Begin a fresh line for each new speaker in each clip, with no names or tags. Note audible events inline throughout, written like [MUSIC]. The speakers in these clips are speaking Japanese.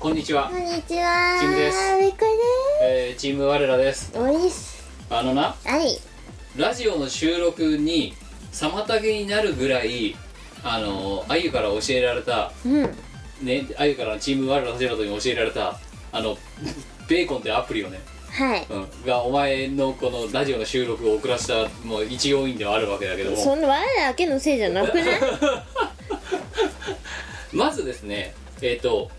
こんにちは
こ、んにちは。
チンです
びっくり
えーチーム我らです
です。おいっす。
あのな
はい。
ラジオの収録に妨げになるぐらいあのあゆから教えられた
うん。
ねあゆからチーム我らのゼロとに教えられたあのベーコンってアプリをね、
はい。
うん、がお前のこのラジオの収録を遅らせたもう一要因ではあるわけだけど
そ
も
んな我らだけのせいじゃなくない？
まずですねえっ、と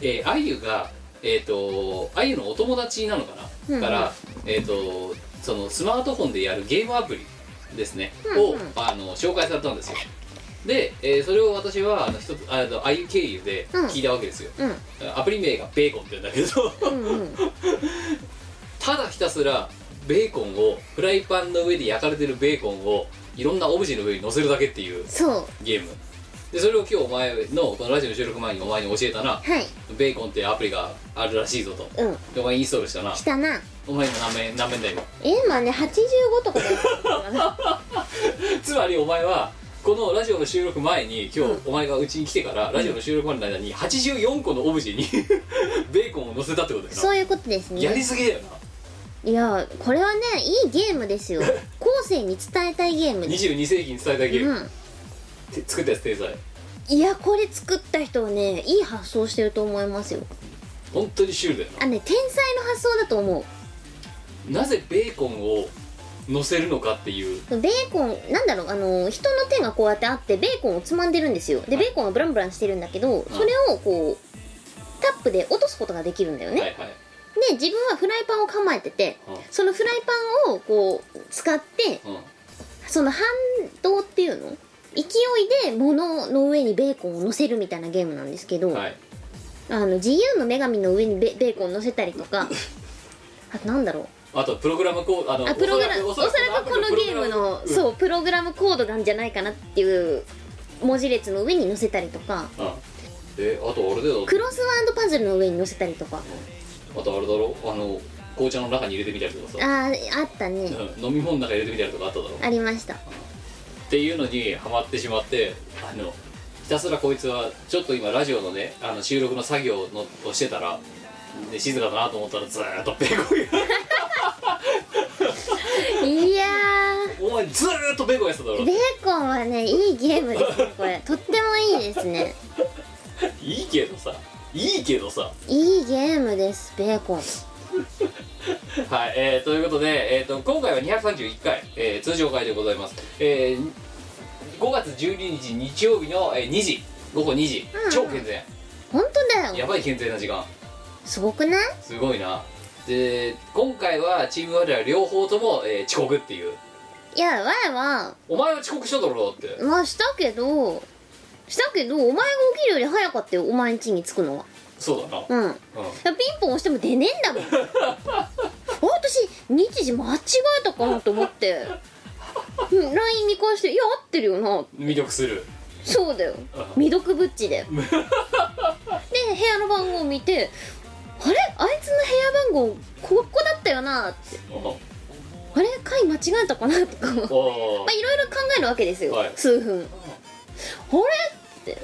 えーあゆがえっ、とあゆのお友達なのかな、
うん
からえっ、とそのスマートフォンでやるゲームアプリですね、
うんうん
をあの紹介されたんですよで、えーそれを私はあの一つあのあゆ経由で聞いたわけですよ、
うん。
アプリ名がベーコンって言うんだけど
うんうん。
[LAUGHS] ただひたすらベーコンをフライパンの上で焼かれてるベーコンをいろんなオブジェの上に乗せるだけっていう
そう。
ゲームでそれを今日お前のこのラジオの収録前にお前に教えたな
はい。
ベーコンってアプリがあるらしいぞと
うん。
でお前インストールしたな
したな。
お前今何面何面だ今 [LAUGHS]
え今ね85とかで。
つまりお前はこのラジオの収録前に今
うん
日お前がうちに来てからラジオの収録までの間に84個のオブジェに [LAUGHS] ベーコンを乗せたってことだよ
そういうことです
なやり
ね。
すぎだよ
いやこれはねいいゲームですよ。後世に伝えたいゲーム
な
です。
22世紀に伝えたゲーム、
うん。
て作ったやつ天才
いやこれ作った人はねいい発想してると思いますよ。
本当にシュールだよな
あね天才の発想だと思う。
なぜベーコンを乗せるのかっていう
ベーコンなんだろうあの人の手がこうやってあってベーコンをつまんでるんですよでベーコンがブランブランしてるんだけどそれをこうタップで落とすことができるんだよね、
はいはい
で自分はフライパンを構えてて
うん
そのフライパンをこう使って
うん
その反動っていうの勢いで物の上にベーコンを乗せるみたいなゲームなんですけど、
はい
あの自由の女神の上にベベーコンを乗せたり
[LAUGHS]
とかあとなんだろう
あとプログラムコードあの
あプログラムおそらくこのゲームの
う
そうプログラムコードなんじゃないかなっていう文字列の上に載せたりとか
うんえあとあれだよ
クロスワードパズルの上に載せたりとか
あとあれだろあの紅茶の中に入れてみたりとかさ、
あーあったね
うん、飲み物の中に入れてみたりとかあっただろ
ありました
っていうのにハマってしまってあのひたすらこいつはちょっと今ラジオのねあの収録の作業のをしてたら、ね、静かだなと思ったらずーっとベーコンや
[LAUGHS] いや
お前ずーっとベーコンやってただ
ー
ろ
ベーコンはねいいゲームですねこ [LAUGHS] れとってもいいですね
いいけどさいいけどさ
いいゲームですベーコン
はい、えー、ということで、えー、と今回は231回、えー通常回でございます、えー5月12日日曜日の、えー2時午後2時、
うん
超健全
本当だ
や
よ
ばい健全な時間
すごくない
すごいなで今回はチーム我ら両方とも、えー遅刻っていう
いやわいは
お前は遅刻しただろうだって
まあしたけどしたけどお前が起きるより早かったよお前ん家に着くのは
そうだな、
うん
うん
ピンポン押しても出ねえ
[LAUGHS]
んだもんあ私日時間違えたかなと思ってうん LINE 見返して「いや合ってるよな
魅力する」
そうだよ
あ
未読ブッチ
[LAUGHS]
だよで部屋の番号を見て「あれあいつの部屋番号ここだったよな」って
お
「あれ回間違えたかな」と
[LAUGHS]
かま
お
あいろいろ考えるわけですよ、
はい
数分あれ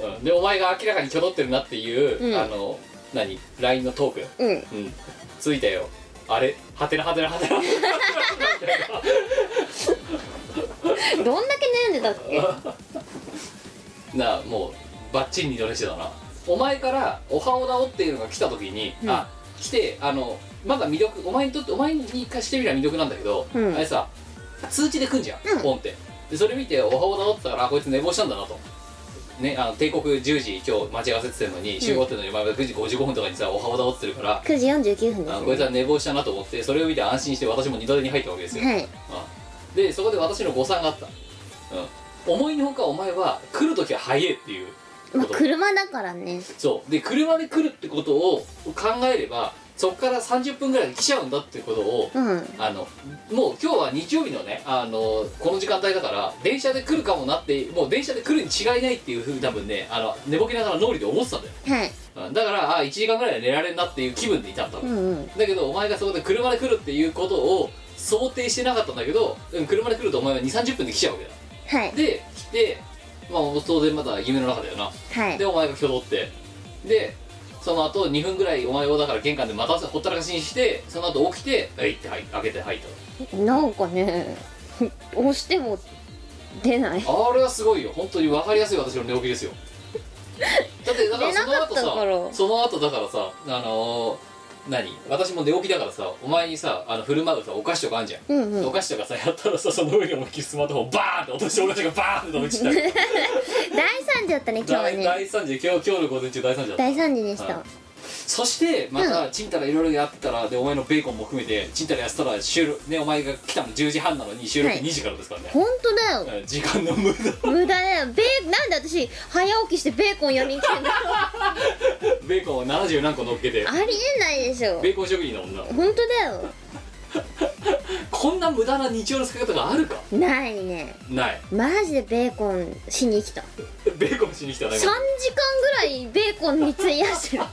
うんでお前が明らかにちょどってるなっていう、
うん
あの何 LINE のトークよ
うん
うん、ついたよあれはてなはてなはてな
どんだけ悩んでたっ
[LAUGHS]
け
なあもうバッチリ二度寝してたなお前から「おはおだお」っていうのが来た時に、
うん
あ来てあのまだ魅力お前にとってお前に貸してみれば魅力なんだけど、
うん
あれさ通知で来んじゃん、
うん
ポンってでそれ見て「おはおだお」って言ったからあこいつ寝坊したんだなと。ね、あの帝国10時今日待ち合わせって言ってんのに集合ってんのに、前は9時55分とかにさ「おはおだお」って言ってるから
9時49分で
あ
す
こいつ
ね
は寝坊したなと思ってそれを見て安心して私も二度寝に入ったわけですよ、
はい
うんでそこで私の誤算があった、うん、思いのほかお前は来る時は早いっていう
まあ
こと、
車だからね
そうで車で来るってことを考えればそこから30分ぐらいで来ちゃうんだってことを
うん
あのもう今日は日曜日のねあのこの時間帯だから電車で来るかもなってもう電車で来るに違いないっていうふうに多分ねあの寝ぼけながら脳裏で思ってたんだよ、
はい
うんだからあ1時間ぐらいは寝られんなっていう気分でいたんだ、
うんうん
だけどお前がそこで車で来るっていうことを想定してなかったんだけどうん車で来るとお前は2 3 0分で来ちゃうわけだ
はい
で来てまあ当然また夢の中だよな
はい
でお前が挙動ってでその後2分ぐらいお前をだから玄関で待たせほったらかしにしてその後起きて「えい」って入開けて入った
なんかね押しても出ない
あれはすごいよ本当に分かりやすい私の寝起きですよだってだからその後
出なかったか
さ
ら
その後だからさあのー何私も寝起きだからさお前にさあの振る舞うさお菓子とかあんじゃん、
うんうん
お菓子とかさやったらさその上に思いっきりスマートフォンバーンって落としてお菓子がバーンって飛び散ったり
大惨事 [LAUGHS] だったね今日は
大
ね
大惨事今日今日の午前中大惨事だった
大惨事でした、
はいそしてまたちんたらいろいろやったらでお前のベーコンも含めてちんたらやったら収録ねお前が来たの10時半なのに収録
はい
2時からですからね、
本当だよ
うん時間の無駄
無駄だよベーなんで私早起きしてベーコン読みに来てんだ
ベーコンを70何個乗っけて
ありえないでしょ
ベーコン職人だもんな
本当だよ
こんな無駄な日曜の使い方があるか
ないね
ない
マジでベーコンしに来た3
ベーコンしに来たら
時間ぐらいベーコンに費
[LAUGHS]
やしてる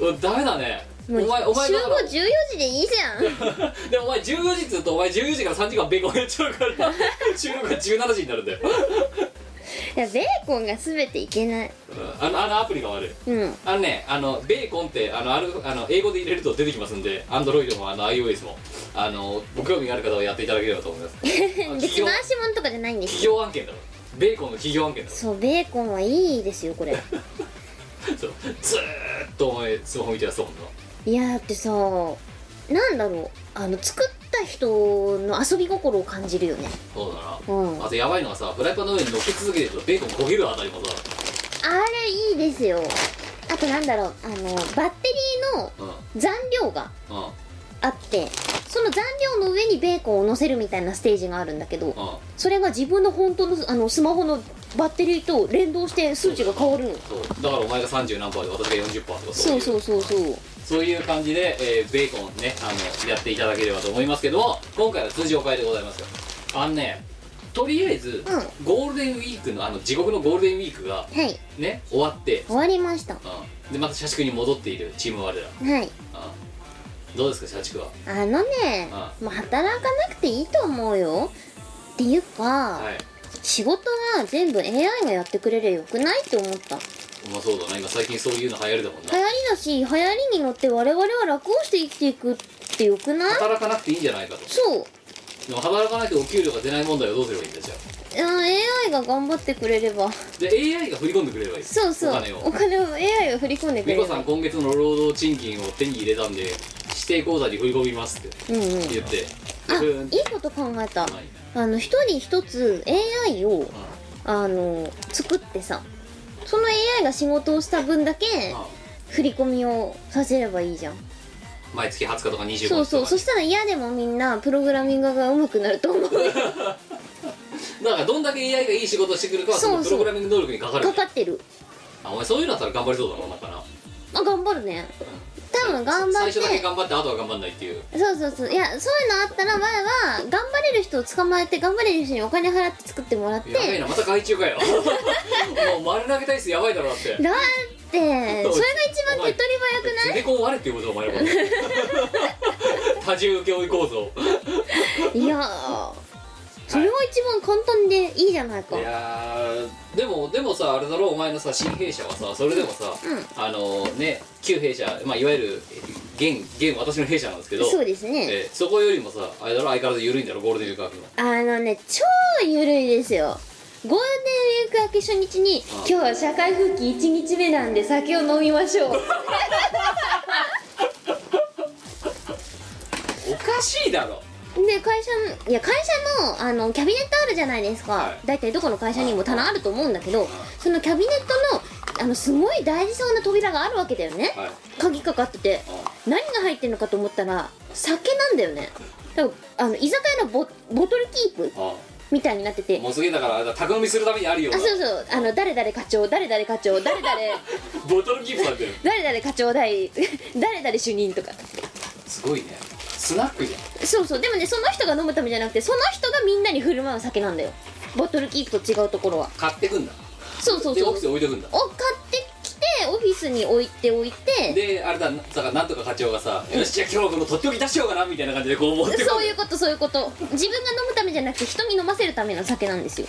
うんダメだねお
もう
前お前
集
だか
合14時でいいじゃん
ら [LAUGHS] でもお前14時っつうとお前14時から3時間ベーコンやっちゃうから [LAUGHS] 収録が17時になるんだよ、
いやベーコンが全ていけない
うんあのあのアプリが悪い
うん
あのね、あのベーコンってあのアルあの英語で入れると出てきますんで、アンドロイドもあの iOS もあのご興味がある方はやっていただければと思い
[LAUGHS]
ます。あの企
別
業
に回し物とかじゃないんです
企
よ
業案件だろ。ベーコンの企業案件だ
そうベーコンはいいですよこ [LAUGHS] れ
ろ。そうずーっとお前スマホ見てやそうもん
いやだってさなんだろうあの作った人の遊び心を感じるよね
そうだな。
うん
あとやばいのがさ、フライパンの上に乗っけ続けてるとベーコン焦げるあたりもさ、
あれいいですよあとなんだろうあのバッテリーの
うんう
残量が
んうん。
あってその残量の上にベーコンを乗せるみたいなステージがあるんだけどそれが自分の本当のあのスマホのバッテリーと連動して数値が変わるの
そうだからお前が30何パーで私が40パーとか
そうそう
いう
そうそう
そういう感じで、えーベーコンねあのやっていただければと思いますけども今回は通常回でございますよあのねとりあえず、
う
ゴールデンウィークのあの地獄のゴールデンウィークが
はい
ね終わって、
終わりました
うん、でまた社畜に戻っているチーム我ら、
はい
うん、どうですか社畜は
あのね
あ
もう働かなくていいと思うよっていうか、
はい
仕事は全部 AI がやってくれりゃよくないって思った流
まあそうだな今最近そういうの流行るだもんな
行りだし流行りに乗って我々は楽をして生きていくってよくない
働かなくていいんじゃないかと
そう
でも働かないとお給料が出ない問題はどうすればいいんですよ
うん AI が頑張ってくれれば
で AI が振り込んでくれればいい
そうそう
お金を
お金を AI が振り込んでく
美
れ
子
れ
さ
ば
ん今月の労働賃金を手に入れたんで指定口座に振り込みますって
うんうん
言って
あ
ふーん
いいこと考えた
はい
あの一人一つ AI をあの作ってさその AI が仕事をした分だけ
あ
振り込みをさせればいいじゃん
毎月20日とか25日とか
そうそうそしたら嫌でもみんなプログラミングが上手くなる
[LAUGHS]
と思
だ
う
からどんだけ AI がいい仕事をしてくるかは
そう
そ
そ
の
う
プログラミング能力にかかる
かかってる
あお前そういうのだったら頑張りそうだななんかな
あ頑張るね多分頑張っ
最
て
初だけ頑張ってあとは頑張んないっていう
そうそうそういやそういうのあったら前は頑張れる人を捕まえて頑張れる人にお金払って作ってもらって
やべえなまた外注か
[LAUGHS]
よもう丸投げ体質やばいだろだって
だってそれが一番手っ取り早くない
テレコン割れっていうことお前
[LAUGHS]
のこと多重請負構造
いやーそれは一番簡単でいいじゃないか
いやーでもでもさあれだろお前のさ新弊社はさそれでもさ、
う
あのね旧弊社、まあ、いわゆる現現私の弊社なんですけど
そうですね
えーそこよりもさあれだろ相変わらず緩いんだろゴールデンウィーク明けの
あのね超ゆるいですよゴールデンウィーク明け初日に
あ
「今日は社会復帰1日目なんで酒を飲みましょう」 [LAUGHS]
おかしいだろ
で会社のいや会社のあのキャビネットあるじゃないですか、
はい
大体どこの会社にも棚あると思うんだけど、
い
そのキャビネットのあのすごい大事そうな扉があるわけだよね、
はい
鍵かかってて、何が入ってるのかと思ったら酒なんだよねだからあの居酒屋のボボトルキープ
あ
みたいになってて
もうすげえだからあれだ宅飲みするためにあるよう
あ
な
そうそうあの誰々課長誰々課長誰々
ボトルキープされてる
誰々課長代 [LAUGHS] 誰々主任とか
すごいねスナックじゃん
そうそうでもねその人が飲むためじゃなくてその人がみんなに振る舞う酒なんだよボトルキープと違うところは
買ってくんだ
そうそう
でオフ
そ
ィス
う
に置いとくんだ
を買ってきてオフィスに置いておいて
であれだだからなんとか課長がさ「よしじゃあ今日はこのとっておき出しようかな」みたいな感じでこう持ってくる
そういうことそういうこと自分が飲むためじゃなくて人に飲ませるための酒なんですよ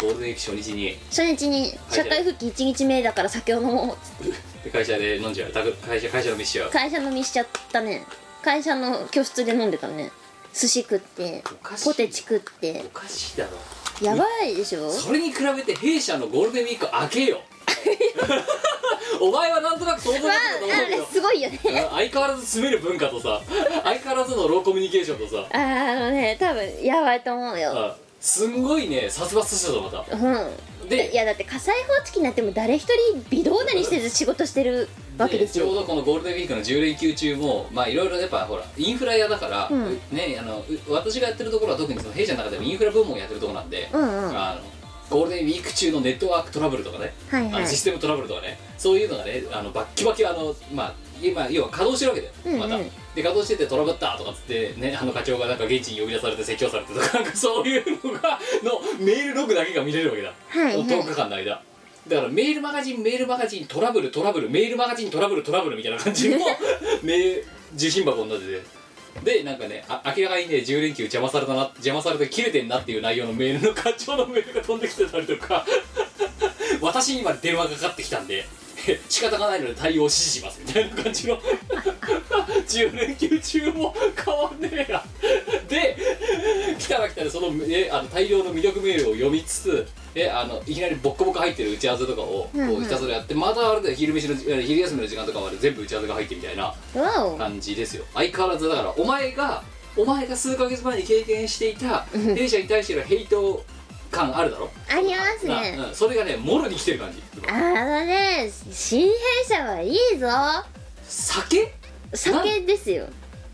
ゴールデンウィーク初日に
初日に社会復帰1日目だから酒を飲もうっつっ
で
て
会社で飲んじゃうたく会社会社の飯しちゃう
会社飲みしちゃったね会社の教室で飲んでたね寿司食って
おかしい
ポテチ食って
おかしいだろ
やばいでしょ
それに比べて弊社のゴールデンウィーク明け [LAUGHS] よお前はなんとなく想像できる
わ
と思う
ああ
け
れ
ど
すごいよね
あ相変わらず詰める文化とさ相変わらずのローコミュニケーションとさ
あーあのね多分やばいと思うよ
あすんごいね殺伐としてたまた
うん
で
いやだって火災報知器になっても誰一人微動だにしてず仕事してるわけ
で
です
ちょう
よ
どこのゴールデンウィークの10連休中もまあいろいろやっぱほらインフラ屋だから、
うん
ねあのう私がやってるところは特にその弊社の中でもインフラ部門をやってるところなんで、
うんうんは
あのゴールデンウィーク中のネットワークトラブルとかね、
い
あ
はい
のシステムトラブルとかねそういうのがねあのバッキバキあのまあ今要は稼働してるわけだよ、
うんうん
またで稼働しててトラブったとかっつってねあの課長がなんか現地に呼び出されて説教されてとかなんかそういうのがのメールログだけが見れるわけだ
はいはい
10日間の間だからメールマガジンメールマガジントラブルトラブルメールマガジントラブルトラブルみたいな感
[LAUGHS]
じのメール受信箱になっててでなんかねあ明らかにね10連休邪魔されたな邪魔されて切れてんなっていう内容のメールの課長のメールが飛んできてたりとか私にまで電話がかかってきたんで [LAUGHS] 仕方がないので対応指示しますみたいな感じの [LAUGHS] 10連休中も変わんねえやで来たら来たらその,、えあの大量の魅力メールを読みつつえあのいきなりボッコボコ入ってる打ち合わせとかをこ
うんうん
うひたすらやって、またあれだよ昼飯の時え昼休みの時間とかまで全部打ち合わせが入ってみたいな
わお
感じですよ相変わらずだからお前がお前が数ヶ月前に経験していた
うん
弊社に対してのヘイト感あるだろ
ありますね
なうんそれがねもろに来てる感じ
あのね新弊社はいいぞ
酒
酒ですよ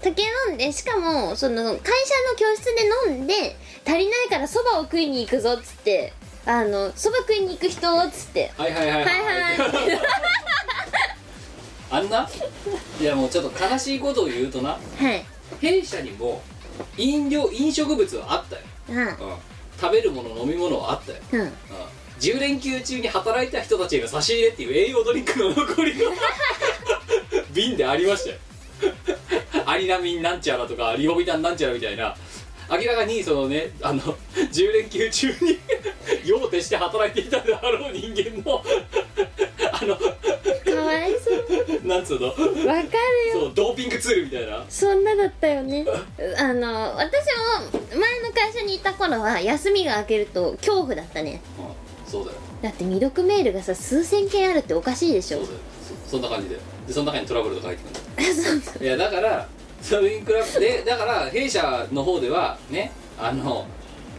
酒飲んでしかもその会社の教室で飲んで足りないからそばを食いに行くぞっつってあのそば食いに行く人っつって
はいはいはい
はいはい
あんないやもうちょっと悲しいことを言うとな
はい
弊社にも飲料飲食物はあったよ、
うん
うん、食べるもの飲み物はあったよ、
うん
うん、10連休中に働いた人たちへの差し入れっていう栄養ドリンクの [LAUGHS] 残りが瓶でありましたよアリナミンなんちゃらとかリボビタンなんちゃらみたいな明らかにそのねあの10連休中に [LAUGHS] 用を徹して働いていたであろう人間の [LAUGHS] あの
かわいそう
なんつうの
わかるよ
そうドーピングツールみたいな
そんなだったよねあの私も前の会社にいた頃は休みが明けると恐怖だったね
うんそうだよ
だって未読メールがさ数千件あるっておかしいでし
そ
ょ
うだよそそんな感じででその中にトラブルとか入ってくる
そうそう
いやだからそれに比べてだから弊社の方ではねあの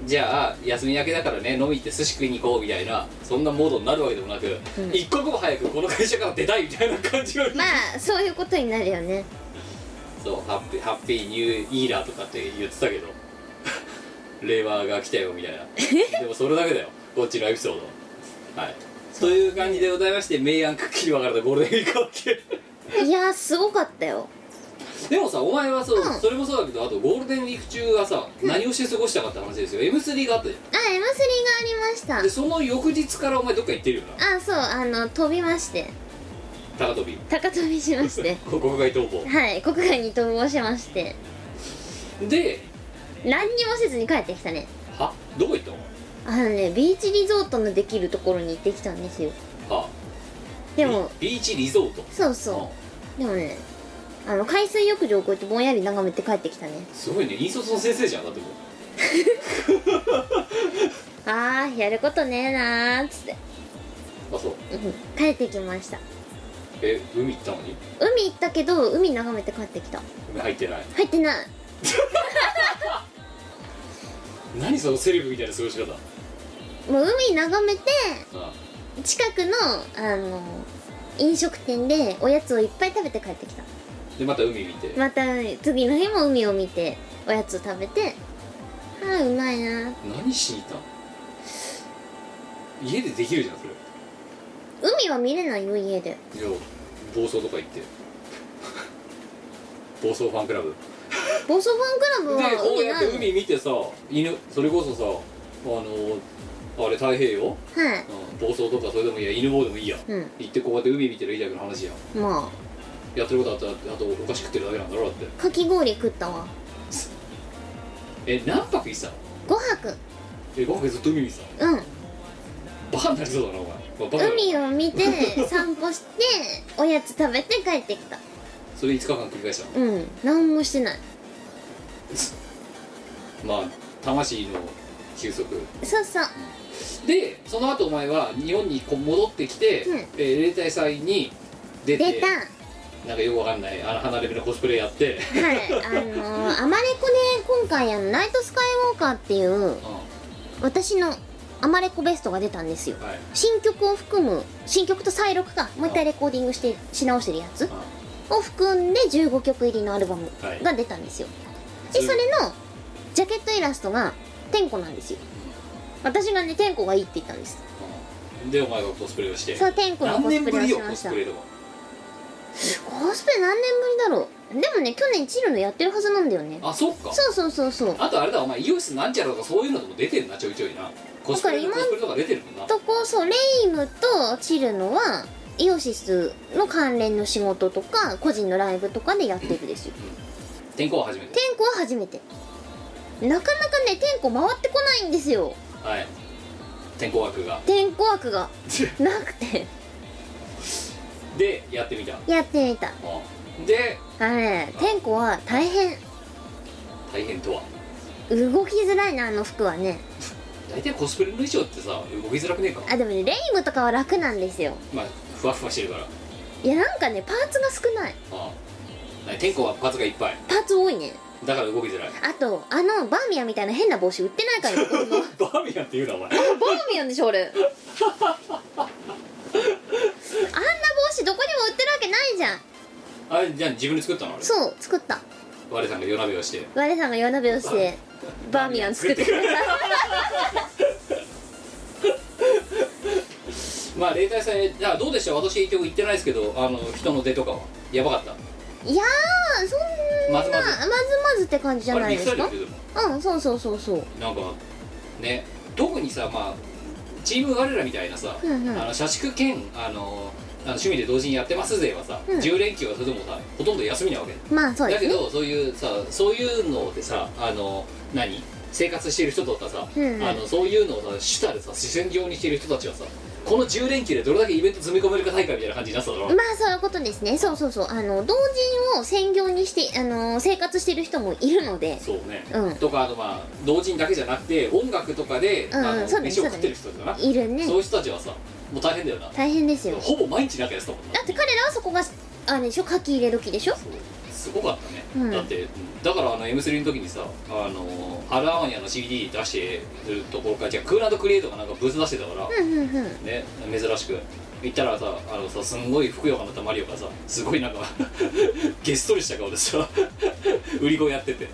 じゃあ休み明けだからね飲み行って寿司食いに行こうみたいなそんなモードになるわけでもなく、
うん
一刻も早くこの会社から出たいみたいな感じの、
[LAUGHS] まあそういうことになるよね
そうハッピーハッピーニューイーラーとかって言ってたけど [LAUGHS] 令和が来たよみたいなでもそれだけだよこっちのエピソードはいという感じでございまして明暗くっきり分かれたゴールデンウィーク明け
いやーすごかったよ
でもさお前はそう、
うん
それもそうだけどあとゴールデンウィーク中はさ、何をして過ごしたかって話ですよ M3 があったじ
あ M3 があ
ゃん
りま
で
し
その翌日からお前どっか行ってるよな
たあそうあの飛びまして
高跳び
高飛びしまして
[LAUGHS] 国外逃亡
はい国外に逃亡しまして
で
何にもせずに帰ってきたね
はどこ行ったの
あのねビーチリゾートのできるところに行ってきたんですよ
は
でも
ビビーチリゾート
そうそうでもねあの海水浴場をこうやってぼんやり眺めて帰ってきたね
うんすごいね引率の先生じゃんだってもう
あーやることねえなーっつって、
あそう
うん、帰ってきました
え海行ったのに
海行ったけど海眺めて帰ってきた
海入ってない
入ってない
何そのセレブみたいな過ごし方
もう海眺めて
あ
近くのあの飲食店でおやつをいっぱい食べて帰ってきた
でまた海見て、
また次の日も海を見ておやつを食べてあーうまいな
何しに行ったの家でできるじゃんそれ
海は見れないよ家で
いや暴走とか行って [LAUGHS] 暴走ファンクラブ
暴走ファンク
で
ラブは
こう
海
やっ
ない
て
の
海見てさ犬それこそさあのあれ太平洋、
はい
うん、暴走とかそれでもいいや犬棒でもいいや
うん
行ってこうやって海見てる以外の話やん
ま
やってることあったらあとお菓子食ってるだけなんだろだって
あかき氷食ったわ
え何泊行ってたの
5泊
え5泊ずっと海見てたの
うん
バカになりそうだなお前、まあバカだな
海を
[LAUGHS]
見て散歩しておやつ食べて帰ってきた
それ5日間繰り返したの
うん何もしてない
まあ魂の休息
そうそう
でその後お前は日本にこう戻ってきて、
うん
えー例大祭に出て
出た
なんかよくわかんないあの離れ目のコスプレやって、 [LAUGHS]
はいあのー、アマレコで今回あのナイトスカイウォーカーっていう
う
私のアマレコベストが出たんですよ
んはい
新曲を含む新曲と再録かもう一回レコーディングしてし直してるやつを含んで15曲入りのアルバム
はい
が出たんですよ
そ
で
れ
それのジャケットイラストが天子なんですよ私がね天子がいいって言ったんです
うんでお前がコスプレをして
そう天子の
何
コス
年
プ
ぶ
レを
りよ
しま
コ
し
ス
た
プレとか
コスプレ何年ぶりだろうでもね去年チルのやってるはずなんだよね
あそっか
そうそうそうそう
あとあれだお前イオシスなんちゃらとかそういうのとも出てるなちょいちょいなコスプレ
だ
コ
から今
スプレとか出てるもんな
とこそうレイムとチルノはイオシスの関連の仕事とか個人のライブとかでやってるですよ
天候は初めて
天子は初めてなかなかね天子回ってこないんですよ
はい天候枠
[LAUGHS]
が
天子枠がなくて
でやってみた
やってみた
うんで
あのね天子は大変
大変とは
動きづらいなあの服はね
大体コスプレの衣装ってさ動きづらくねえか
あでもねレイムとかは楽なんですよ
まあふわふわしてるから
いやなんかねパーツが少ない
うん天候はパーツがいっぱい
パーツ多いね
だから動きづらい
あとあのバーミヤンみたいな変な帽子売ってないからよこのバ
[LAUGHS]
ー
バーミヤンって言うなお前
ミヤンでしょ俺あんな帽子どこにも売ってるわけないじゃん
あれじゃあ自分で作ったのあれ
そう作った
我さんが夜鍋をして
我さんが夜鍋をしてバーミヤン作ってくれた
まあ例大祭じゃあどうでした私結局行ってないですけどあの人の出とかはやばかった
いやーそんな
まずまず
まずまずって感じじゃ
あ
な
れ
い
び
で
っく
す
りだけ
か
ども
うんそうそうそうそう
なんかね特にさまあチーム我らみたいなさ、
うんうん
あの社畜兼あのあの趣味で同時にやってますぜはさ、
うん
10連休はそれでもさほとんど休みなわけ
まあそうで
だ
す
け
ね
どそういうさそういうのでさあの何生活してる人とかさ、
うんうん
あのそういうのをさ主たるさ視線上にしてる人たちはさこの10連休でどれだけイベント詰め込めるか大会みたいな感じになってただろ、
まあそういうことですねそうそうそうあの同人を専業にして、あのー生活してる人もいるので
そうね、
うん
とかあとまあ同人だけじゃなくて音楽とかで、
うんうん
あの
そうだね
飯を食ってる人だなそう,、
いるね
いう人たちはさもう大変だよな
大変ですよ
ほぼ毎日なんかやってたもんな
だって彼らはそこがあれでしょ書き入れ時でしょ
そうすごかったね、
うん
だってうんだからあの M3 の時にさあのハルアワニアの CD 出してるところからじゃあクーラーとクリエイトがなんかブース出してたから、
うんうんうん
ね珍しく行ったらさあのさすんごいふくよかになったマリオがさすごいなんか [LAUGHS] げっそりした顔でさ [LAUGHS] 売り子やってて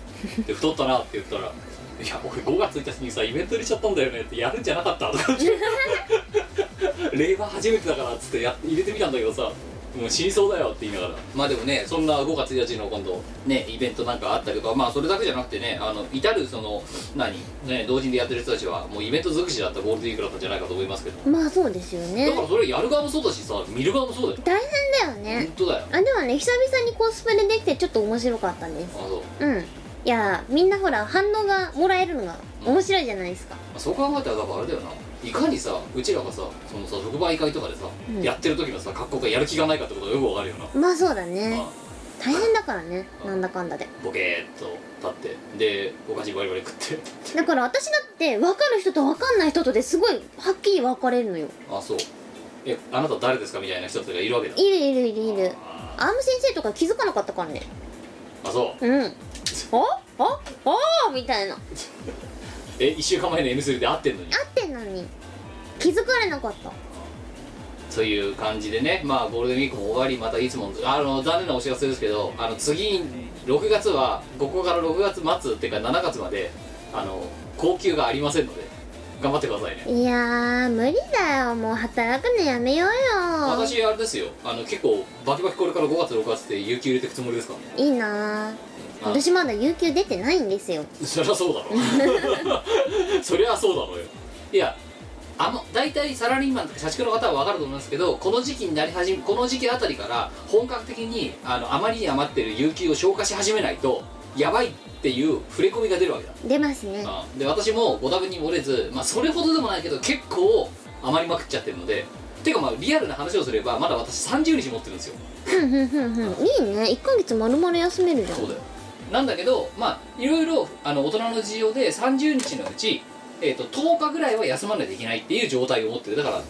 で太ったなって言ったら「いや俺5月1日にさイベント入れちゃったんだよね」って「やるんじゃなかった」とか言って「 [LAUGHS] 令和初めてだから」っつってや入れてみたんだけどさもう死にそうだよって言いながらまあでもねそんな5月1日の今度ねイベントなんかあったけどまあそれだけじゃなくてねあの至るその何ね同時でやってる人たちはもうイベント尽くしだったゴールデンウィークだったんじゃないかと思いますけど
まあそうですよね
だからそれやる側もそうだしさ見る側もそうだよ
大変だよ
本
ね
当だよ
あでもね久々にコスプレできてちょっと面白かったんで
あ
す
そう
うんいやーみんなほら反応がもらえるのが面白いじゃないですか
そう考えたらだからあれだよないかにさうちらがさそのさ特売会とかでさ、
うん
やってる時のさ格好がやる気がないかってことがよくわかるよな、
まあそうだね
あ
大変だからね
うん
なんだかんだで
ボケーっと立ってでお菓子バリバリ食って
だから私だって分かる人と分かんない人とですごいはっきり分かれるのよ
あそうえあなた誰ですかみたいな人たちがいるわけだ
いるいるいるいる
あ
アーム先生とか気づかなかったからね
ーあそう
うんおおおみたいな合
え一1週間前の M3 で会ってんのに
ってんのに気づかれなかった
という感じでねまあゴールデンウィークも終わりまたいつもあの残念なお知らせですけどあの次6月はここから6月末っていうか7月まであの高級がありませんので頑張ってくださいね
いやー無理だよもう働くのやめようよ
私あれですよあの結構バキバキこれから5月6月って有給入れていくつもりですからね
いいなー
あ
私まだ有給出てないんですよ
そりゃそうだろそりゃそう [LAUGHS] だろよいやあの大体サラリーマンとか社畜の方は分かると思いますけどこの時期になり始めこの時期あたりから本格的にあのあまりに余ってる有給を消化し始めないとやばいっていう触れ込みが出るわけだ
出ますね
あで私もご多分に漏れず、まあ、それほどでもないけど結構余りまくっちゃってるのでていうかまあリアルな話をすればまだ私30日持ってるんですよ
ふんふんふんふんいいね1ヶ月まるまる休めるじゃん
そうだよなんだけどまあいろいろあの大人の事情で30日のうち、えー、と10日ぐらいは休まないといけないっていう状態を持ってるだから、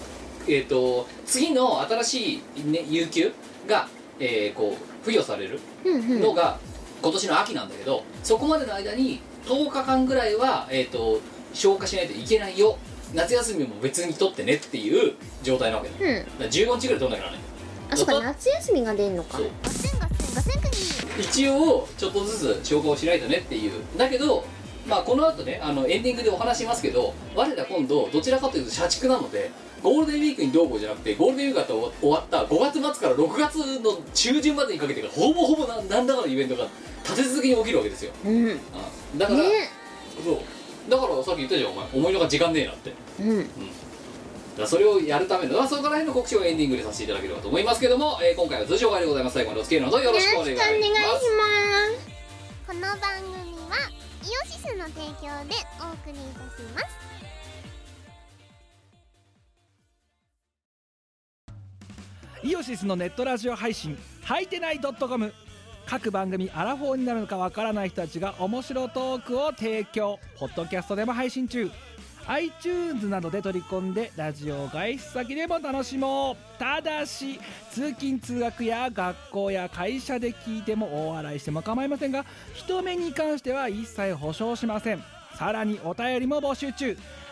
えー、と次の新しい、ね、有給が、えーこう付与される
うんうん
のが今年の秋なんだけどそこまでの間に10日間ぐらいは、えー、と消化しないといけないよ夏休みも別に取ってねっていう状態なわけだだか
うん
ら15日ぐらい取んなきゃならない
あそっか夏休みが出んのか
そう
ガセンガセンガセンクニー
一応ちょっとずつ消化をしないとねっていうだけどまあこの後ねあのエンディングでお話しますけど我ら今度どちらかというと社畜なのでゴールデンウィークにどうこうじゃなくてゴールデンウィークが終わった5月末から6月の中旬までにかけてがほぼほぼな何らかのイベントが立て続けに起きるわけですよ、
うん
うんだから、
ね
そうだからさっき言ったじゃんお前思いのが時間ねえなってだか
うん
らそれをやるためのまあそこら辺の告知をエンディングでさせていただければと思いますけども、えー今回は通常会でございます最後までお付き合いのほどよろしくお願いします
すこの番組はイオシスの提供でお送りいたします
イオシスのネットラジオ配信「はいてない .com」各番組アラフォーになるのかわからない人たちが面白トークを提供ポッドキャストでも配信中 iTunes などで取り込んでラジオを外出先でも楽しもうただし通勤通学や学校や会社で聞いても大笑いしても構いませんが人目に関しては一切保証しませんさらにお便りも募集中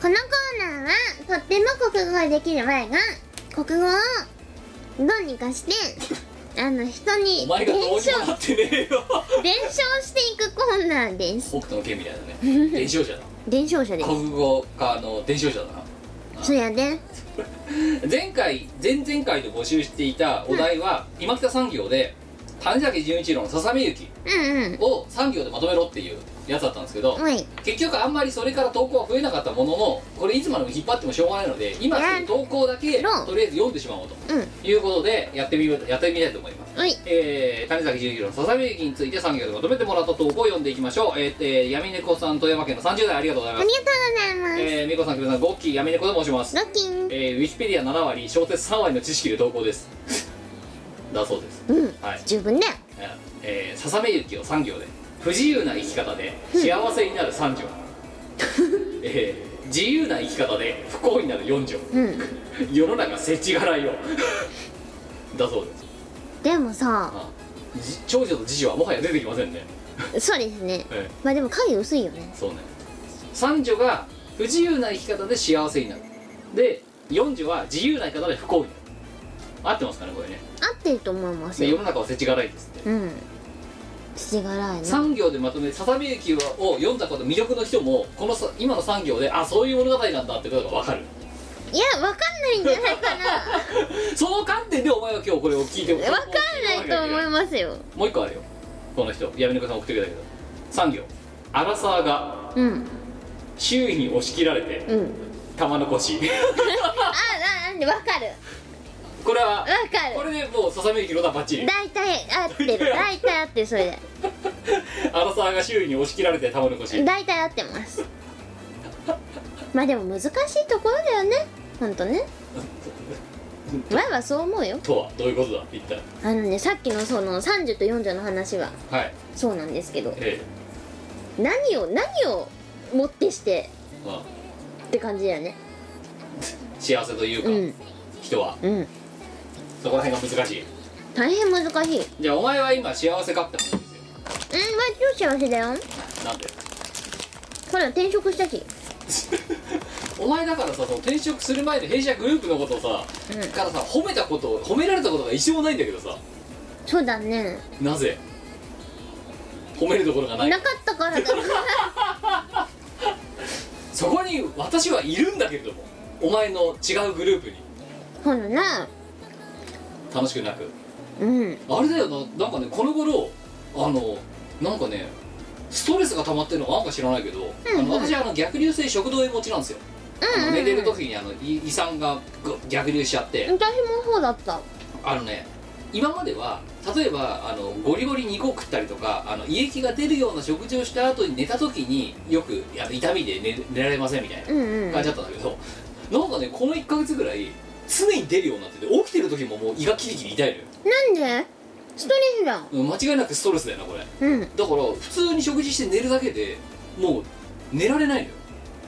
このコーナーはとっても国語ができる前が国語をどうにか
[LAUGHS]
してあの人に
お前が
伝
どうにも
承
なってねえよ
伝承していくコーナーです
北斗の剣みたいな [LAUGHS] ね伝承者だ
伝承者です
国語科の伝承者だな
そやで
前回前々回で募集していたお題は、今北産業で谷崎潤一郎の「ささみゆき
うんうん」
を産業でまとめろっていうやつだったんですけど、
おい
結局あんまりそれから投稿は増えなかったもののこれいつまでも引っ張ってもしょうがないので今すぐ投稿だけ
ろう
とりあえず読んでしまおうと
うん
いうことでやってみようやってみたいと思います
おい
えー、谷崎潤一郎のささみゆきについて産業でまとめてもらった投稿を読んでいきましょう、えーえー闇猫さん富山県の30代ありがとうござい
あ
ま
り
す
がとうございます
えー、みこさんくるさんゴッキー闇猫と申します
ロッキン
えー、ウィキペディア7割小説3割の知識で投稿です [LAUGHS] だそうです
うん
はい
十分だよ
えーささめゆきを産業で不自由な生き方で幸せになる3条、えー自由な生き方で不幸になる4条
うん
世の中せちがらいを [LAUGHS] だそうです
でもさ
あじ長女と次女はもはや出てきませんね、
そうですね
え
まあでも影薄いよね
ーそうね三女が不自由な生き方で幸せになるで四女は自由な生き方で不幸になる合ってますかねこれね
合ってると思います
で世
よ
の中はせちがらいですって
うん土がらいな
産業でまとめ「ささみゆき」を読んだこと魅力の人もこのさ今の産業であそういう物語なんだってことが分かる [LAUGHS]
いやわかんないんじゃないかな
その観点でお前は今日これを聞いて
わかんないと思いますよ
もう一個あるよこの人闇猫さん送ってくれたけど産業アラサーが
うん
周囲に押し切られて
うん
玉残し
ああなんでわかる
[LAUGHS] これは
わか
こ
る
れでもうささみゆきのだバッチリ
大体合ってる大体合ってるそれ
アラサーが周囲に押し切られて玉残
で
し
大体合ってますまあでも難しいところだよねほんとね前はそう思うよ
とはどういうことだ一体
あのねさっきのその30と40の話は
はい
そうなんですけど
え
何を何をもってして
えまあ
って感じだよね
幸せというか、
うん
人は
うん
そこら辺が難しい
大変難しいうん
じゃあお前は今幸せかって話ですよ
まあ超幸せだよ
なん
[LAUGHS]
で
ほら転職したし
お前だからさその転職する前の弊社グループのことをさ、
うん
からさ褒めたこと褒められたことが一生もないんだけどさ
そうだね
なぜ褒めるところがない
なかったからだ
[LAUGHS] そこに私はいるんだけれどもお前の違うグループに
ほらな
楽しくなく
うん
あれだよななんかねこの頃あのなんかねストレスが溜まってるのかなんか知らないけど、
ん
あの私あの逆流性食道炎持ちなんですよ、
う
あ
ん
の
うん
寝てる時にあのい胃酸がぐ逆流しちゃって、
私もそうだった
あのね今までは例えばあのゴリゴリ肉を食ったりとかあの胃液が出るような食事をした後に寝た時によくあの痛みで寝寝られませんみたいな
うんうん
感じだったんだけど、なんかねこの1ヶ月ぐらい常に出るようになってて起きてる時ももう胃がキリキリ痛いのよ
なんでストレスだ
うん間違いなくストレスだよなこれだか
うん
ら普通に食事して寝るだけでもう寝られないのよ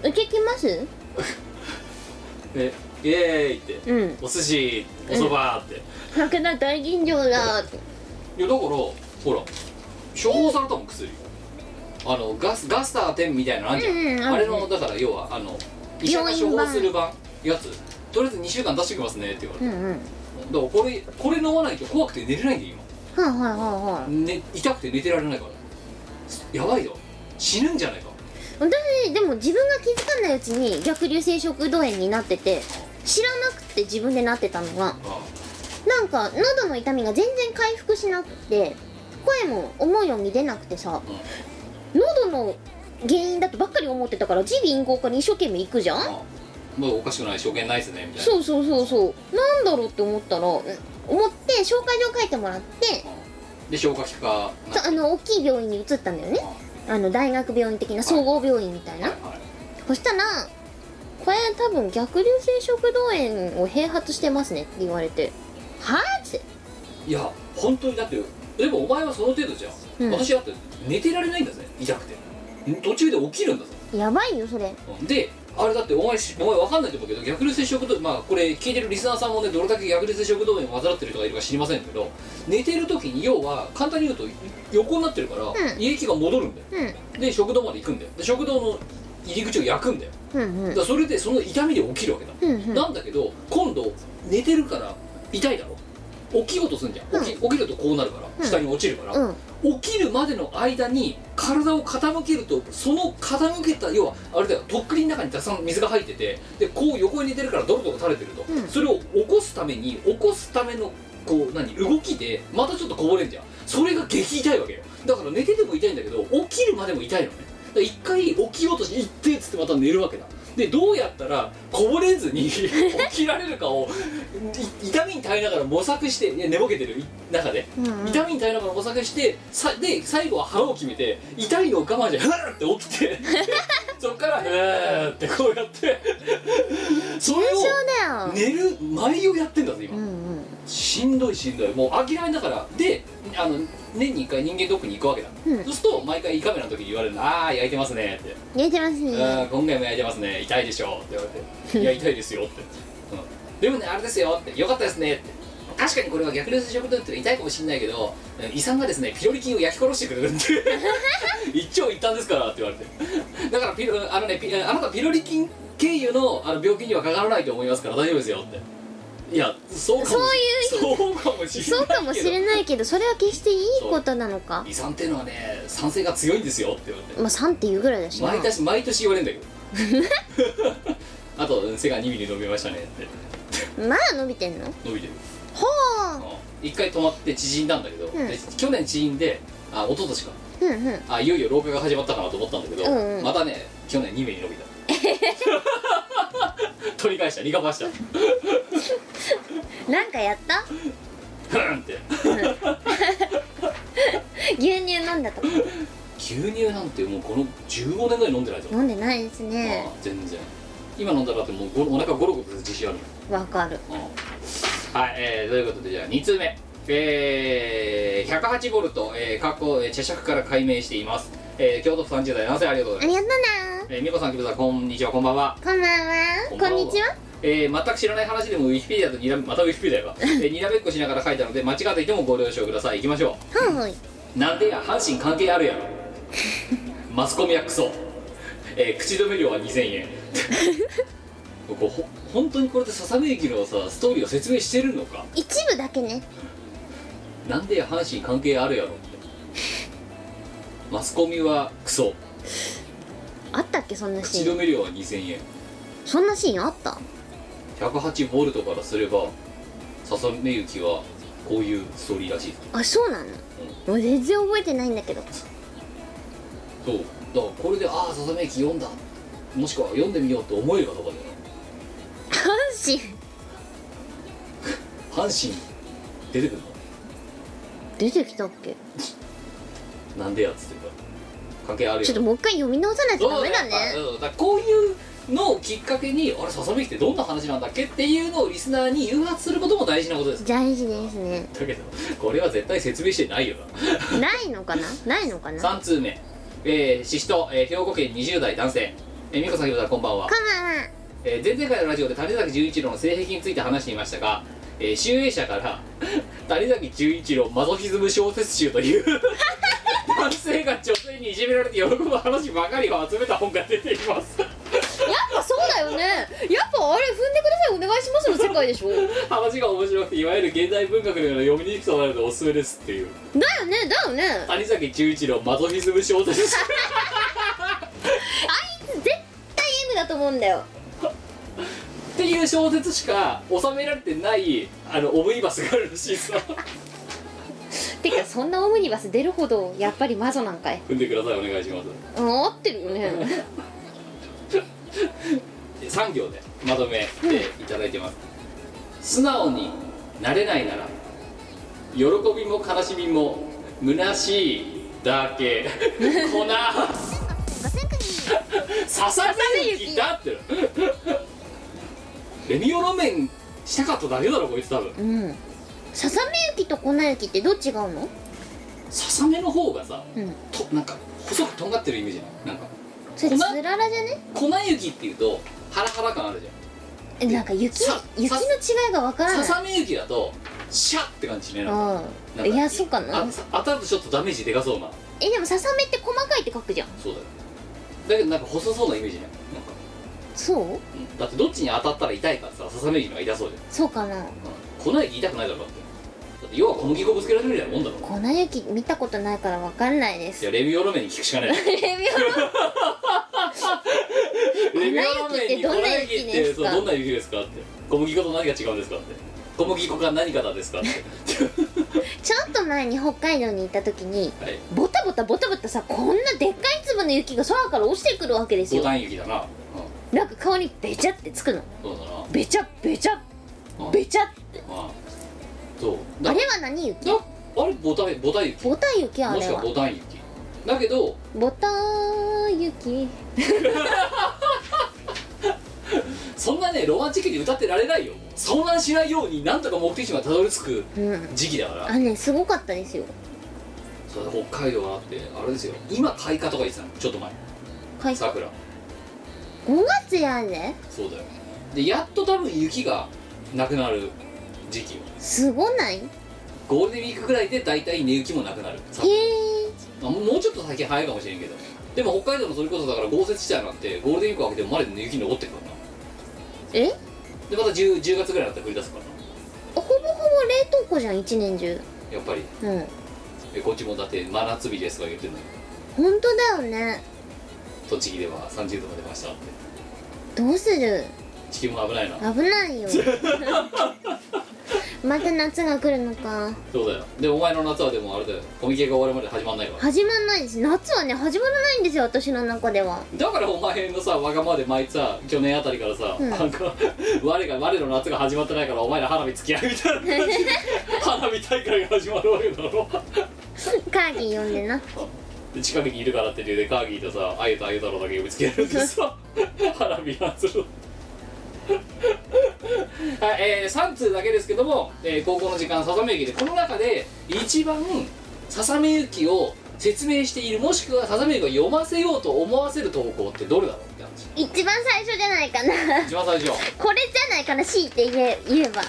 受けきます
えイエーイって
うん
お寿司おそばって、
白菜大吟醸だ
いやだからほら処方されたもん薬あのガスガスター10みたいなのあんじゃん、
うんうんある
あれのだから要はあの医者が処方する版やつとりあえず2週間出してきますねって言わ
う
れ
んうん
て、だからこれこれ飲まないと怖くて寝れないんで今、
はいはいはいはい
ね、痛くて寝てられないからやばいよ死ぬんじゃないか
私でも自分が気づかないうちに逆流性食道炎になってて知らなくて自分でなってたのが
あ
なんか喉の痛みが全然回復しなくて声も思うように出なくて
あ
さ
うん
喉の原因だとばっかり思ってたから耳鼻咽喉科に一生懸命行くじゃん
あまあおかしくない証券ないですねみたいな
そうそうそうそうなんだろうって思ったらうん思って紹介状書いてもらって
うんで消化器科なん
あの大きい病院に移ったんだよねあの大学病院的な総合病院みたい
あ
な
はい
そしたらこれ多分逆流性食道炎を併発してますねって言われてはぁって
いや本当にだってでもお前はその程度じゃん、
うん
私だって寝てられないんだぜ痛くてん途中で起きるんだぜ
やばいよそれ
うんであれだってお前しお前わかんないと思うけど逆流性食道まあこれ聞いてるリスナーさんもねどれだけ逆流性食道炎を患ってる人がいるか知りませんけど寝てる時に要は簡単に言うと横になってるから、
ん
胃液が戻るんだよ
うん
で食堂まで行くんだよで食堂の入り口を焼くんだよ
うんう
だ
ん
からそれでその痛みで起きるわけだ、
うんうん
なんだけど今度寝てるから痛いだろ起きようとすんじゃん起き,、起きるとこうなるから、
うん
下に落ちるから、
うん
起きるまでの間に体を傾けるとその傾けた要はあれだよとっくりの中にたくさん水が入っててでこう横に寝てるからドロドロ垂れてると、
うん
それを起こすために起こすためのこう何動きでまたちょっとこぼれんじゃんそれが激痛いわけよだから寝てても痛いんだけど起きるまでも痛いのねだから一回起きようとして行ってっつってまた寝るわけだでどうやったらこぼれずに [LAUGHS] 起きられるかをい痛みに耐えながら模索していや寝ぼけてるい中で
うん
痛みに耐えながら模索してさで最後は腹を決めて痛いのを我慢してふーって起き
[LAUGHS]
てそっからふーってこうやってそれを
そうだ
寝
よ
る前をやってんだぜ
う
今
んうん
しんどいしんどいもう諦めながらであの年に1回人間ドックに行くわけだ、
うん
そうすると毎回胃カメラの時に言われるのああ焼いてますね」って
寝てます
うん
ね
今回も焼いてますね痛いでしょ」って言われ
[LAUGHS]
て「いや痛いですよ」って、うんでもねあれですよ」って「よかったですね」って確かにこれは逆流性食道って痛いかもしれないけどうん胃酸がですねピロリ菌を焼き殺してくれるんで
[LAUGHS]
一長一短ですからって言われてだからピロあのねピあなたピロリ菌経由のあの病気にはかからないと思いますから大丈夫ですよっていやそうかも
そう
いうそうかもしれないけど
そうかもしれないけどそれは決していいことなのか
胃酸っていうのはね酸性が強いんですよって言われて
まあ3っていうぐらいだしな
毎年毎年言われるんだけど [LAUGHS] あと背が2ミリ伸びましたねって
まだ伸びてんの
伸びてる
ほ
あ
う
の一回止まって縮んだんだけど、
ん
で去年縮んであ一昨年か
うんうん
あいよいよ老化が始まったかなと思ったんだけど、
うんうん
またね去年2ミリ伸びた [LAUGHS] 取り返したリカバーした
なんかやった
ふーんって
牛乳飲んだとか
牛乳なんてもうこの15年ぐらい飲んでないぞ、
飲んでないですね
あ全然今飲んだらだってもうごお腹ゴロゴロする自信あるよ
わかる
はい、えー、ということでじゃあ2通目えー、108ボルト、えー、過去、えー、茶尺から解明しています、えー、京都府30代男性ありがとうご
あ
ざい
り
ます
がとうな
えー美子さん、きぶさん、こんにちは、こんばんは。
こんばんは
こんばんは
こんにちは
えー、全く知らない話でも、ウィキペディアとにらめ、またウィキペディアが、えー、にらめっこしながら書いたので、間違っていてもご了承ください。行きましょ。
ほいほいう
なんでや、阪神関係あるやろ。マスコミはクソ。えー、口止め料は2000円。これほ本当にこれでささめ駅のさ、ストーリーを説明してるのか
一部だけね
なんで阪神関係あるやろってマスコミはクソ
あったっけそんな
口
シー
止
ン
め料は2000円
そんなシーンあった
108ボルトからすれば笹目行きはこういうストーリーらしいです
あそうなのもう全然覚えてないんだけど
そうだからこれでああささめき読んだもしくは読んでみようと思えるかどうかだよ
阪神
阪神出てくる
出てきたっけ
のなんでやっつってるから関係あるよ
ちょっともう一回読み直さないとダメだ
そ
ね
うだよあうんだからこういうのをきっかけにあれささめきってどんな話なんだっけっていうのをリスナーに誘発することも大事なことです
大事ですね
だけどこれは絶対説明してないよな
ないのかなないのかなか
3通目えー、ししと、えー兵庫県20代男性えー、美子さん、ひろさん、こんばんは。えー、前々回のラジオで谷崎潤一郎の性癖について話していましたが、えー、集英社から、 [LAUGHS] 谷崎潤一郎マゾヒズム小説集という、男性が女性にいじめられて喜ぶ話ばかりを集めた本が出ています。
やっぱそうだよねやっぱあれ踏んでくださいお願いしますの世界でしょだよ
話が面白くて、いわゆる現代文学のような読みにくさなるのでおすすめですっていう。
ねだよね
谷崎潤一郎マゾヒズム小説集。
絶対 M だと思うんだよ
っていう小説しか収められてないあのオムニバスがあるらしいさ
てかそんなオムニバス出るほどやっぱり魔女なんかい
[LAUGHS] 踏んでくださいお願いします
うん合ってるよね
3行でまとめていただいてます、素直になれないなら喜びも悲しみも虚しいだけ [LAUGHS] こなすささめゆきだって [LAUGHS] るレミオロメンしたかっただけだろこいつ多分
うんささめゆきと粉雪ってどう違うの
ささめの方がさ
うん
となんか細くとんがってるイメージないなんか
それつららじゃね
粉雪っていうとハラハラ感あるじゃん
えなんか雪
さ
雪の違いがわから
さ
ない
さめ雪だとシャッって感じしねなんか
う
なん
ん
か
いやそうかな
あさ当たるとちょっとダメージでかそうな
えでもささめって細かいって書くじゃん
そうだよだけどなんか細そうなイメージねなんか、
そう
うんだってどっちに当たったら痛いかってさささめ雪の方が痛そうじ
そうかな
ゃん、粉雪痛くないだろだってだって要は小麦粉ぶつけられるみたいなもんだろ
粉雪見たことないからわかんないで
い
す
やレミオロメンに聞くしかない
[LAUGHS] レビューの
レミオロメンに粉
粉
雪っ
雪ってて
そ
ど
うんど
な雪ですか
んな雪ですかって小麦粉と何が違うんですかって小麦粉が何かなんです
[LAUGHS]
かって
ちょっと前に北海道に行った時に
はい
ボタボタボタボタさこんなでっかい粒の雪が空から落ちてくるわけです
ボ
よ
タン雪だな、うん、
なんか顔にベチャってつくの
そうだな
ベチャベチャ
うん
ベチャって
あそうだ
あれは何雪
だあれボタンボタン雪
ボタン雪あ
もし
れ
くは
は
ボタン雪だけど
ボタン雪
そんなねロマンチックに歌ってられないよ遭難しないようになんとか目的地までたどり着く
うん
時期だから
あねすごかったですよ
そうだ北海道はあってあれですよ今開花とか言ってたのちょっと前
開花
桜
5月やね
そうだよでやっと多分雪がなくなる時期
すごないへ
ゴールデンウィークぐらいで大体寝雪もなくなるさ
え
あもうもうちょっと先早いかもしれんけどでも北海道のそれこそだから豪雪地帯なんてゴールデンウィーク明けてもまだ雪残ってるからな
え
でまた 10, 10月ぐらいになったら降り出すからな
ほぼほぼ冷凍庫じゃん一年中
やっぱり
うん
えこっちもだって真夏日ですとか言ってんのに
本当だよね
栃木では30度まで出ましたって
どうする
地球も危ないな
危な
[LAUGHS]
いよまた夏が来るのか
そうだよでお前の夏はでもあれだよコミケが終わるまで始まんないから
始まんないです夏はね始まらないんですよ私の中では
だからお前のさわがままで毎さ去年あたりからさ、
うん
なんか我が我の夏が始まってないからお前ら花火付き合いみた
[LAUGHS]
いな感じで花火大会が始まるわけだろ
カーギー呼んでな
で近くにいるからって理由でカーギーとさあゆとあゆ太郎だけ呼びつけられてさ花火なんするはい、えー、3通だけですけども、えー高校の時間ささめゆきでこの中で一番ささめゆきを説明しているもしくはささめゆきを読ませようと思わせる投稿ってどれだろうって話
一番最初じゃないかな
一番最初
これじゃないかな強いて言え言えば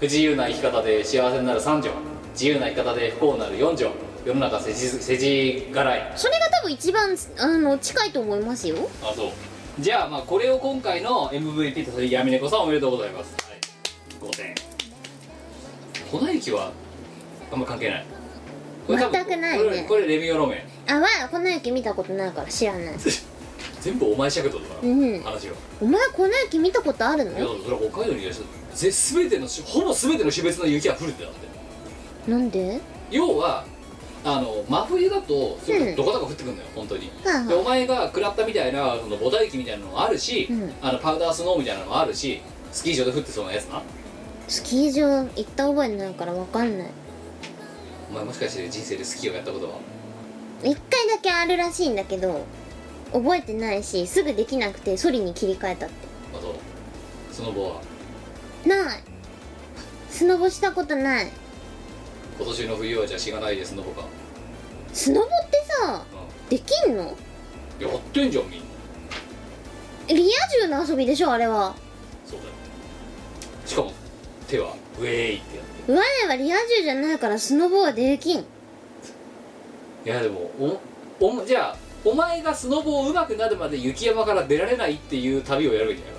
不自由な生き方で幸せになる3条自由な生き方で不幸になる4条世の中世じ世じ辛い
それが多分一番あの近いと思いますよ
あそうじゃあまあこれを今回の MVP として闇猫さんおめでとうございます、はい、5点粉雪はあんま関係ないこれ多分
全くないね
これこれレミオロメン [LAUGHS]
あわ粉雪見たことないから知らない
全部お前尺度だな、
うん
話が
お前粉雪見たことある
いや
の
それは北海道にいらっしゃるぜ全てのしほぼ全ての種別の雪は降るってだって
なんで
要はあの真冬だとそれ
うん
どこどこ降ってくるのよ本当に
はあ
でお前が食らったみたいなそのボタ雪みたいなのもあるし、
うん
あのパウダースノーみたいなのもあるしスキー場で降ってそうなやつな
スキー場行った覚えないからわかんない
お前もしかして人生でスキーをやったことは
一回だけあるらしいんだけど覚えてないしすぐできなくてソリに切り替えたっ
あとスノボは
てないスノボしたことない
今年の冬はじゃあしがないでスノボか、
スノボってさ
う
できんの
ん、やってんじゃんみんな
リア充の遊びでしょあれは
そうだよしかも手はウェーイってやっ
我はリア充じゃないからスノボはできん
ていやでもおおじゃあお前がスノボを上手くなるまで雪山から出られないっていう旅をやるわけじゃない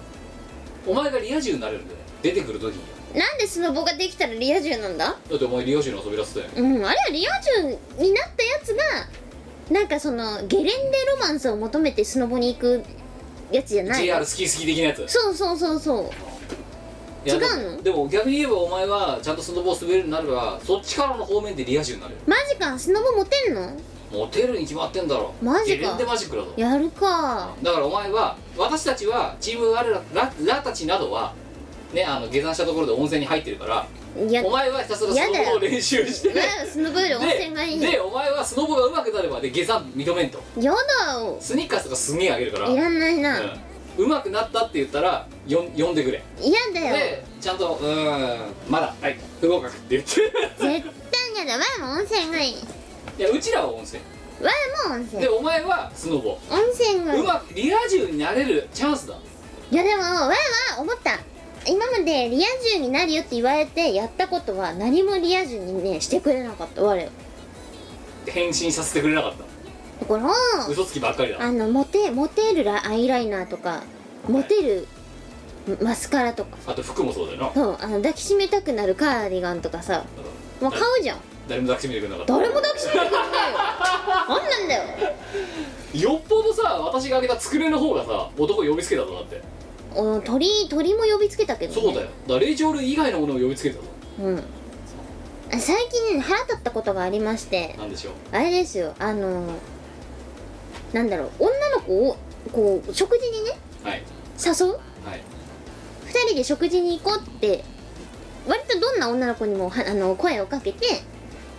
お前がリア充になれるんだよ出てくる時に
なんでスノボができたらリア充なんだ
だってお前リア充に遊び出すだよ
うんあれはリア充になったやつがなんかそのゲレンデロマンスを求めてスノボに行くやつじゃない
JR スキースキー的なやつ
そうそうそうそう
いや
違うの
でもでも逆に言えばお前はちゃんとスノボを滑るようになればそっちからの方面でリア充になるよ
マジかスノボモテんの
モテるに決まってんだろ
マジか
ゲレンデマジックだぞ
やるか
だからお前は私たちはチーム我らララたちなどはねあの下山したところで温泉に入ってるから
いや
お前はひたすらス
やだ
ノ
よ
ボを練習して
やだよスノボより温泉がいい
ででお前はスノボが上手くなればで下山認めんと
やだよ
スニッカーズとかすんげえあげるから
いらないな、や
うん、上手くなったって言ったらよん呼んでくれ
だよ
でちゃんと「うーんまだはい不合格」って言って
絶対やだわいも温泉がいい
いやうちらは温泉
わいも温泉
でお前はスノボ、
温泉
う
がいい
まくリア充になれるチャンスだ
いやでもわいは思った今までリア充になるよって言われてやったことは何もリア充にねしてくれなかった我
返信させてくれなかった
だから
嘘つきばっかりだ
あのモテモテるラアイライナーとかモテるマスカラとか
あと服もそうだよな
そうあの抱きしめたくなるカーディガンとかさもう買うじゃん
誰も抱きしめてくれなかった
誰も抱きしめてくれないよなんなんだよ
よっぽどさ私があげた机の方がさ男呼びつけたぞだって
お鳥鳥も呼びつけたけど、ね、
そうだよだから霊長類以外のものを呼びつけたぞ
うんあ最近ね腹立ったことがありまして
なんでしょう
あれですよあのなんだろう女の子をこう食事にね
はい
誘う
はい
2人で食事に行こうって割とどんな女の子にもはあの声をかけて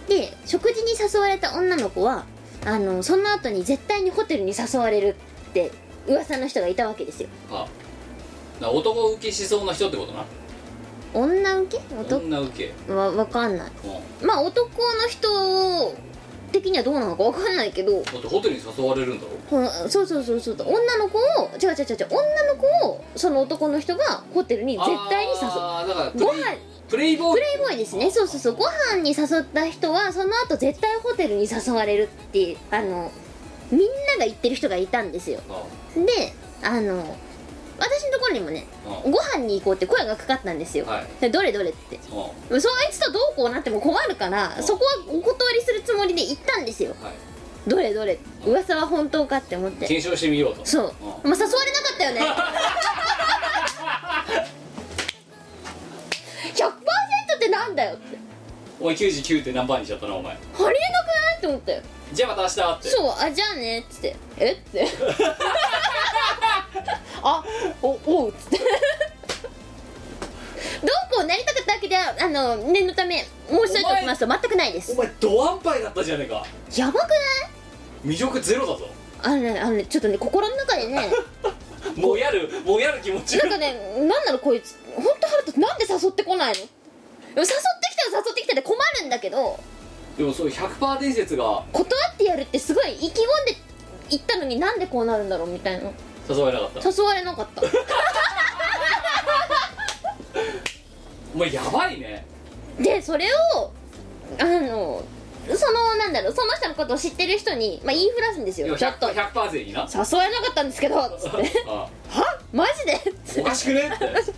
で食事に誘われた女の子はあのその後に絶対にホテルに誘われるって噂の人がいたわけですよ
あだから男受けしそうな人ってことな
女受け男
女受け
はわかんない
うん
まあ男の人的にはどうなのかわかんないけ
だ
ど
ってホテルに誘われるんだろ
このそうそうそうそう女の子を違う違う違う違う女の子をその男の人がホテルに絶対に誘う
あーだからプレイ
ご飯
プレイボー
プ
イ
レイボーイですねそうそうそうご飯に誘った人はその後絶対ホテルに誘われるっていうあのみんなが言ってる人がいたんですよ
あ
であの私のところにもね
あ
ご飯に行こうって声がかかったんですよ、
はい
でどれどれって
あは
そいつとどうこうなっても困るからそこはお断りするつもりで行ったんですよ
い
どれどれ噂は本当かって思って
検証してみようと
そう
うん
まあ誘われなかった
[LAUGHS]
よね100%ってなんだよって
お前99って何番にしちゃったなお前
ありえなくないって思ったよ
じゃあまた明日って
そうあじゃあねっつってえって
[LAUGHS]
あおおうっつってどうこうなりたかったわけではあの念のため申し上げておきますと全くないで
お
す
前ドアンパイだったじゃねえか
やばく
魅力ゼロだぞ
ないあのねあのねちょっとね心の中
[LAUGHS]
でね
もうやるもうやる気持ち
なんかねなんなのこいつ本当腹立つなんで誘ってこないのでも誘ってきたら誘ってきたで困るんだけど
でもそういう100%伝説が
断ってやるってすごい意気込んで行ったのになんでこうなるんだろうみたいな
誘われなかった
誘われなかった
[LAUGHS] お前やばいね
でそれをあのそのなんだろうその人のことを知ってる人に、まあ、言いふらすんです
いや
よちょっと
100%パー
[LAUGHS]
勢にな
誘われなかったんですけどつって
[LAUGHS] あ
はマジで
お
つって
かしくね
[LAUGHS]
って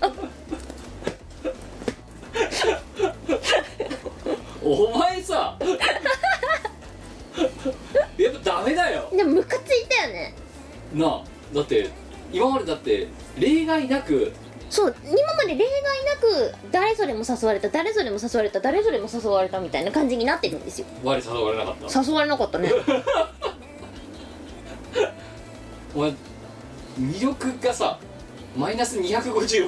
お前さやっぱダメだよ
でもムカついたよね
なあだって今までだって例外なく
そう今まで例外なく誰それも誘われた誰それも誘われた誰それも誘われたみたいな感じになってるんですよ
我誘われなかった
誘われなかったね
お前魅力がさマイナス256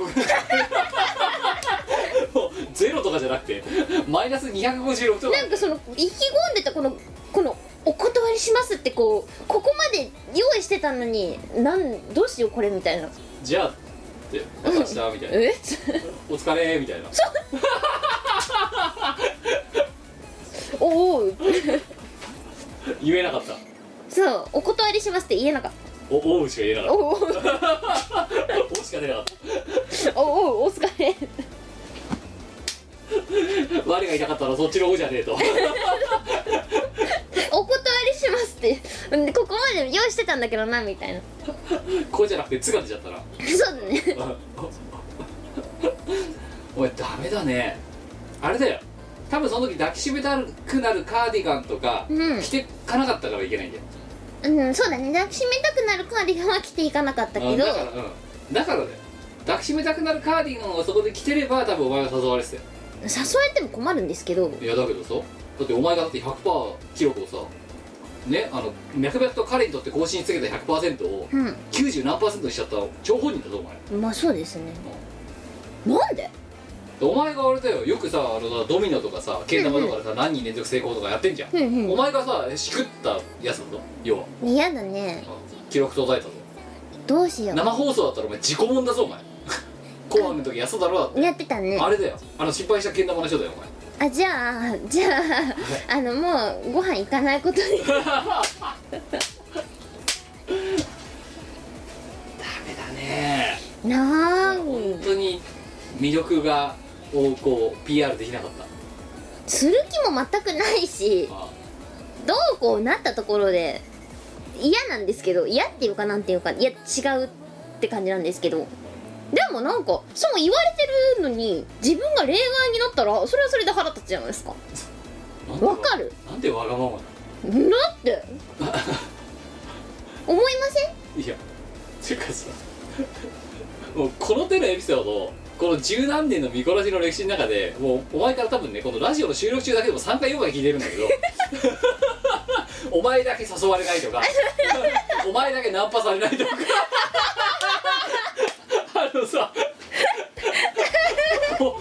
もうゼロとかじゃなくてマイナス256とか
なんかその意気込んでたこのこのお断りしますってこうここまで用意してたのになんどうしようこれみたいな
じゃあって明日みたいな
え [LAUGHS]
お疲れみたいな
おお
言えなかった
そうお断りしますって言えなかっ
おおうしか言えな
た
かっ
おお
たおうしか出なかっ
おおお疲れ
た我がいなかったらそっちの方じゃねえと
お断りしますってんでここまで用意してたんだけどなみたいな
こうじゃなくて「つ」が出ちゃったら
そうだね
おいダメだねあれだよ多分その時抱きしめたくなるカーディガンとか、
うん
着てかなかったからいけないんだよ
うんそうだね抱きしめたくなるカーディガンは着ていかなかったけ
うん
ど
だからうんだからだよ抱きしめたくなるカーディガンをそこで着てれば多分お前が誘われてたよ
誘われても困るんですけど
いやだけどさだってお前がだって100%記録をさねあの脈々と彼にとって更新しつけた100%を
う
90何パーセントにしちゃった張本人だぞお前
んまあそうですねなんで
お前があれだよよくさあのドミノとかさけん玉とかでさ、何人連続成功とかやってんじゃん、
うん
お前がさしくったやつだぞ要は
うん嫌だね
記録途絶えたぞ
どうしよ
生放送だったらお前自己問だぞお前 [LAUGHS] 紅白の時やっただろだって
うやってたね
あれだよあの失敗したけん玉の人だよお前
あじゃあじ [LAUGHS] ゃああのもうご飯行かないことに
ダメだね
[LAUGHS] な
本
ーん
当に魅力がをこう PR できなかった
する気も全くないし
あ
どうこうなったところで嫌なんですけど嫌っていうかなんていうかいや違うって感じなんですけどでもなんかそう言われてるのに自分が例外になったらそれはそれで腹立つじゃないですか
なんで
わかる
なんでわがままな
だって思いません
のいやていうかさもうこの手のエピソードこの十何年の見殺しの歴史の中でもうお前から多分ねこのラジオの収録中だけでも3回4回聞いてるんだけど [LAUGHS] お前だけ誘われないとかお前だけナンパされないとか [LAUGHS] あのさ [LAUGHS] おお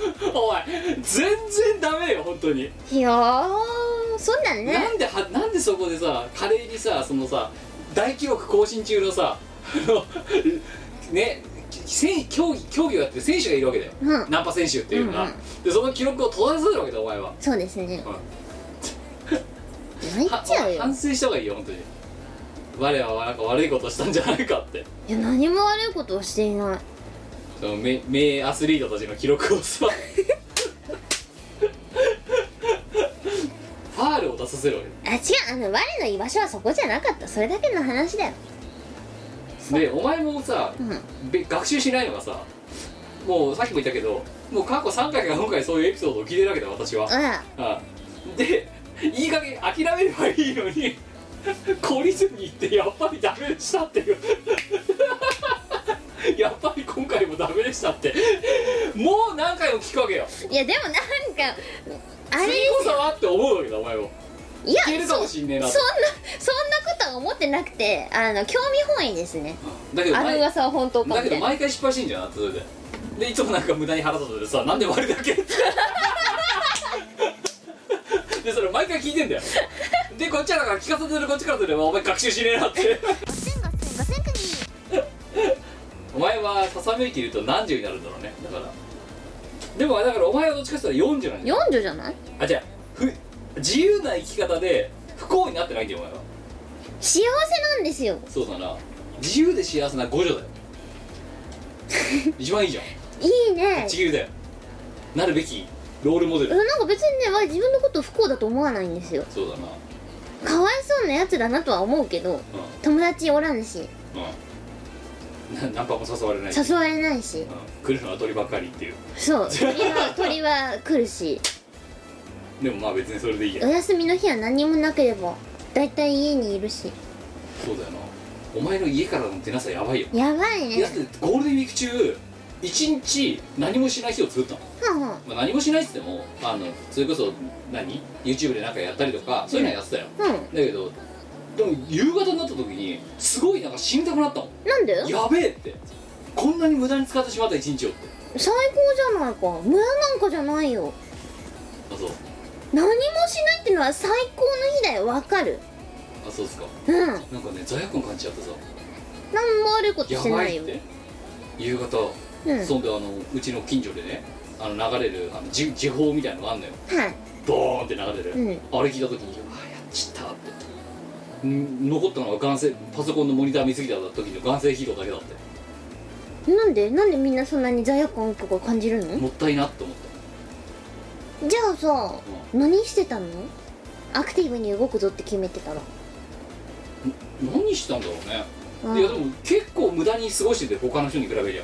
前全然ダメよ本当に
いやーそうだね
なんではなんでそこでさ華麗にさそのさ大記録更新中のさあのね選競技競技をやってる選手がいるわけだよ、
うん
ナンパ選手っていうのが、
うんう
でその記録を閉ざせるわけだお前は、
そうですね
うん
泣い
は
ちゃうよ
反省した方がいいよ本当に我はなんか悪いことしたんじゃないかって
いや何も悪いことはしていない
その名名アスリートたちの記録を
[LAUGHS]
さファールを出させるわけ
あ違うあの我の居場所はそこじゃなかったそれだけの話だよ
でお前もさ、べ学習しないのがさもうさっきも言ったけどもう過去3回か4回そういうエピソードを聞いてるわけだ私は、
あ
あでいい加減諦めればいいのに懲りずに行ってやっぱりダメでしたっていう [LAUGHS] やっぱり今回もダメでしたってもう何回も聞くわけよ
いやでもなんかあれ
次
で
こ
す
そ
よ
はって思うわけだお前も
いや
いけるかもしんねえな
そそんなそんなことは思ってなくてあの興味本位ですね
だけど
あの
前
噂は本当か
だ
み
け
た
ど
いな
毎回失敗してんじゃんなってそれででいつもなんか無駄に腹立っててさなんで割るだけって [LAUGHS] でそれ毎回聞いてんだよでこっちはだから聞かせてるこっちからすればお前学習しねえなってお前はささめきいると何十になるんだろうねだからでもだからお前はどっちかって言ったら40なんだよ
40じゃない
あじゃあふ自由な生き方で不幸になってないんだよお前は
幸せなんですよ
そうだな自由で幸せな五女だよ一番いいじゃん
いいね
地球だよなるべきロールモデ
う
ル
んなんか別にねわ自分のことを不幸だと思わないんですよ
そうだな
かわいそうなやつだなとは思うけど
う
友達おらんし
んうんなナンパも誘われない、うん、
誘われないし
来るのは鳥ばっかりっていう [LAUGHS]
そう鳥は鳥は来るし
でもまあ別にそれでいいや
お休みの日は何もなければだいたい家にいるし
そうだよなお前の家からの出なさやばいよ
やばい
いや
ね
だってゴールデンウィーク中一日何もしない日を作ったの、
はあは
まあ、何もしないっつってもあのそれこそ何 YouTube でなんかやったりとかそういうのはやってたよ、
あう
だけどでも夕方になった時にすごいなんか死にたくなったの
んなんで
やべえってこんなに無駄に使ってしまった一日をって
最高じゃないか無駄なんかじゃないよ
あそう
何もしないってのは最高の日だよわかる
あそうですか
うん
なんかね罪悪感感じちゃってさ
何も悪いこと
や
して
ば
ない
い
よ
って夕方、
うんはい
そんであのうちの近所でねあの流れるあの時時報みたいなのがあんのよドーンって流れる、
うん
あれ聞いた時に「ああやっちった」ってん残ったのは眼性パソコンのモニター見過ぎた時の眼性疲労だけだって
なんでなんでみんなそんなに罪悪感とか感じるの
もったいなって思った
じゃあさ何してたのアクティブに動くぞって決めてたら
何したんだろうね、
うん
いやでも結構無駄に過ごしてて他の人に比べりゃ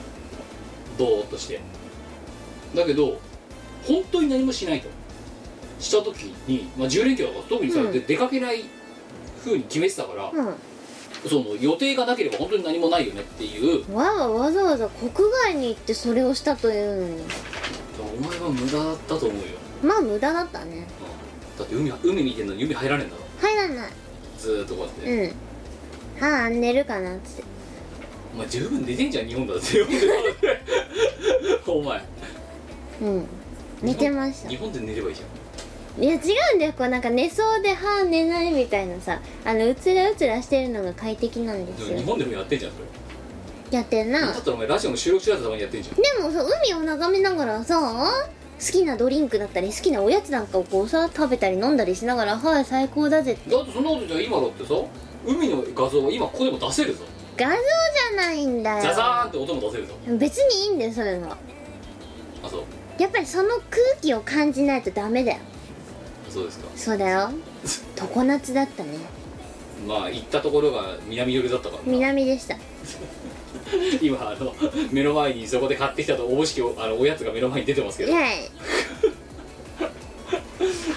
どーっとしてだけど本当に何もしないとした時に、まあ、10連休は特にさ、
うん
で出かけない風に決めてたから、
うん
その予定がなければ本当に何もないよねっていう
わあわざわざ国外に行ってそれをしたというのに
お前は無駄だったと思うよ、
まあ無駄だったね
うんだって海海見てんのに海入らねえんだろ
入らない
ずーっとこうやって、
うんはあ寝るかなっつって
お前十分寝てんじゃん日本だって
[LAUGHS]
お前
うん寝てました
日本で寝ればいいじゃん
いや違うんだよこうなんか寝そうではあ寝ないみたいなさあのうつらうつらしてるのが快適なんです
でも
よ
日本でもやってんじゃんそれ
やってんな
だっ
で
たらお前ラジオの収録しらずたまにやってんじゃん
もさ海を眺めながらさ好きなドリンクだったり好きなおやつなんかをこうさ食べたり飲んだりしながらはい最高だぜ
だってそんなことじゃ今だってさ海の画像は今ここでも出せるぞ
画像じゃないんだよ
ザザーンって音も出せるぞ
別にいいんだよそういうのは
あそう
やっぱりその空気を感じないとダメだよ
そうですか
そうだよ常夏だったね
まあ行ったところが南寄りだったからな
南でした
今あの目の前にそこで買ってきたとおぼしきおあのおやつが目の前に出てますけ
イ
ど
エイ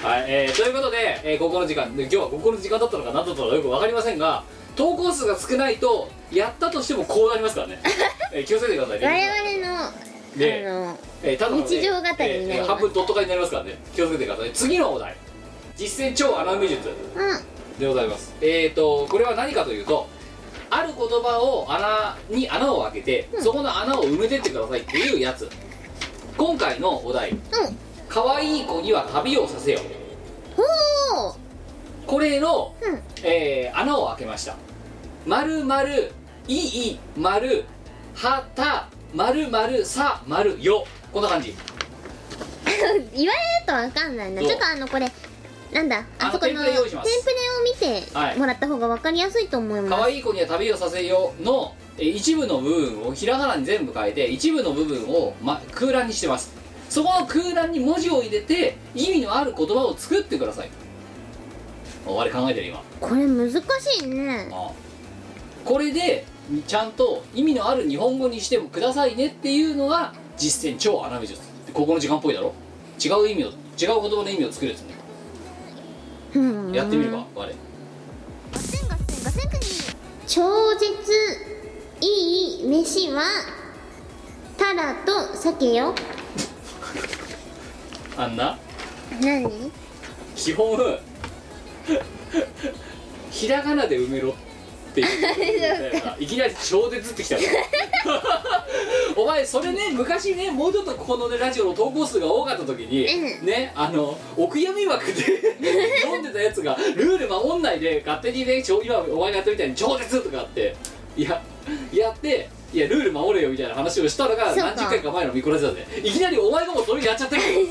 はい、えーということで、えーここの時間で今日はここの時間だったのか何だったのかよく分かりませんが投稿数が少ないとやったとしてもこうなりますから
[LAUGHS]
ね、えー気をつけてくださいね
我々のあ
ね
の
えーただのね
日常語りになります
えー半分ドット化になりますからね気をつけてください次のお題実践超穴埋め術
うん
でございますえーとこれは何かというとある言葉を穴に穴を開けて、そこの穴を埋めてってくださいっていうやつ今回のお題
うん
「可愛い子には旅をさせよ
ほう」
これの、
うん
えー穴を開けました「まるまるいいまるはたまるまるさまるよ」こんな感じ
[LAUGHS] 言われるとわかんないな
そう
ちょっとあのこれなんだ
あの
あそこ
テ
のテ
ン
ン
プ
プ
レ
レ
用意します
を見
はい
てもらった方がわかりやすいと思います、
可愛い子には旅をさせようのえー一部の部分をひらがなに全部変えて一部の部分を、ま、空欄にしてますそこの空欄に文字を入れて意味のある言葉を作ってください終わり考えてる今
これ難しいね
ああこれでちゃんと意味のある日本語にしてもくださいねっていうのが実践超穴道術ここの時間っぽいだろ違う意味を違う言葉の意味を作るやつね
うん
やってみるか我
超絶いい飯はタラと鮭よ
あんな
何 [LAUGHS]
基本ひらがなで埋めろっていう
[LAUGHS]
いきなり超絶ってきたからお前それね昔ねもうちょっとここのねラジオの投稿数が多かった時に、
う
ねあのお悔やみ枠で [LAUGHS] 読んでたやつがルール守んないで勝手にねちょ今お前がやったみたいに超絶とかあっていややっていやルール守れよみたいな話をしたのが
そうか
何十回か前のミコラジだでいきなりお前がもうそれやっちゃってるから
じゃ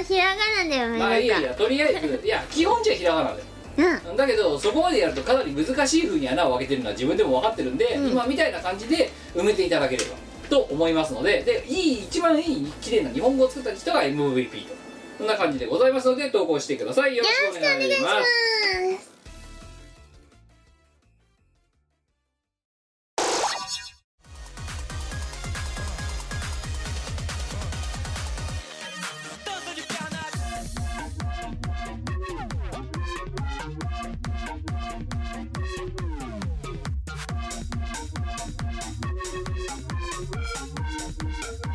あひらがなだよね
まあいいやいやとりあえずいや基本じゃひらがなだよ
うん
だけどそこまでやるとかなり難しい風に穴を開けてるのは自分でも分かってるんで、
うん
今みたいな感じで埋めていただければと思いますのででいい一番いい綺麗な日本語を作った人が MVP とそんな感じでございますので投稿してくださいよろしくお願いします
は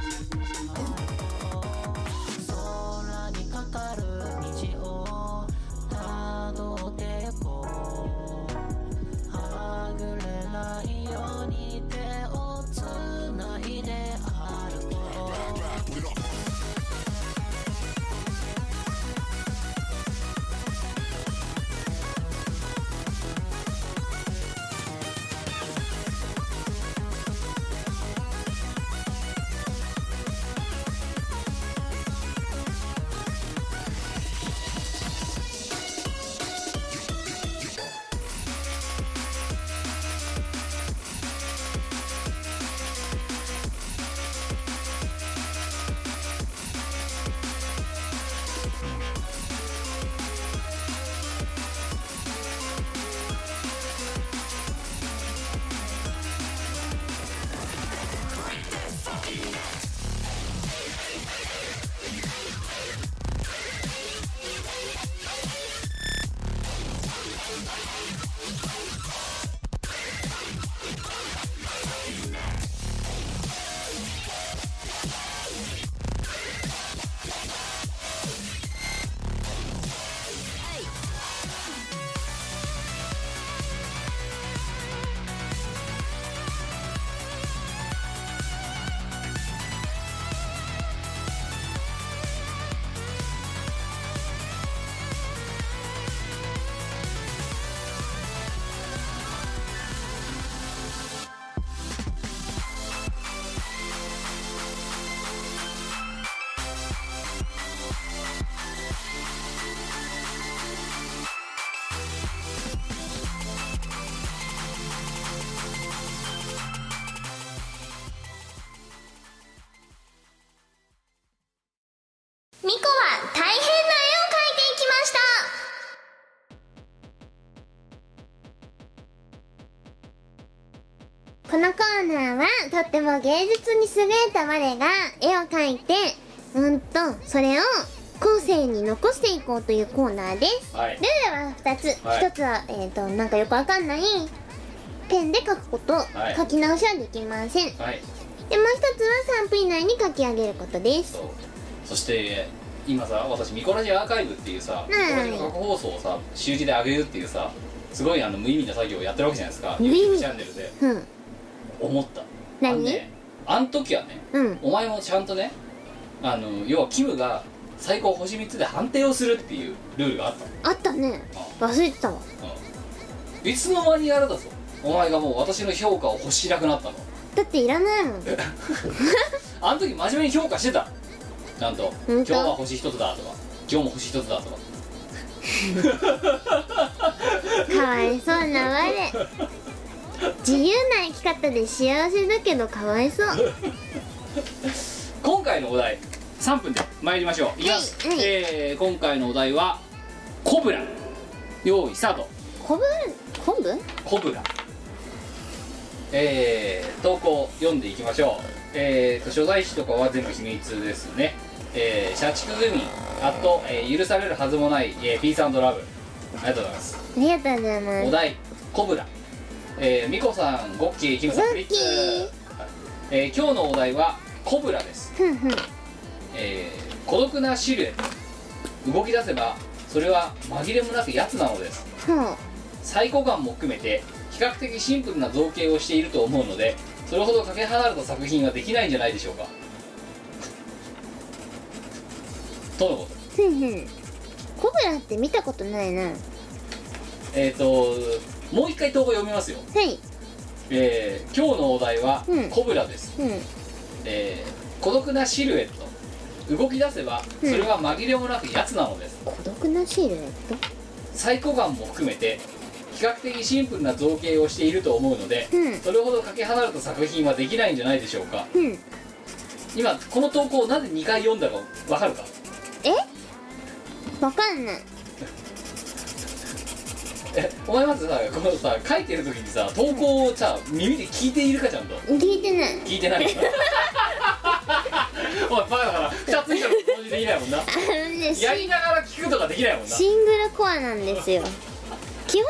のコーナーはとっても芸術に優れた我が絵を描いてうんとそれを後世に残していこうというコーナーです
はい
ルールは2つ、
はい
1つは、えー、となんかよくわかんないペンで書くこと、
い
書き直しはできません
はい
でもう1つは3分以内に書き上げることです
そうそして今さ私ミコラジアーカイブっていうさ、
ん
ミコラジの過去放送をさ週一で上げるっていうさすごいあの無意味な作業をやってるわけじゃないですか
無意味
YouTube チャンネルで
うん
思った
何
あのねあん時はね
うん
お前もちゃんとねあの要はキムが最高星3つで判定をするっていうルールがあったの
あったね忘れてたわ
いつの間にやらだぞお前がもう私の評価を欲しなくなったの
だっていらないもん
あの時真面目に評価してたちゃんと
当
今日は星一つだとか今日も星一つだとか
かわいそうな我自由な生き方で幸せだけどかわいそう
今回のお題3分で参りましょういきます、
はいはい
えー今回のお題は「コブラ」用意スタート
昆布昆布
コブラえー、投稿読んでいきましょうえーと所在地とかは全部秘密ですねえー、社畜組あと、えー許されるはずもない、えー、ピースラブありがとうございます
ありがとうございま
お
す
題コブラえー、ミコさんゴッキーキムさん
ゴ
フリ
ッ
ッ
キ
ツ
ー、
えー今日のお題はコブラです
ふんふん
えー孤独なシルエット動き出せばそれは紛れもなくやつなのです
ふん
サイコ感も含めて比較的シンプルな造形をしていると思うのでそれほどかけ離れた作品はできないんじゃないでしょうかとのこと
ふんふんコブラって見たことないなは
えっ、ともう一回投稿読みますよ、
い
えー今日のお題は
う
「
ん
コブラ」です、
うん
えー孤独なシルエット動き出せばそれは紛れもなくやつなのです、
孤独なシルエット
サイコ感も含めて比較的シンプルな造形をしていると思うので、
うん
それほどかけ離れた作品はできないんじゃないでしょうか
ふん
今この投稿をなぜ2回読んだかわかる [LAUGHS] か
わかんない
えお前まずさこのさ書いてる時にさ投稿をさ耳で聞いているかちゃんと
聞いてない
聞い [LAUGHS] てないからおいバカだから2つ以上同時できないもんな
あのねシ
やりながら聞くとかできないもんな
シングルコアなんですよ基本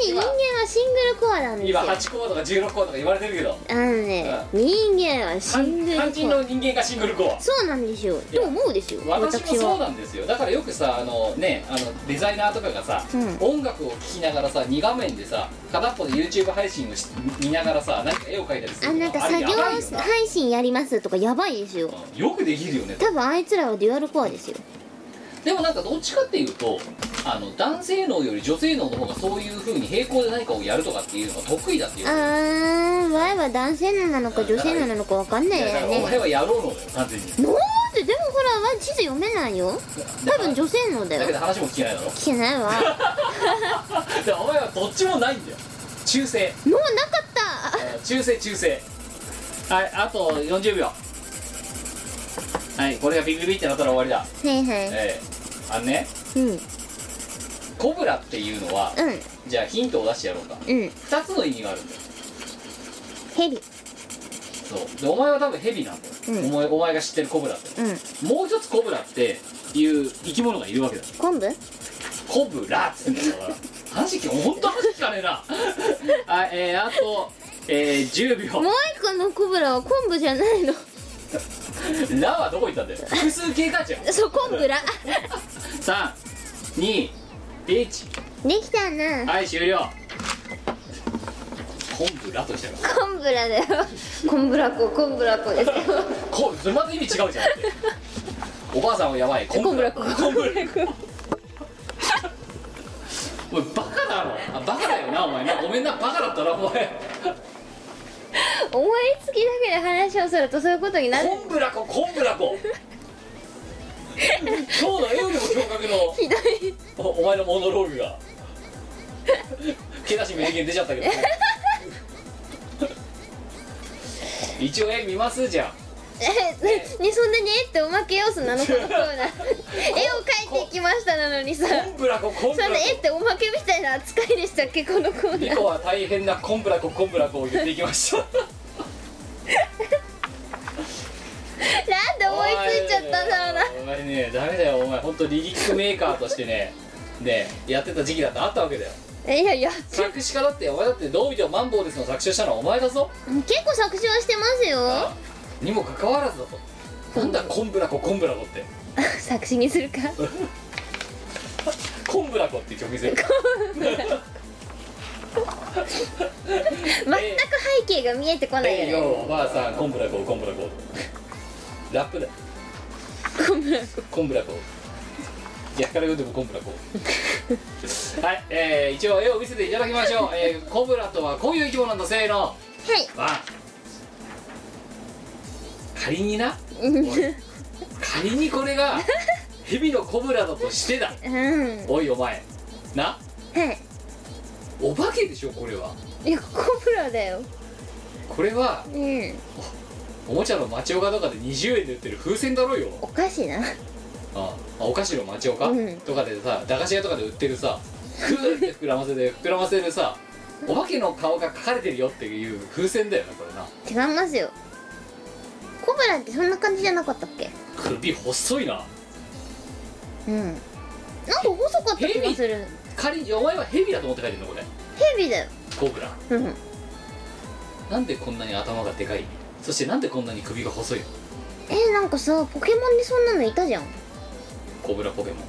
的に人間はシングルコアなんですよ
今8コアとか16コアとか言われてるけど
あのね人間はシングル
肝心
コ
の
ア
人間がシングルコア
そうなんですよと思うですよ
私もそう
は
なんですよだからよくさあのねあのデザイナーとかがさ、
うん
音楽を聴きながらさ2画面でさ片っぽで YouTube 配信をし見ながらさ何か絵を描いたりする
あなんか
あれ
作業
やばいよな
配信やりますとかやばいですよ
うんよくできるよね
多分あいつらはデュアルコアですよ
でもなんかどっちかっていうとあの男性能より女性能の方がそういう風に平行で何かをやるとかっていうのが得意だっていう
あーわいは男性能なのか女性能なのかわかんない
い
よ
やだからお前
ね
はやろうのだよ完全に
なんででもほらわい地図読めないよ多分女性能だ
だけ
よ
ど話も聞けない
[LAUGHS]
だろ
聞け
[LAUGHS]
ないわもう
だからお前はどっちもないんだよ中性
なかった
えー中性中性はいあと40秒はいこれがビビビってなったら終わりだ
はいは
ええあのね
いうんうん
コブラっていうのはじゃあヒントを出してやろうか
うん
2つの意味があるんだよ
ヘビ
そうでお前は多分ヘビなんだよ、
うん
お前お前が知ってるコブラって
うん
もう一つコブラっていう生き物がいるわけだ
昆布
コブラっつってんだから話聞け本当話聞かねえな [LAUGHS] はいえー、あと、えー、10秒
もう一個のコブラは昆布じゃないの
ラはどこ行ったんだよ複数形かじゃん
そう昆布ら
321
できたな
はい終了コンブラとしたから
昆布らだよ昆布らこ昆布らこですよ
こそれまた意味違うじゃんっておばあさんはやばいコンブラ
コ
コ
ン
ンブラおいバカだろあバカだよなお前なごめんなバカだったなお前
思いつきだけで話をするとそういうことになる
コンブラココンブラコ今日の絵よりも驚愕の
ひどい
おお前のモノローグが毛なし名言出ちゃったけど一応絵見ますじゃん
えにそんなにえっておまけ要素なのこのコーナー絵を描いていきましたなのにさ
コンブラココン
そ
ブラ
の絵っておまけみたいな扱いでしたっけこのコ
コ
ーナ
リ
ー
コは大変なコンブラココンブラコを言っていきました
ったんだろうな
お前ねダメだよお前本当リリックメーカーとしてねねやってた時期だってあったわけだよ
えいやいや
作詞家だってお前だってどう見てもマンボウですの作詞をしたのはお前だぞ
結構作詞はしてますよ
ああにもかかわらずだとなんだコンブラココンブラコって
[LAUGHS] 作詞にするか
コンブラコって曲にする
全く背景が見えてこない
えい
よね
よおばあさんコンブラココンブラコラップだコンブラコ逆から読んでもコンブラコ [LAUGHS] はい、えー、一応絵を見せていただきましょう、えー、コブラとはこういう生き物なんだせーの
はい
ワン仮にな
うん
おい仮にこれが蛇のコブラだとしてだ
うんは
おいお前ないお化けでしょこれはい
やコブラだよ
これは
うん
おもちゃの町岡とかで20円で売ってる風船だろうよ
おかしいな
ああお菓子の町岡、
うん
とかでさ駄菓子屋とかで売ってるさふーって膨らませて膨らませるさお化けの顔が描かれてるよっていう風船だよなこれな
違いますよコブラってそんな感じじゃなかったっけ
首細いな
うんなんか細かった気がする
仮にお前は蛇だと思って書いてるのこれ
ヘビだよ
コブラ
うん
なんでこんなに頭がでかいそしてなんでこんなに首が細いの
えーなんかさポケモンでそんなのいたじゃん
コブラポケモン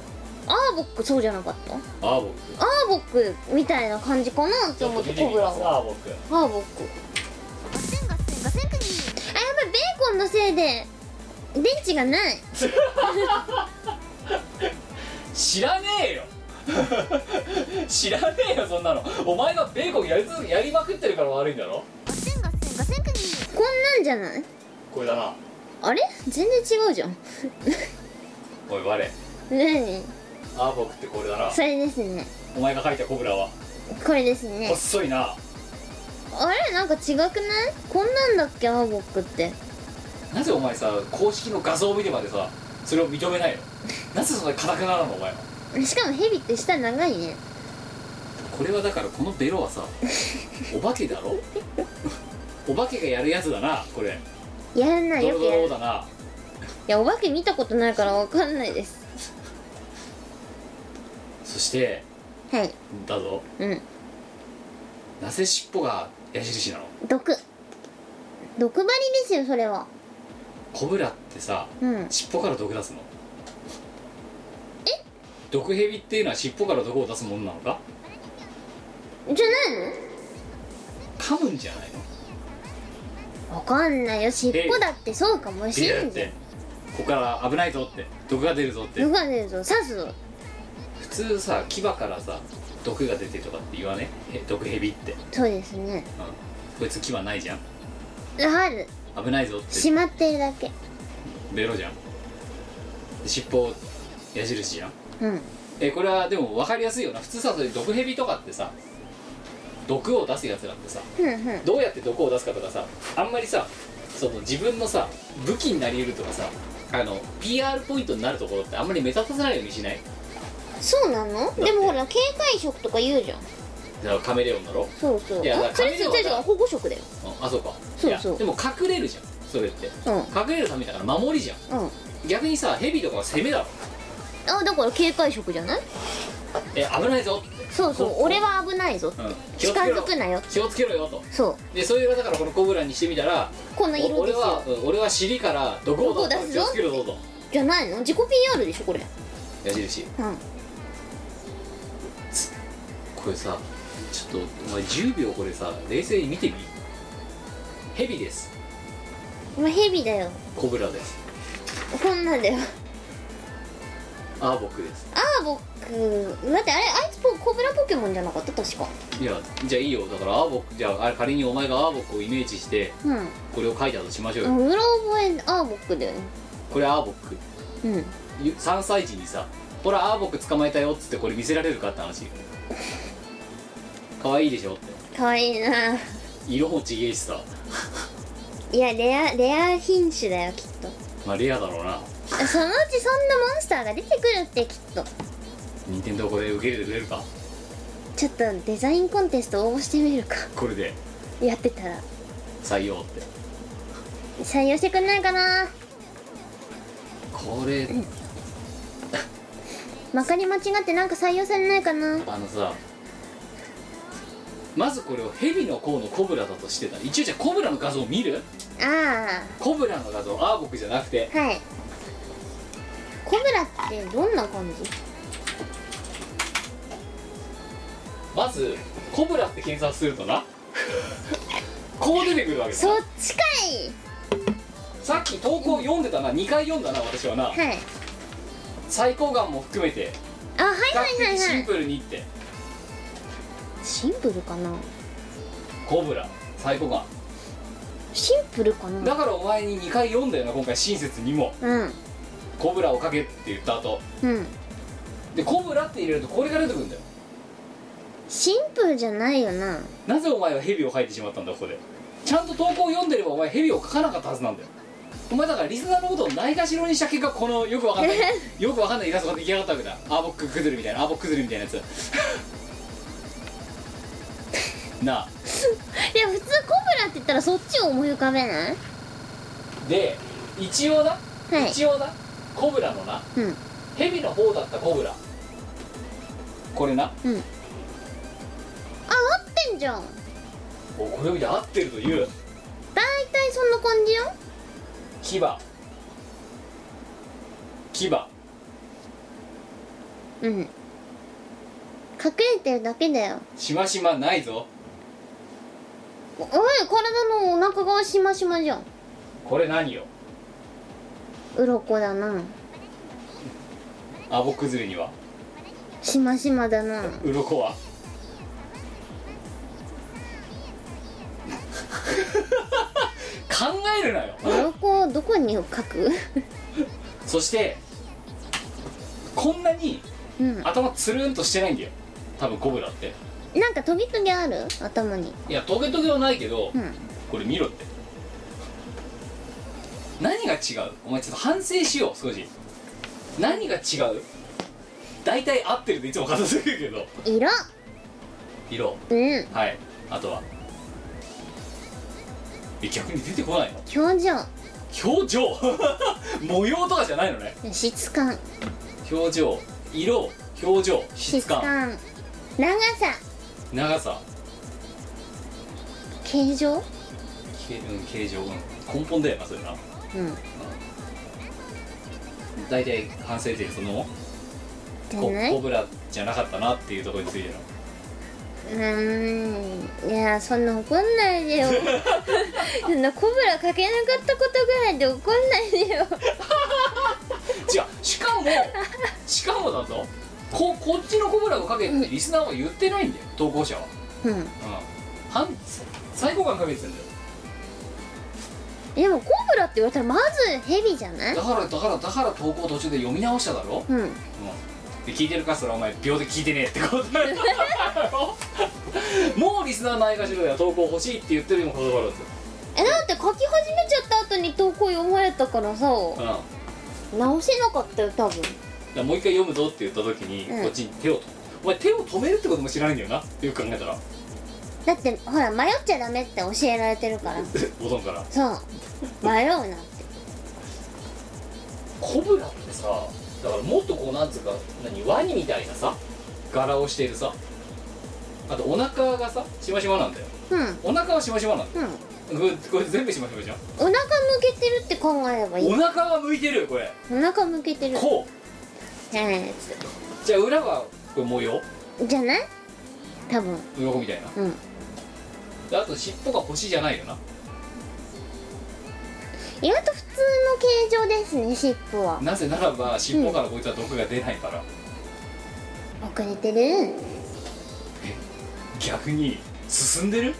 アーボックそうじゃなかったア
アーボック
ーボックみたいな感じかなと思ってコブラは
アーボック
アーボックガセンガセンガセンクニーあやばいベーコンのせいで電池がない
知らねえよ知らねえよそんなのお前がベーコンやりつやりまくってるから悪いんだろ
ガセンガセンガセンクニーこんなんじゃない
これだな
あれ全然違うじゃん
おい我
何
アーボックってこれだな
それですね
お前が描いたコブラは
これですね
細いな
あれなんか違くないこんなんだっけアーボックって
なぜお前さ公式の画像を見てまでさそれを認めないのなぜそんな硬くならんのお前は
しかもヘビって舌長いね
これはだからこのベロはさお化けだろ [LAUGHS] お化けがやるやつだなこれ
やらない
ド
よ
ロ
く
ド
やる
ロ
い
だな
やお化け見たことないからわかんないです
そして
はい
だぞ
うん
なぜ尻尾が矢印なの
毒毒針ですよそれは
コブラってさ
うん
尻尾から毒出すの毒蛇っていうのは尻尾から毒を出すものなのか
じゃない
噛むんじゃないの
のわかんないよ尻尾だってそうかもし
ビ
れ
ュー
ん
っ
じゃ
て
ん
ここから危ないぞって毒が出るぞって
毒が出るぞ刺すぞ
普通さ牙からさ毒が出てるとかって言わねへ毒蛇って、うん、
そうですね
こいつ牙ないじゃん
ある
危ないぞって
しまってるだけ
ベロじゃんで尻尾矢印じゃん
うん
えこれはでも分かりやすいよな普通さそれ毒蛇とかってさ毒を出すやつなんてさ
ふんふん
どうやって毒を出すかとかさあんまりさその自分のさ武器になり得るとかさあの PR ポイントになるところってあんまり目立たせないようにしない
そうなのでもほら警戒色とか言うじゃん
だからカメレオンだろ、
そうそう
いやだから
あそれ
髪の
それそれ
は
保護色だよ
うん、あそうか
そう
いや
そう
でも隠れるじゃんそれって
うん
隠れるためだから守りじゃん
うん
逆にさヘビとかは攻めだろ
あだから警戒色じゃない
え危ないぞって
そうそう
こ
俺は危ないぞ
うん、気を
近
つけ
づ
ろ
くなよ
気をつけろよと
そう
でそれがだからこのコブラにしてみたら
この
お
色で
俺
すよ
はうん俺は尻から毒を出すから気を
毒を
つ
出すぞ
けるぞと
じゃないの自己 PR でしょこれ
矢印
うん
これさちょっとお前10秒これさ冷静に見てみヘビです
お前ヘビだよ
コブラです
こんなんだよ
アーボックです
アーボックだってあれあいつポコブラポケモンじゃなかった確か
いやじゃあいいよだからアーボックじゃああれ仮にお前がアーボックをイメージして
うん
これを書いたとしましょうよ、
うろ覚えアーボックだよね
これアーボック
うん
ゆ3歳児にさ「ほらアーボック捕まえたよ」っつってこれ見せられるかって話可愛いでしょって
かわいいな
色もちげえしさ
いやレアレア品種だよきっと
まあレアだろうな
そのうちそんなモンスターが出てくるってきっと
任天堂これ受け入れてくれるか
ちょっとデザインコンテスト応募してみるか [LAUGHS]
これで
やってたら
採用って
採用してくんないかな
これ
まかり間違ってなんか採用されないかな
あのさまずこれを蛇の甲のコブラだとしてた一応じゃあコブラの画像見る
あ
コブラの画像アーボクじゃなくて
あはいコブラってどんな感じ
まずコブラって検索するとなこう出てくるわけだ
そっちかい
さっき投稿読んでたな2回読んだな私はな
はい
最高眼も含めて
あはい
比
は
較的
いはいは
シン
い
プルにって
シンプルかな
コブラ最高眼
シンプルかな
だからお前に2回読んだよな今回親切にも
うん
コブラをかけって言った後
うん
でコブラって入れるとこれが出てくるんだよ
シンプルじゃないよな
なぜお前は蛇を描いてしまったんだここでちゃんと投稿を読んでればお前蛇を描かなかったはずなんだよお前だからリスナーのことをないがしろにした結果このよくわ
[LAUGHS]
かんないよくわかんないイラストが出来上がったわけだアーボッククズルみたいなアーボッククズルみたいなやつ [LAUGHS] なあ
いや普通コブラって言ったらそっちを思い浮かべない
で一応だ、
はい
一応だコブラのな
うん
蛇の方だったコブラこれな
うんあ合ってんじゃん
おこれを見て合ってるという
大体そんな感じよ
牙牙
うん隠れてるだけだよ
しましまないぞ
おい体のお腹がしましまじゃん
これ何よ
鱗だな
アボ崩れには
しましまだな
鱗 [LAUGHS] は考えるなよ
鱗をどこに描く
そしてこんなに
うん
頭つるんとしてないんだよ多分コブラって
なんかとびとびある頭に
いやトゲトゲはないけど、
うん
これ見ろって何が違うお前ちょっと反省しよう少し何が違う大体合ってるっていつも片付けるけど
色
色
うん
はいあとはえ逆に出てこないの
表情
表情 [LAUGHS] 模様とかじゃないのね
質感
表情色表情質感
長さ
長さ
形状
けうん形状、うん、根本だよなそれな
うん
大体反省点その
じゃ
コ
ない
コ
う
ブラじゃなかったなっていうところについての
ーんいやそんな怒んないで
[LAUGHS]
よそんなコブラかけなかったことぐらいで怒んないでよ
違うしかもしかもだぞここっちのコブラをかけってリスナーは言ってないんだよ投稿者は
うん
うんはん最高感かけてるんだよ
でもコブラって言われたらまずヘビじゃない
だからだからだから投稿途中で読み直しただろ、うん、
うん
で聞いてるかすらお前秒で聞いてねえってことだろもうリスナーないがしろだよ投稿欲しいって言ってるにもかかわらず
えだって書き始めちゃった後に投稿読まれたからさ
うんだか
直せなかったよ多分
らもう一回読むぞって言った時に、
うん
こっちに手をお前手を止めるってことも知らないんだよなよく考えたら [LAUGHS]
だってほら迷っちゃダメって教えられてるから
ボトンから
そう迷うなって
コブラってさだからもっとこうなんつうか何ワニみたいなさ柄をしているさあとお腹がさしましまなんだよ
うん
お腹はしましまなんだよ
うん
これこれ全部しましまじゃん
お腹向けてるって考えればいい
お腹は向いてるよこれ
お腹向けてる
こ
え
うじゃあ裏はこれ模様
ーじゃない多分
鱗みたいな
うん
であと尻尾が星じゃないよな
意外と普通の形状ですね尻尾は
なぜならば尻尾からこいつは毒が出ないから、
遅れてる
逆に進んでる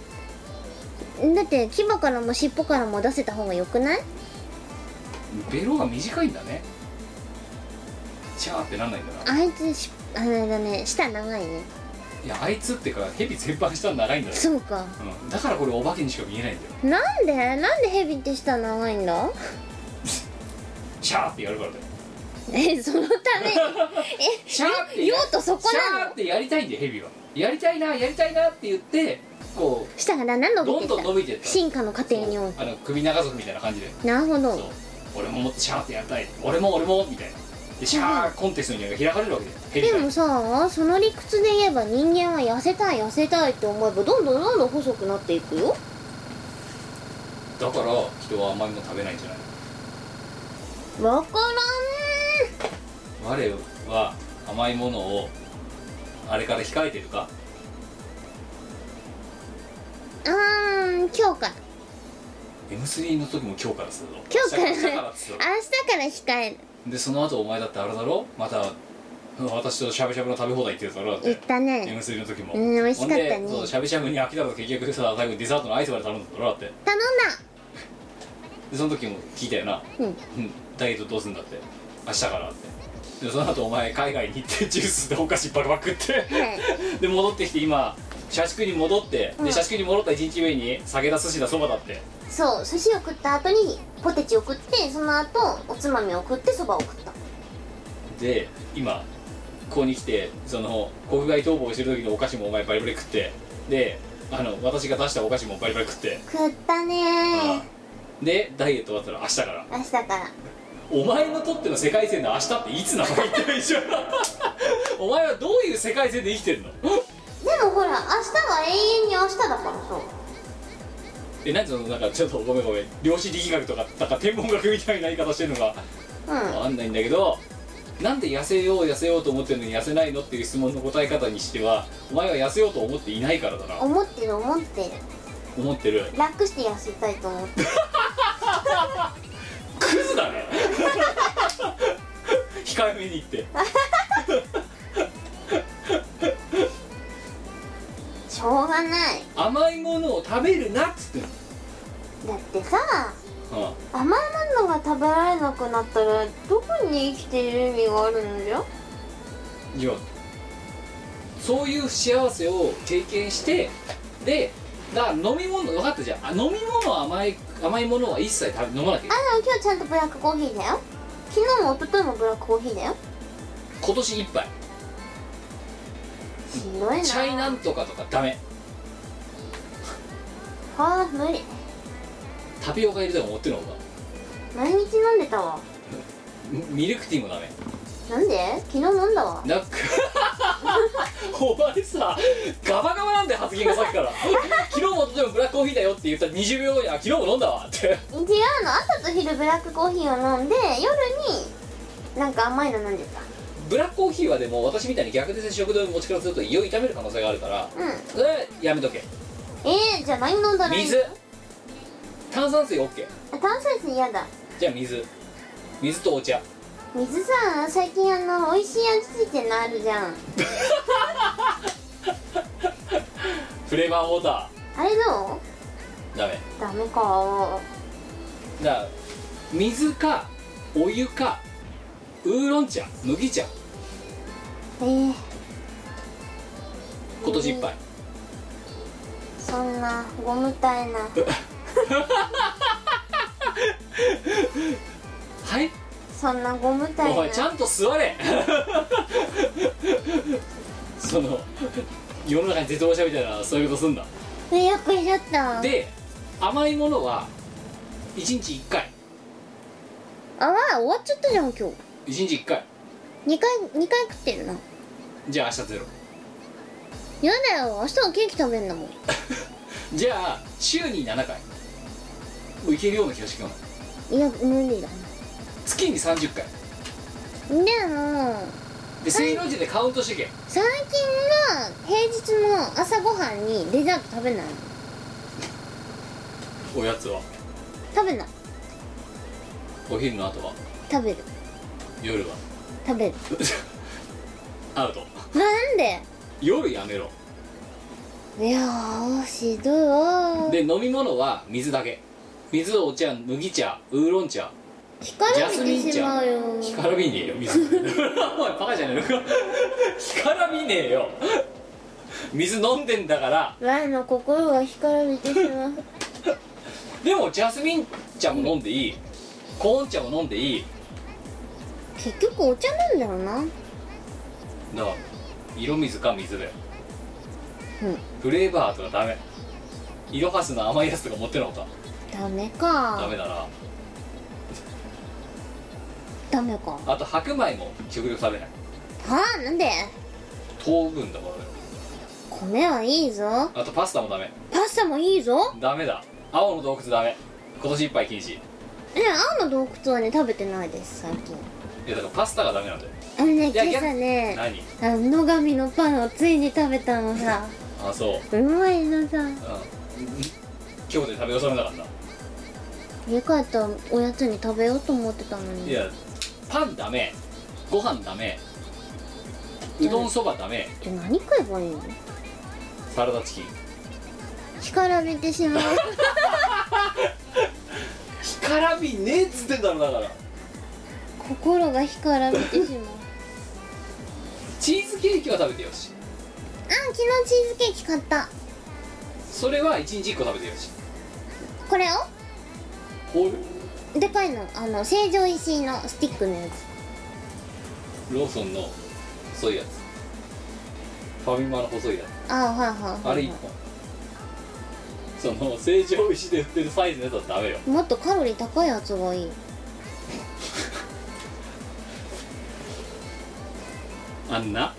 だって牙からも尻尾からも出せた方がよくない
ベロが短いんだねシャーってなんないんだな
あいつしあれだね舌長いね
いやあいつってか蛇全般したら長いんだよ、
そうか
うん、だからこれお化けにしか見えないんだよ
なんでなんでヘビって舌長いんだ
シャーってやるからだよ
えそのた
[LAUGHS] シャーって
め
や
用途そこ
シ
な
ャー
の
ってやりたいんだよ蛇はやりたいなやりたいなって言ってこ
舌がだんだん
う
伸び
どん
てき
どん伸
た
びてった
進化の過程において
あの首長族みたいな感じで
なるほ
そう
ど
俺ももっとシャーってやりたい俺も俺もみたいなでシャーコンテストみたいなのが開かれるわけだよヘリ
で
から
もさその理屈で言えば人間は痩せたい痩せたいって思えばどんどんどんどん細くなっていくよ
だから人は甘いもの食べないんじゃない
わから
我は甘いものをあれから控えてるか
んうーん今日から
M3 の時も今日からするぞ
今日から
明日からっつうの
明日から控える
でその後お前だってあれだろまた私としゃぶしゃぶの食べ放題行ってるだろだっ
言ってたね
M3 の時も
うん美味しかったね
ほんでそうしゃぶしゃぶに飽きたら結局さ最後にデザートのアイスまで頼んだんだろだって
頼ん
でその時も聞いたよな
だうん
うんダイエットどうすんだって明日からってでその後お前海外に行ってジュースでお菓子バクバク食って
はい
で戻ってきて今社畜に戻って、
うん
で社畜に戻った1日目に酒だ寿司だそばだって
そう寿司を食った後にポテチを食ってその後おつまみを食ってそばを食った
で今ここに来てその国外逃亡してる時のお菓子もお前バリバリ食ってであの私が出したお菓子もバリバリ食って、
食ったね
でダイエット終わったら明日から
ー明日から
お前のとっての世界線の明日っていつなの言ってないじゃんお前はどういう世界線で生きてるの
でもほら明日は永遠に明日だからさ
えなんていうのなんかちょっとごめんごめん量子力学とかなんか天文学みたいな言い方してるのがわ
う
かんないんだけどなんで痩せよう痩せようと思ってるのに痩せないのっていう質問の答え方にしてはお前は痩せようと思っていないからだなん
思ってる思ってる
思ってる
楽して痩せたいと思ってる
クズだね [LAUGHS] 控えめに言って
しょうがない
甘いものを食べるなっつってん
だってさ
の、
甘いものが食べられなくなったらどこに生きている意味があるのじゃ
うん、いやそういう幸せを経験してでだから飲み物分かったじゃんあ飲み物は甘い甘いものは一切食べ飲まなきゃいけない
あでも今日ちゃんとブラックコーヒーだよ昨日も一昨日もブラックコーヒーだよ
今年いっぱい
しんどいな
チャイなんとかとかダメ
はあ無理
タピオカ入れても持ってるのか
毎日飲んでたわ
ミルクティーもダメ
なんで昨日飲んだわ
なんかお前さガバガバなんだよ発言がさっきから昨日もとてもブラックコーヒーだよって言ったら20秒後にあ昨日も飲んだわって
違うの朝と昼ブラックコーヒーを飲んで夜になんか甘いの飲んでた
ブラックコーヒーはでも私みたいに逆で接食堂に持ちからすると胃を痛める可能性があるから
うん
それやめとけ
えー、じゃあ何飲んだらいいの
水炭酸水 OK
あ炭酸水嫌だ
じゃあ水水とお茶
水さ最近あの美味しい味付いてるのあるじゃん
フレーバーウォータ
あれどう
ーダメ
ダメか
だから水かお湯かウーロン茶麦茶
えー、
今年いっぱい
そんなゴムたいな
はい
そんなゴムたい
お
な
前ちゃんと座れ [LAUGHS] その世の中に絶望者みたいなそういうことすんだ
えよくしゃった
で甘いものは1日1回
あわ終わっちゃったじゃん今日
1日1回
2回2回食ってるな
じゃあ明日ゼロ
やだよ明日はケーキ食べんだもん
じゃあ週に7回もういけるような気がしてきた
いや無理だ
月に30回
なでも
で正の字でカウントしてけ
最近は平日の朝ごはんにデザート食べないの
おやつは
食べない
お昼の後は
食べる
夜は [LAUGHS]
食べる
アウト
なんで
夜やめろ
いやーしどいわ
で飲み物は水だけ水お茶麦茶ウーロン茶
干からびてしまうよ
干からびねえよ水 [LAUGHS] お前バカじゃねえのか干からびねえよ [LAUGHS] 水飲んでんだから
わいの心が干からびてしまう
でもジャスミン茶も飲んでいいコーン茶も飲んでいい
結局お茶なんだよな
だから色水か水だよ、
うん
フレーバーとかダメ色はすの甘いやつとか持ってるのか
ダメ
ダ
か
メだな
ダメか
あと白米も極力食べない
はあなんで
糖分だからだよ
米はいいぞ
あとパスタもダメ
パスタもいいぞ
ダメだ青の洞窟ダメ今年いっぱい禁止い
え青の洞窟はね食べてないです最近
やだからパスタがダメなんだよ
あのね
いや
今朝ね
何
あの野上のパンをついに食べたのさ
あそううん
うまいのさ
今日で食べ納めなかった
家帰ったらおやつに食べようと思ってたの
い
に
やパンダメご飯ダメうどんそばダメ
じゃあ何食えばいいの
サラダチキン
干からびてし [LAUGHS] まう
干からびねえっつってんだろだから
心が干からびてしまう
チーズケーキは食べてよし
あ昨日チーズケーキ買った
それは1日1個食べてよし
これ
ホー
をでかいのあの成城石井のスティックのやつ
ルローソンの細いやつファミマの細いや
ああはいはいはい
つあれ1本その成城石井で売ってるサイズのやつはダメよ
もっとカロリー高いやつがいい
あんな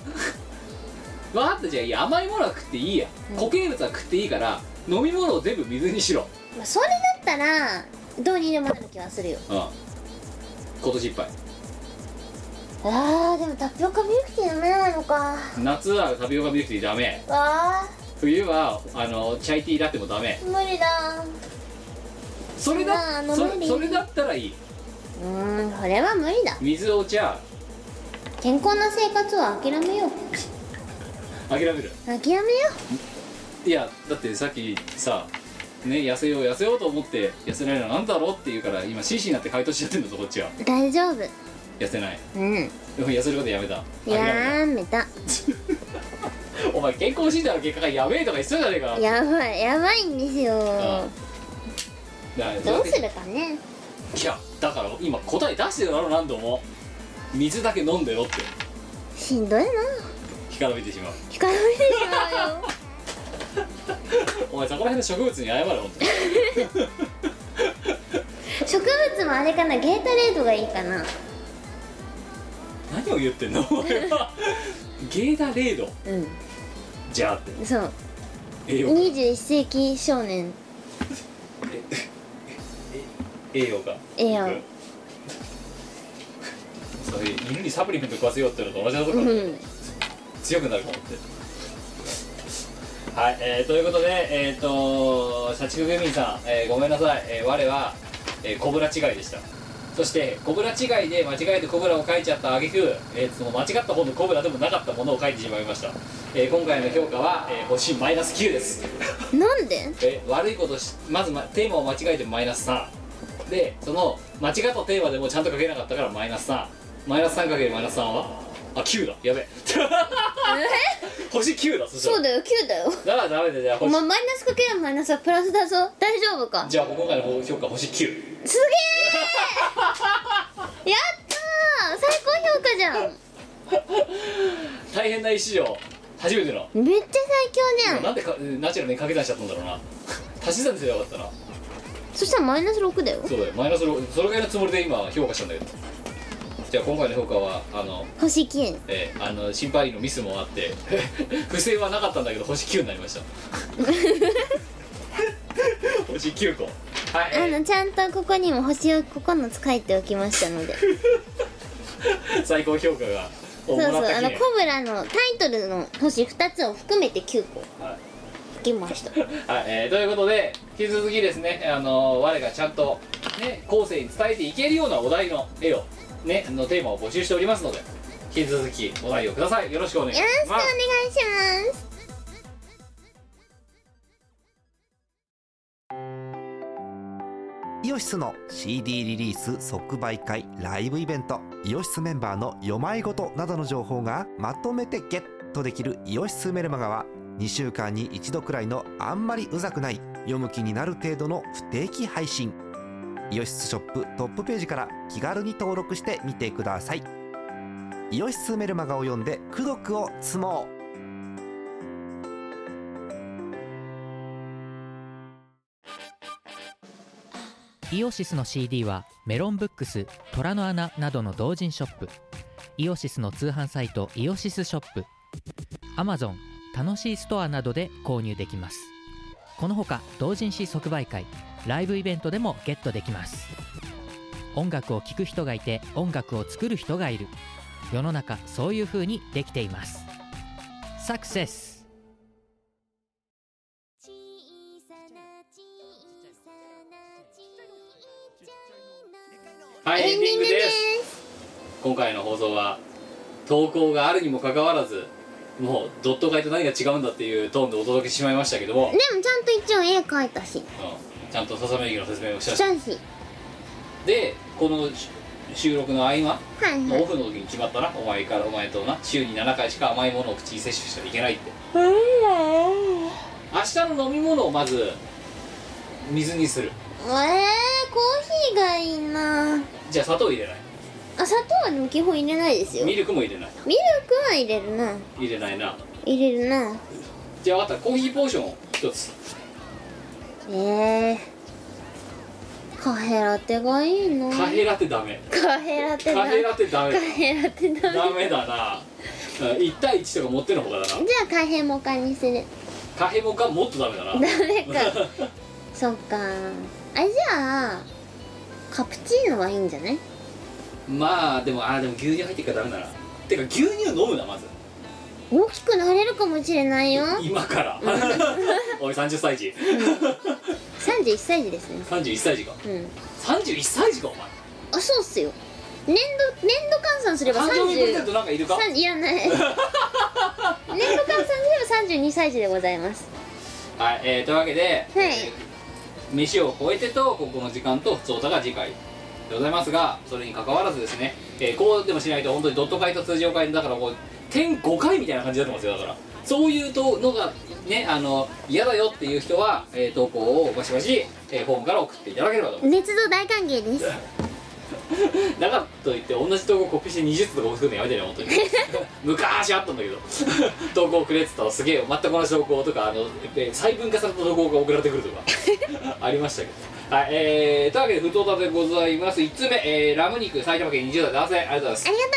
分かったじゃあいや甘いものは食っていいや、
うん
固形物は食っていいから飲み物を全部水にしろ
まあ、それだったらどうにでもなる気はするよ
うん今年いっぱい
あーでもタピオカミルクティー飲めないのか
夏はタピオカミルクティーダメ
わ
冬はあのチャイティーラテもダメ
ー無理だ
それ
まあ
だ
あの
そ
無
れ
理
それだったらいいう
ーんこれは無理だ
水お茶
健康な生活は諦めよう
諦める
諦めよ
いやだってさっきさね痩せよう痩せようと思って痩せないのはなんだろうって言うから今真摯になって回答しちゃってんだぞこっちは
う大丈夫
痩せない
うん
でも痩せることやめた諦め
やめた
たお前健康診断の結果がやべえとか言ってたじゃねえか
やばいやばいんですよ
だから
どう
そ
す
れ
るかね
でいやだから今答え出してるだろ何度も水だけ飲んでろって
しんどいな
干からびてしまう
控えめでしまうよ [LAUGHS]
お前そこら辺の植物に謝れ本当に
植物もあれかなゲータレードがいいかな
何を言ってんのお前はゲーダレード
う
じゃあって
んそう
栄養
21世紀少年
栄養が
栄養
それ犬にサプリメント食わせようってのと同じだとこ
う
ろ、
ん
強くなるかもってはい、えー、ということでえっ、ー、と社畜グミンさん、えーごめんなさい、えー我は、えー、コブラ違いでしたそしてコブラ違いで間違えてコブラを書いちゃった挙句、えー、その間違った方のコブラでもなかったものを書いてしまいました、えー今回の評価は、えー星マイナス9です
なんで
え悪いことしまずまテーマを間違えてマイナス3でその間違ったテーマでもちゃんと書けなかったからマイナス3マイナス3かけるマイナス3はあ9だやべ星9だそした
そ
ら
うだよ9だよ
だからダメだじゃあ
お前
星
マイナスかけるマイナスはプラスだぞ大丈夫か
じゃあ今回の評価星9
すげえやったー最高評価じゃ
大変な一史上初めての、
んめっちゃ最強じゃ
なんんでかナチュラルに掛け算しちゃったんだろうな足し算すればよかったな
そしたらマイナス6だよ
そうだよマイナス6それぐらいのつもりで今評価したんだけどじゃあ今回の評価はあの
星9
えーあの審判員のミスもあって [LAUGHS] 不正はなかったんだけど星9になりま
[LAUGHS]
した星9個はい、
あ
え
のちゃんとここにも星を9つ書いておきましたので
ー最高評価がを
そ
も
うそう
らった
あ
記
の
念
コブラのタイトルの星2つを含めて9個
はい
書きました
はいえーということで引き続きですね、あのー我がちゃんと、ね、後世に伝えていけるようなお題の絵を、ね、のテーマを募集しておりますので引き続きお題をくださいよろしくお願いし
よろしくお
ま
願い
す
します
イオシスの CD リリース即売会ライブイベントイオシスメンバーの読まいごとなどの情報がまとめてゲットできる「イオシスメルマガ」は2週間に1度くらいのあんまりうざくない読む気になる程度の不定期配信イオシスショップトップページから気軽に登録してみてくださいイオシスメルマガを読んで「功徳を積もう」
イオシスの CD はメロンブックス虎の穴などの同人ショップイオシスの通販サイトイオシスショップ Amazon 楽しいストアなどで購入できますこのほか同人誌即売会ライブイベントでもゲットできます音楽を聴く人がいて音楽を作る人がいる世の中そういう風にできていますサクセス
小さな小さな小さ
はいエ
エ
ン
ン
ディ
ディ
ン
ン
グ
グ
で
ですす
今回の放送は投稿があるにもかかわらずもうドット買いと何が違うんだっていうトーンでお届けしてしまいましたけども、う
でもちゃんと一応絵描いたし
んちゃんとささめの説明をしまし
し
た
たし
でこの収録の合間
はいは
オ
い
フの時に決まったなお前からお前とな週に7回しか甘いものを口に摂取しちゃいけないって明日の飲み物をまず水にする
えー、コーヒーがいいな
じゃあ砂糖入れない
あ砂糖はでも基本入れないですよミ
ミ
ル
ルクも入れない
クは入れるな
入れないな
入れるな
じゃあ分かったコーヒーポーションを一つ
えー、カフェラテがいいな
カフェラテダメ
カフェラテ
カ
だ
フェラテダメ
カフェラテだ
ダメだな1対1とか持ってのほかだな
じゃあカフェモカにする
カフェモカもっとダメだな
ダメか [LAUGHS] そっかあじゃあカプチーノはいいんじゃない
まあでもあーでも牛乳入ってるからダメだなてか牛乳飲むなまず
大きくなれるかもしれないよ
今から [LAUGHS] おい30歳児
31歳児ですね
31歳児か
うん
31歳児かお前
あそうっすよ年度年度換算すれば
誕生日プレゼン
30
トなんかいるか
三いらない [LAUGHS] 年度換算すれば32歳児でございます
はい、えー、というわけで、
はい
えー飯を超えてとここの時間と普通歌が次回でございますがそれに関わらずですね、えーこうでもしないと本当にドット会と通常会だからこう点5回みたいな感じになってますよだからそういうとのがねあの嫌だよっていう人は、えー投稿をバシバシ、えーフォームから送っていただければと思います
熱動大歓迎です
だからといって同じ投稿コピーして20つとか送るのやめてね本 [LAUGHS] 当に昔あったんだけど投稿くれっつったらすげえ全く同じ投稿とかあので細分化された投稿が送られてくると [LAUGHS] かありましたけどはいえー、というわけで不当たでございます1つ目、えーラム肉埼玉県20代男性ありがとうござい
ありがとうございます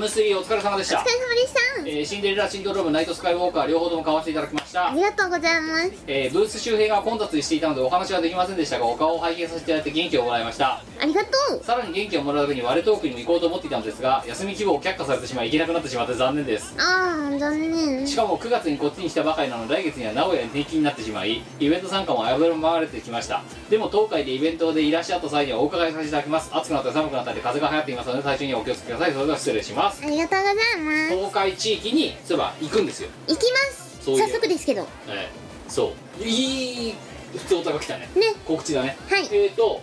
ます M3 お疲れ様でした
お疲、れ様でした
えーシンデレラシンドロームナイトスカイウォーカー両方とも買わせていただきました
ありがとうございます
えーブース周辺が混雑していたのでお話はできませんでしたがお顔を拝見させていただいて元気をもらいました
ありがとう
さらに元気をもらうために割れトークにも行こうと思っていたのですが休み希望を却下されてしまい行けなくなってしまって残念です
ああ残念
しかも9月にこっちに来たばかりなので来月には名古屋に転勤になってしまいイベント参加も危ぶまれてきましたでも東海でイベントでいらっしゃった際にはお伺いさせていただきます暑くなったり寒くなったり風が流行っていますので体調にはお気をつけくださいそれでは失礼します
ありがとうございます
東海地域にそういえば行くんですよ、
行きます
そういえば
早速ですけどね
ええそういい普通おたが来たね告知だね
はい
えっ、ー、と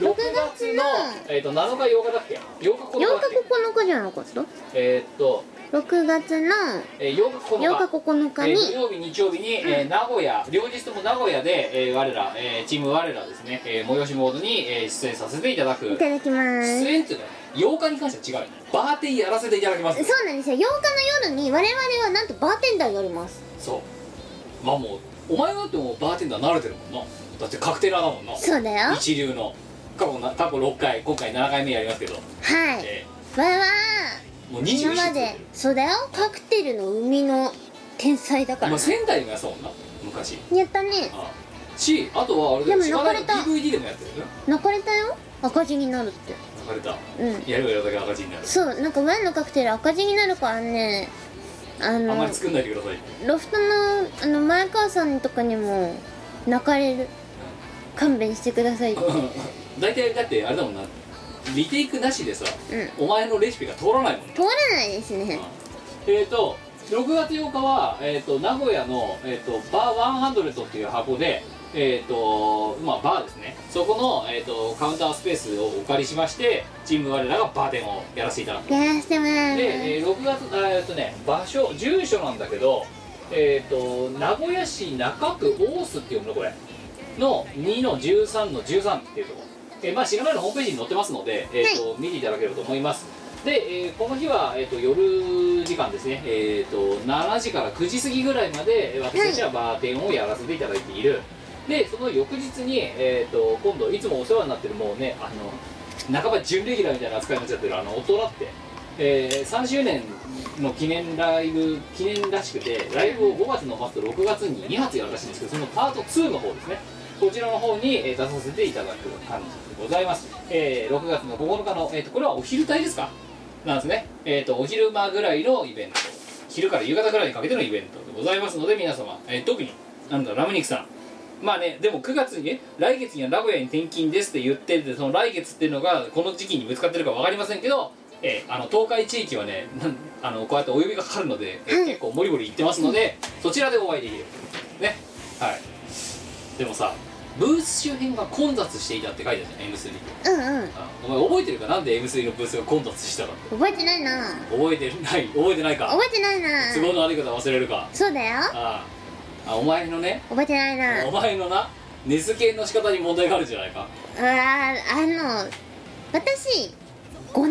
6
6
月
月
の
の、
えー、と7日8日だっけ8日
8
9日
日
だっけ
9日じゃなかった
えー、っと
6月の
えー8日9日
8日9日
えー
に
土曜日日曜日に、えー名古屋両日とも名古屋で、えー我ら、えーチーム我らですね、えー催しモードに、えー出演させていただく
いただきま
出
す
演っていうか8日に関しては違うよバーテンやらせていただきます
そうなんですよ8日の夜に我々はなんとバーテンダーやります
そうまあもうお前はだってもうバーテンダー慣れてるもんなだってカクテラーだもんな
そうだよは
一流の過去な過去6回今回7回目やりますけど、
い
え
わいわ
ーもう
ー今
21
までそうだよカクテルの生みの天才だから
今仙台もやそうもんな昔
やったね
ああしあとはあれだよ
でも
千葉大の
残れた
DVD でもやってるよね
残れたよ赤字になるって
流れた
うん
やればやるだけ赤字になる
そうなんかワインのカクテル赤字になるからねあ
あんま
の
り作んないでください
ロフトのあの前川さんとかにも泣かれる勘弁してくださいってう
大体だってあれだもんなリテイクなしでさ
ん
お前のレシピが通らないもんね
通らないですね
えっ、ー、と6月8日は、えー、と名古屋の、えー、とバー100っていう箱でえーとまあ、バーですねそこの、えー、とカウンタースペースをお借りしましてチーム我らがバーテンをやらせていただく
やらせてもら
で、
い
えー6月あえっとね場所住所なんだけどえっ、と名古屋市中区大須っていうのこれの2の13の13っていうとこえーまあ知らないのホームページに載ってますので、えーと見ていただければと思いますで、えーこの日は、えー、と夜時間ですね、えー、と7時から9時過ぎぐらいまでえー私たちはバーテンをやらせていただいている、でその翌日に、えー、と今度いつもお世話になってるもうねあの半ば準レギュラーみたいな扱いになっちゃってるあの大人って、えー3周年の記念ライブ記念らしくてライブを5月の末と6月に2発やるらしいんですけどそのパート2の方ですねこちらの方に、えー出させていただく感じでございます、えー6月の9日の、えー、とこれはお昼帯ですかなんですねえっ、とお昼間ぐらいのイベント昼から夕方ぐらいにかけてのイベントでございますので皆様、えー特になんだラムニクさんまあねでも9月にね来月には名古屋に転勤ですって言っててその来月っていうのがこの時期にぶつかってるかわかりませんけど、えーあの東海地域はねなんあのこうやってお呼びがかかるので、えー
うん
結構モリモリ行ってますので、そちらでお会いできるねはいでもさブース周辺が混雑していたって書いてあるじゃん M3
うんうん
あお前覚えてるかなんで M3 のブースが混雑してたかって
覚えてないな
覚えてない覚えてないか
覚えてないな
都合の悪いことは忘れるか
そうだよ
あああお前のね
覚えてないな
お前のな根付けの仕方に問題があるんじゃないか
うわーあの私5年ぶり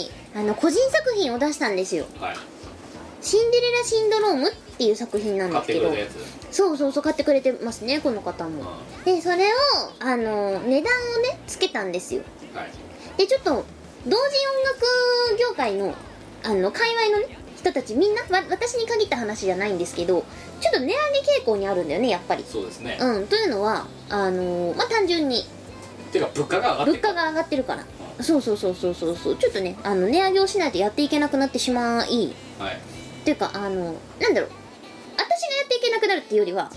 にあの個人作品を出したんですよ
はい
「シンデレラシンドローム」っていう作品なんで
買っ
す
て
け
くれ
ど
たやつ、
そうそうそう買ってくれてますねこの方
うん
も
は
でそれをあの値段をねつけたんですよ
い
でちょっと同時音楽業界のあの界隈のね人たちみんなわ私に限った話じゃないんですけどちょっと値上げ傾向にあるんだよねやっぱり
そうですね、
うんというのはあのまあ単純に
てか物価が上がって
物
る
価が上がってるからそうそうそうそうそうそうちょっとねあの値上げをしないとやっていけなくなってしまいっ
はい
ていうかあのなんだろう私がやっていけなくなるっていうよりは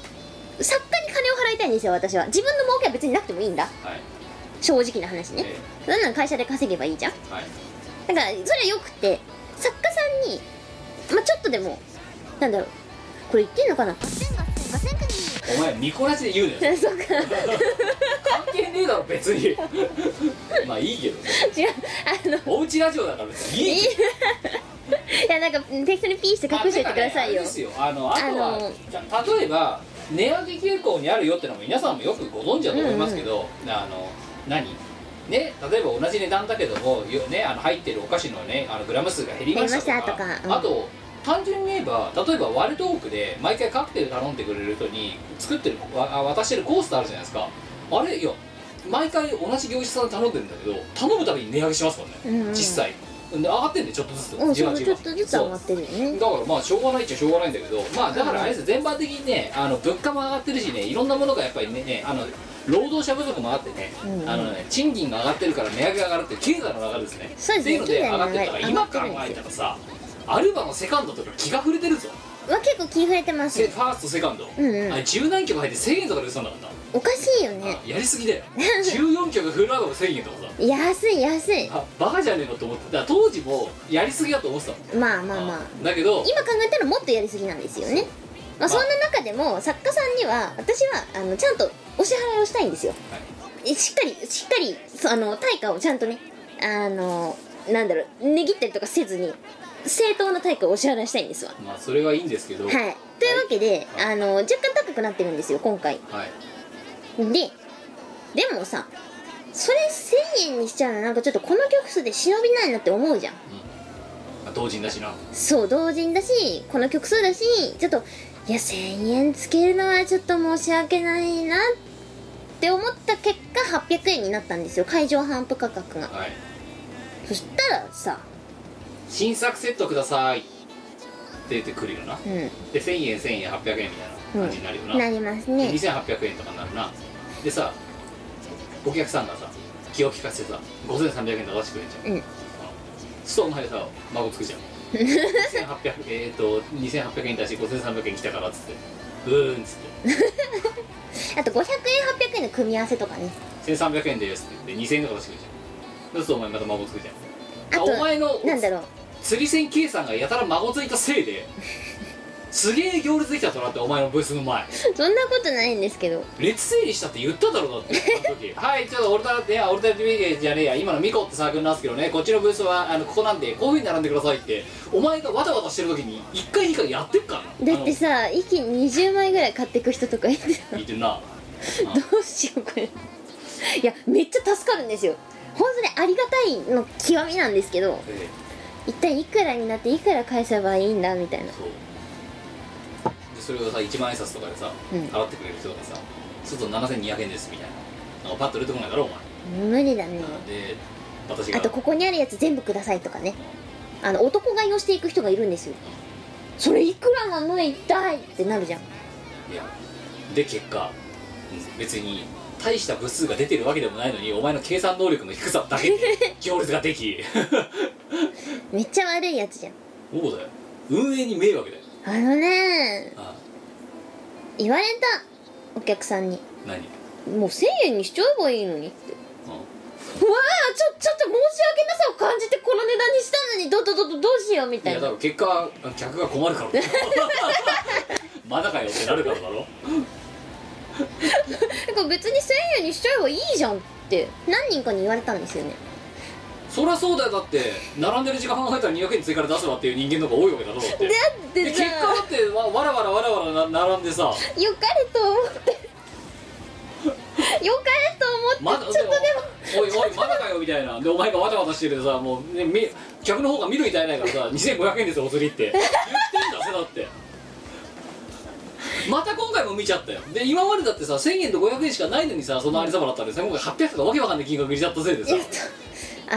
作家に金を払いたいんですよ私は自分の儲けは別になくてもいいんだ
はい
正直な話ね
え
そんなの会社で稼げばいいじゃん
えはい
だからそれはよくて作家さんに、まあ、ちょっとでもなんだろうこれ言ってんのかな
お前ミコラジで言うなよ
[LAUGHS] そうか
関係ねえだろ別
[LAUGHS]
にまあいいけどね
違うあの
おうちラジオだから別
[LAUGHS]
にいいけど
いやなんか適当にピーして隠しといてくださ
あてかねあ
い
れ
よ
ですよあのあとは
あの
た例えば値上げ傾向にあるよってのも皆さんもよくご存知だと思いますけど、あの何ね、例えば同じ値段だけども、よね、あの入ってるお菓子の,、ね、あのグラム数が減りましたとか
減りましたとかうん
あと単純に言えば例えばワルトークで毎回カクテル頼んでくれる人に作ってるわあ渡してるコースターあるじゃないですかあれいや毎回同じ業者さんに頼んでるんだけど頼むたびに値上げしますからね、
うんうん
実際で上がってんでちょっとずつ
うん
じ
そ
わ
う
じ
ちょ
わ
っとずつ上がってるよね
だからまあしょうがないっちゃしょうがないんだけどまあだからあれですよ全般的にねあの物価も上がってるしねいろんなものがやっぱりねねあの労働者不足もあってね、
うんうん
あのね賃金が上がってるから値上げが上がるっていう経済の流れですね
そうですね
っていうので上がってるから
経済
今
の流
考
れ上がってるんですよ
えたらさアルバのセカンドとか気が触れてるぞ
は結構気触れてます
せファーストセカンド、
うんうん
あれ十何曲入って1000円とかで売ってたんだからな
おかしいよね [LAUGHS]
あやりすぎだよ14曲フルアルバム1000円とかさ
安い安い
あバカじゃねえのと思ってだから当時もやりすぎだと思ってたもん
まあまあまあ
あだけど
今考えたらもっとやりすぎなんですよねまあそんな中でも作家さんには私はあのちゃんとお支払いをしたいんですよ
はい
えしっかりしっかりそあの対価をちゃんとねあのなんだろう値切ったりとかせずに正当な対価をお支払いしたいんですわは
まあそれはいいんですけど、
いというわけであの若干高くなってるんですよ今回
はい
ででもさそれ1000円にしちゃうのなんかちょっとこの曲数で忍びないなって思うじゃん
まあ同人だしな
そう同人だしこの曲数だしちょっといや1000円つけるのはちょっと申し訳ないなって思った結果800円になったんですよ会場販布価格が
はい
そしたらさ
新作セットくださいって言ってくるよな
う
で1000円1000円800円みたいな感じになるよな,、
んなります
で
ね
2800円とかになるなでさお客さんがさ気を利かせてさ5300円とか出してくれんじゃん、
うん
そうお前さ孫つくじゃん2800え [LAUGHS] っ、と2800円に対して5300円来たからっつってうーんっつっ
あと500円800円の組み合わせとかね
て1300円ですって言って2000円とか出してくれんじゃんそうするとお前また孫つくじゃん
あと
お前の
なんだろう
釣り線 K さんがやたら孫ついたせいですげえ行列できたとなってお前のブースの前
そんなことないんですけど
列整理したって言っただろうだってあの時 [LAUGHS] はいちょっと俺だっていや俺だってじゃねえや今のミコってサークルなんですけどねこっちのブースはあのここなんでこういうふうに並んでくださいってお前がわたわたしてる時に1回2回やってっからな
だってさ一気に20枚ぐらい買ってく人とかいて
あの言ってんな
どうしようこれいやめっちゃ助かるんですよ本当にありがたいの極みなんですけど
え
一体いくらになっていくら返せばいいんだみたいな
えそうでそれをさ1万円札とかでさ、
うん
払ってくれる人とかさそうすると7200円ですみたいなのがパッと出てこないだろお前、
無理だね
で私が
あとここにあるやつ全部くださいとかねあの男買いをしていく人がいるんですよそれいくらなの痛いってなるじゃん
いやで結果、うん別に大した部数が出てるわけでもないのにお前の計算能力の低さだけで行列ができ [LAUGHS]
めっちゃ悪いやつじゃん
そうだよ運営に迷惑だよ
あのね
あ
言われたお客さんに
何うん
もう1000円にしちゃえばいいのにってうわあちょちょっと申し訳なさを感じてこの値段にしたのにどどどどどうしようみ
い
た
や
い
だ
な
から結果客が困るからだよまだかよってなるからだろ
だから別に1000円にしちゃえばいいじゃんって何人かに言われたんですよね
そりゃそうだよだって並んでる時間考えたら200円追加で出すわっていう人間の方が多いわけだろだってで
で
結
さ
果だってわわらわらわらわらな並んでさ
よかれと思
[LAUGHS]
ってよかれと
ま
思
だ
ってちょっとでも
おいおいまだかよみたいなでお前がわたわたしてるでさもう、ね、み客の方が見るみたいないからさ2500円ですよお釣りって言ってんだぜだってまた今回も見ちゃったよで今までだってさ1000円と500円しかないのにさそのありさまだったんでさ今回800とかわけわかんない金額入れちゃったせいでさ
あ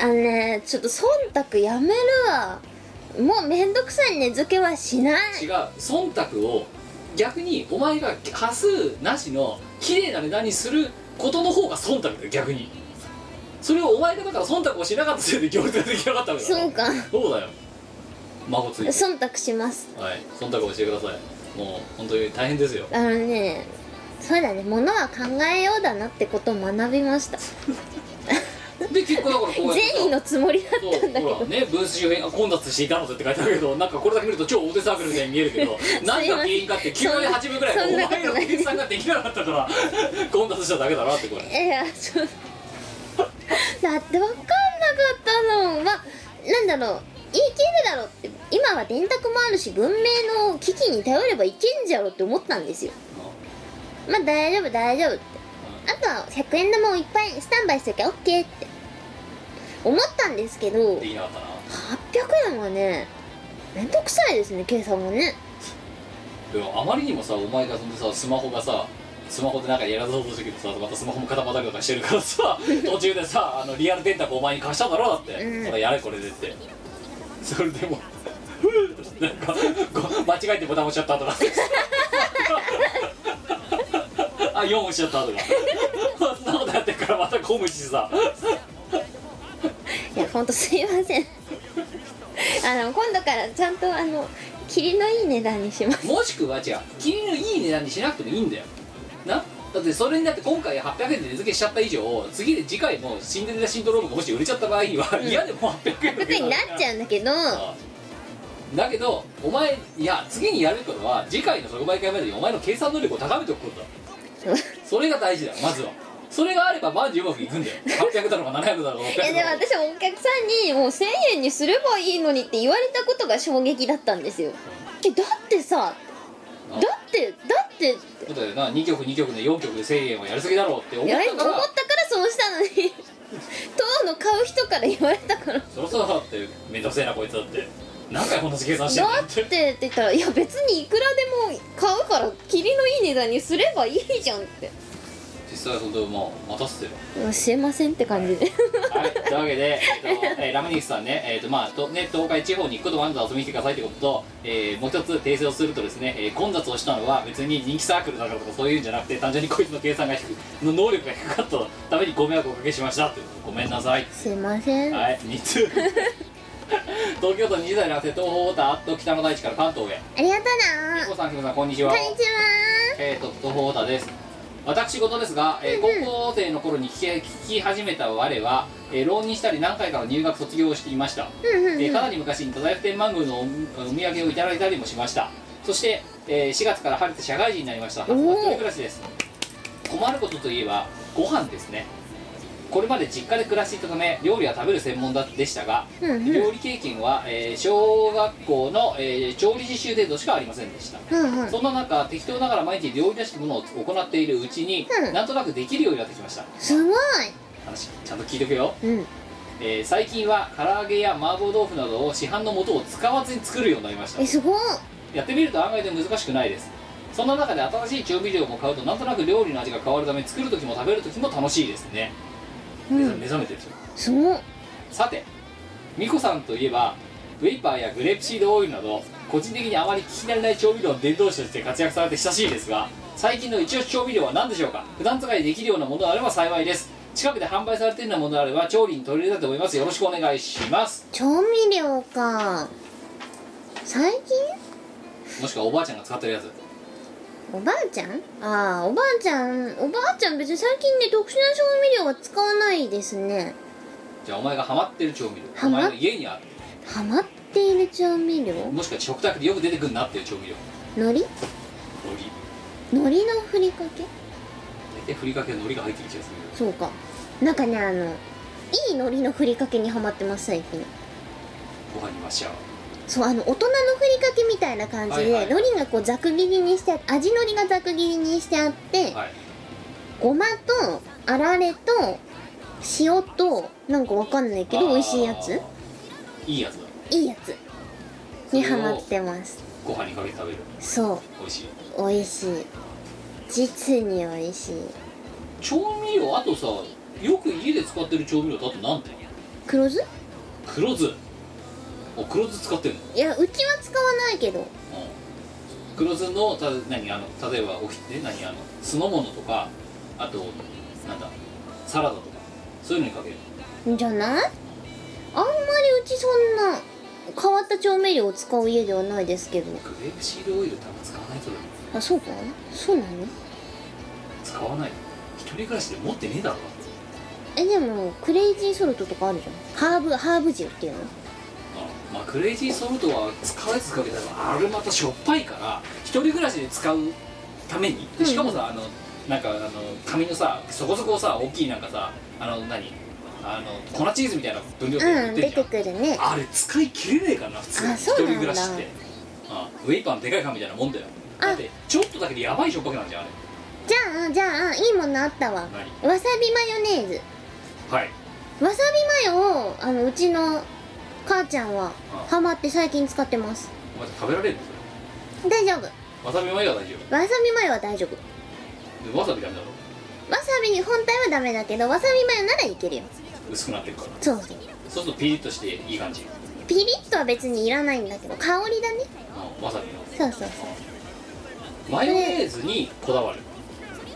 あのねちょっと忖度やめるわもうめんどくさい根付けはしない
違う忖度を逆にお前が多数なしの綺麗な値段にすることの方が忖度だよ逆にそれをお前がだから忖度をしなかったせいで行列ができなかったわけだ
そうか
そうだよ孫ついて
忖度します
はい忖度をしてくださいもう本当に大変ですよ
あのねそうだね物は考えようだなってことを学びました
で結構だからこうやってさ
善意のつもりだ
そう
ったんだけ
ほ
ど
らねブース周辺が混雑していたのでって書いてあるけ
[LAUGHS]
どなんかこれだけ見ると超大手サークルみたいに見えるけど何が原因かって9割8分ぐらい
そ
お
んな
前の計算ができなかったから [LAUGHS] 混雑しただけだなってこれ
いやそうだって分かんなかったのまあなんだろう言い切るだろうって今は電卓もあるし文明の機器に頼ればいけんじゃろって思ったんですよまあ大丈夫大丈夫ってあとは100円玉をいっぱいスタンバイしときゃ OK って思ったんですけど
で
800
きなかったな
円はねめんどくさいですね計算がね
でもあまりにもさお前がそんでさスマホがさスマホでなんかやらそうとしてるけどさまたスマホも固まったりとかしてるから
[LAUGHS]
さ途中でさあのリアル電卓お前に貸しただろだって、
うん
ほらやれこれでってそれでもなんかこ間違えてボタン押しちゃったとか [LAUGHS] あ4押しちゃったとか [LAUGHS] そんなことやってからまたこむしさ
いやほんとすいませんあの今度からちゃんとあの霧のいい値段にします
もしくは違う君のいい値段にしなくてもいいんだよなだってそれになって今回800円で値付けしちゃった以上次で次回もシンデレラシンドロームがもし売れちゃった場合には、嫌でも800円
楽になっちゃうんだけど
うんだけどお前いや次にやることは次回の即売会までにお前の計算能力を高めておくことだそれが大事だよまずはそれがあれば万事うまくいくんだよ800だろうが700だろうが600
いやでも
だろうが
私お客さんにもう1000円にすればいいのにって言われたことが衝撃だったんですよえだってさだってだって
そうだよな2曲2曲で4曲で1000円はやりすぎだろうって思っ
いや思ったた
か
から
ら
そうしたのに [LAUGHS] 当の買う人から言われたから
そろそろだって面倒くせえなこいつだって何回こんな計算してんだ
だ
っ
って
て
って言ったら「いや別にいくらでも買うから霧のいい値段にすればいいじゃん」って
実際それでまあ待たせてよ
うんすいませんって感じで
はいというわけで、えっとえーラムニクスさんね,、えっとまあとね東海地方に行くこともあるので遊びに来てくださいってことと、えーもう一つ訂正をするとですね、えー混雑をしたのは別に人気サークルだからとかそういうんじゃなくて単純にこいつの計算が低いの能力が低かったためにご迷惑をおかけしましたというごめんなさい
すいません
[LAUGHS]
あ
はい2通東京都20代の瀬戸大田と北の大地から関東へ
りがとう
み
な
こさんひむさんこんにち
こ
は
んにちは
えー、と東方太です私事ですが、えー高校生の頃に聞き聞き始めた我は、えー浪人したり何回かの入学卒業をしていました、
うんうん
えーかなり昔に太宰府天満宮のおお土産をいただいたりもしましたそして、えー4月から晴れて社会人になりました初の一人暮らしです困ることといえばご飯ですねこれまで実家で暮らしていたため料理は食べる専門だでしたが、
うんうん
料理経験は、えー小学校の、えー調理実習程度しかありませんでした
うんう
[LAUGHS]
ん
そんな中適当ながら毎日料理らしきものを行っているうちに、
うん
なんとなくできるようになってきました
すごい
話ちゃんと聞いてくよ、
うん
えー最近は唐揚げや麻婆豆腐などを市販の素を使わずに作るようになりました
えすごい
やってみると案外で難しくないですそんな中で新しい調味料も買うとなんとなく料理の味が変わるため作る時も食べる時も楽しいですね、
う
目
ん
覚めてるでしょ
すごっ
さて美子さんといえばウェイパーやグレープシードオイルなど個人的にあまり聞き慣れない調味料の伝道師として活躍されて親しいですが最近の一押し調味料は何でしょうか普段使いできるようなものがあれば幸いです近くで販売されているようなものがあれば調理に取り入れたいと思いますよろしくお願いします
調味料か最近
もしくはおばあちゃんが使ってるやつ
おばあちゃんああおばあちゃんおばあちゃん別に最近ね特殊な調味料は使わないですね
じゃあお前がハマってる調味料
ハ
お
マ
前の家にある
ハマっている調味料
もしくは食卓でよく出てくるなっていう調味料
海苔
海苔
海苔のふりかけ
大体ふりかけの海苔が入ってる気がする
そうかなんかねあのいい海苔のふりかけにハマってます最近
ご飯にマッシャー
そうあの大人のふりかけみたいな感じで、
はいはい
海苔がこうざく切りにして味海苔がざく切りにしてあって、
はい
ごまとあられと塩となんかわかんないけど美味しいやつ
あーいいやつだ
いいやつにハマってます
ご飯にかけて食べる
そ
美味しいう
美味しい実に美味しい
調味料あとさよく家で使ってる調味料だとなんて
黒酢
黒酢お黒酢使ってるの、
いやうちは使わないけど
うん、黒酢のた何あの例えばおひね何あの酢の物とかあとなんだサラダとかそういうのにかける
じゃないあんまりうちそんな変わった調味料を使う家ではないですけど
グレープシードオイル多分使わないと思う
あそうかそうなの
使わない一人暮らしで持ってねえだろ
えでもクレイジーソルトとかあるじゃんハーブハーブ塩っていうの
あまあクレイジーソルトは使うやつ使うけどあれまたしょっぱいから一人暮らしで使うためにでしかもさあのなんかあの紙のさそこそこさ大きいなんかさあの何あの粉チーズみたいな分量で売
う
っ
ん
て
出
んじゃ
て
ん
くるね
あれ使い切れねえからな普通
あ
一
そう
人
なんだ
暮らしってあウェイパーのでかい缶みたいなもんだよだってちょっとだけでやばいしょっぱくなんじゃんあれ
じゃあじゃあいいものあったわわさびマヨネーズ
はい
わさびマヨをあのうちの母ちゃんはハマって最近使ってます
お前食べられるのそ
大丈夫わ
れわさびマヨは大丈
さびマヨは大丈夫
夫でわさびダメだろ
わさび本体はダメだけどわさびマヨならいけるよ
薄くなってるから
そうそう
そうするとピリッとしていい感じ
ピリッとは別にいらないんだけど香りだね
うんわさびの
そうそうそう
マヨネーズにこだわる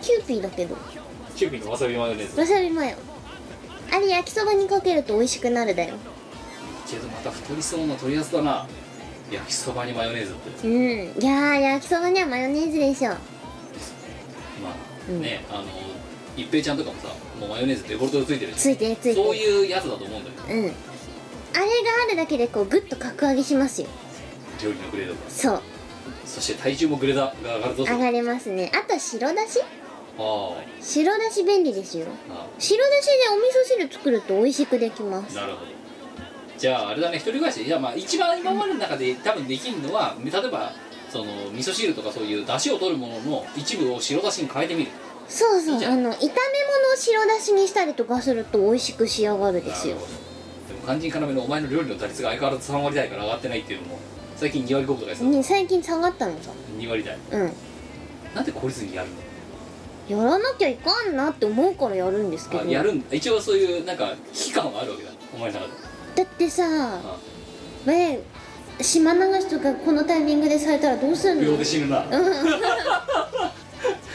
キューピーだけど
キューピーのわさびマヨネーズ
わさびマヨあれ焼きそばにかけると美味しくなるだよ
けどまた太りそうな取りやつだな焼きそばにマヨネーズって
うんいやー焼きそばにはマヨネーズでしょ
まあね、あの一平ちゃんとかもさもうマヨネーズデフォルトでついてる
つい
して
るついてる
そういうやつだと思うんだよ
うんあれがあるだけでこうグッと格上げしますよ
料理のグレードが
そう
そして体重もグレードが上がるぞ
上がりますねあと白だし
あ
白だし便利ですよ
ああ
白だしでお味噌汁作ると美味しくできま
あ
す
なるほどじゃああれだね一人暮らしじゃあまあ一番今までの中で多分できるのは例えばその味噌汁とかそういう出汁を取るものの一部を白だしに変えてみる
そう
いい
そう
じゃん
あの炒め物を白だしにしたりとかすると美味しく仕上がるですよ
なるほどでも肝心要のお前の料理の打率が相変わらず3割台から上がってないっていうのも最近2割5分とかです
ね最近下がったのさ
2割台
うん
なんで効率にやるの
やらなきゃいかんなって思うからやるんですけ
あ
ど
やるん一応そういうなんか期間はあるわけだお前の中で
だってさ
あ
前島流しとかこのタイミングでされたらどうすんの
秒で
流刑
死ぬ
[LAUGHS]
な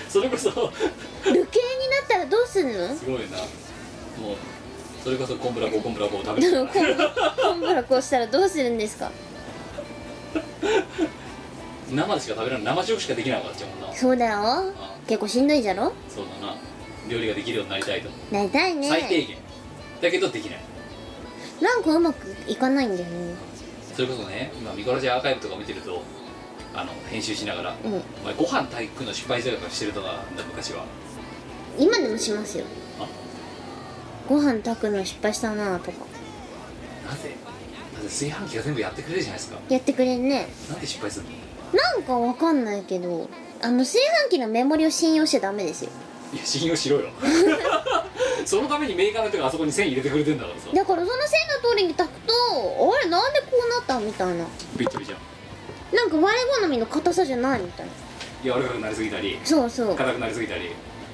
それこそ
になったらどうすんの
すごいなもうそれこそコンブラココンブラコを食べ
で
て
も
る
こんこんぶらこうしたらどうするんですか
生でしか食べられない生食しかできないわけだもんな
そうだよ結構しんどいじゃろ
そうだな料理ができるようになりたいと、
なりたい
最低
ね
限だけどできない
なんかうまくいかないんだよね
それこそね今ミコラジアアーカイブとか見てるとあの編集しながら、
うん
お前ご飯炊くの失敗とかしてるとかなんだ昔は
今でもしますよ
あ
ご飯炊くの失敗したなとか
なぜなぜ炊飯器が全部やってくれるじゃないですか
やってくれんね
なんで失敗するの
なんかわかんないけどあの炊飯器のメモリを信用しちゃダメですよ
いや信用しろよ [LAUGHS] そのためにメーカーの人があそこに線入れてくれてんだからさ
だからその線の通りに炊くとあれなんでこうなったみたいな
びっちょびちょ
なんか我好みの硬さじゃないみたいな
柔らかくなりすぎたり
そうそう
硬くなりすぎたり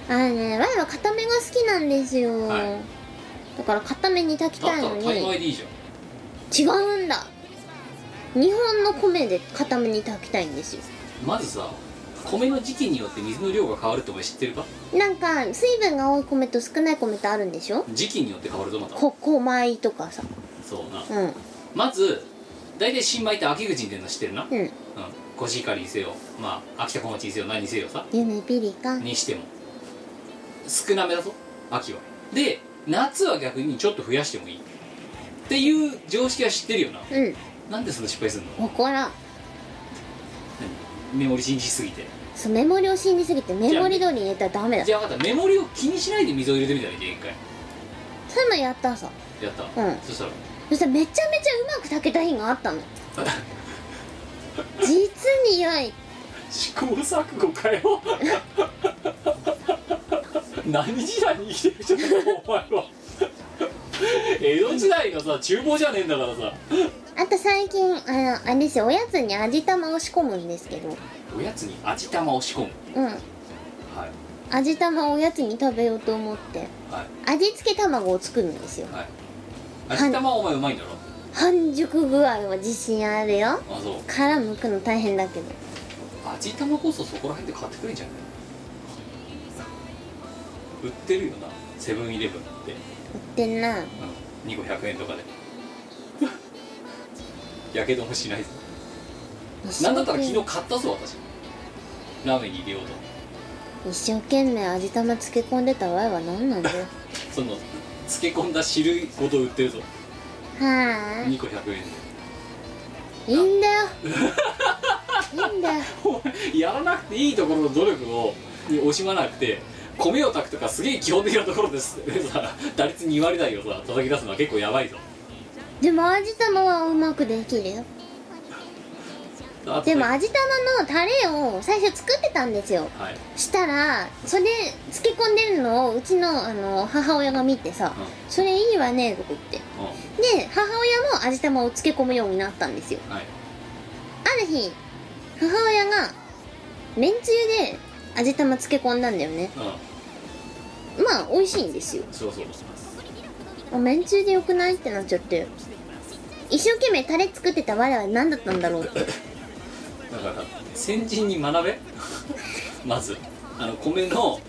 あれね我は硬めが好きなんですよ、
はい
だから硬めに炊き
だった
たい
ら
の
大
に
概でいいじゃん
違うんだ日本の米で固めに炊きたいんですよ
まずさ米の時期によって水の量が変わるってお前知ってるか
なんか水分が多い米と少ない米とあるんでしょ
時期によって変わるとまた
ここ米とかさ
そうな
うん
まず大体新米って秋口に出るの知ってるな
うん
うんコシヒカリにせよまあ秋田小町にせよ何にせよさ
ゆめぴりか
にしても少なめだぞ秋はで夏は逆にちょっと増やしてもいいっていう常識は知ってるよな
うん
なんでそんな失敗するの
わからん
メモリ信じすぎて
そうメモリを信じすぎてメモリ通りに入れたらダメだ
じゃあ分かったメモリを気にしないで水を入れてみたらいいじゃん一回
そういうのやったさ
やった、
うん
そしたら
そしたらめちゃめちゃうまく炊けた日があったの実に良い
試行錯誤かよ [LAUGHS] 何時代に生きてるじゃんお前は江戸時代のさ厨房じゃねえんだからさ
あと最近あのあれですよおやつに味玉を仕込むんですけど
おやつに味玉を仕込む
うん
はい
味玉をおやつに食べようと思って
はい
味付け卵を作るんですよ
はい味玉はお前うまいんだろ
半熟具合は自信あるよ
あそう
殻むくの大変だけど
味玉こそそこら辺で買ってくれんじゃない売ってるよなセブンイレブンって、
売ってんな
うん、2個100円とかで [LAUGHS] やけどもしないぞなんだったら昨日買ったぞ私ラーメンに入れようと
一生懸命味玉漬け込んでたわいは何なんだ
[LAUGHS]
よ
その漬け込んだ汁ごと売ってるぞ
はあ
2個100円で
いいんだよいいんだよ
お前 [LAUGHS] やらなくていいところの努力をに惜しまなくて米を炊くとかすげえ基本的なところです [LAUGHS] でさ打率2割台をさ叩き出すのは結構やばいぞ
でも味玉はうまくできるよ
あと
でも味玉のタレを最初作ってたんですよ
はい、
したらそれ漬け込んでるのをうちのあの母親が見てさ
うん
「それいいわね」とか言って
う
で母親も味玉を漬け込むようになったんですよ
んはい、
ある日母親がめんつゆで味玉漬け込んだんだよね
う
まあ美味しいんですよ
ん、そうそう
あめんつゆでよくないってなっちゃって一生懸命タレ作ってた我は何だったんだろうって
だから先人に学べ [LAUGHS] まずあの米の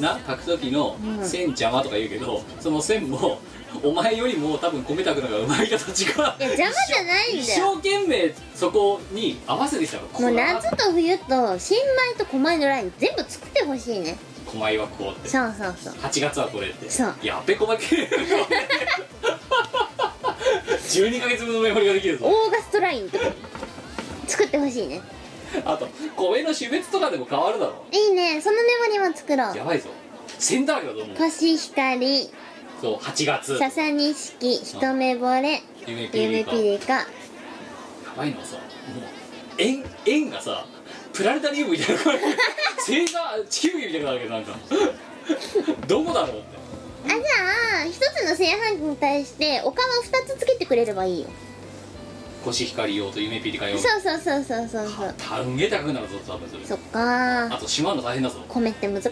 な炊く時の
うん
線邪魔とか言うけど、その線もお前よりも多分米炊くのがうまい人たちが
いや邪魔じゃないん
一
だよ
生懸命そこに合わせてきたから
もう
な
夏と冬と新米と小米のライン全部作ってほしいね
狛江はこうって
そうそうそう
8月はこれって
そう
やっべこまけ12ヶ月分のメモリができるぞ
オーガストラインとか作ってほしいね
あと米の種別とかでも変わるだろ
いいねそのメモリも作ろ
や
う
ばいぞ線だらけだと思う
コシヒカリ
そう8月
ササニシキ一目惚れ
夢ピ
ゆ
リ
め
カ
ぴりか
やばいのはさもう円円がさプラネタリウムみたいな感じ星座地球儀みたいなのだけどなんかどこだろうって
あじゃあ一つの炊飯器に対しておかわ二つつけてくれればいいよ
コシヒカリ用と夢ピリカ用
そうそうそうそうそうそう
たんげたくなるぞ多分それ
そっか
あ
ー
としまうの大変だぞ
米って難しい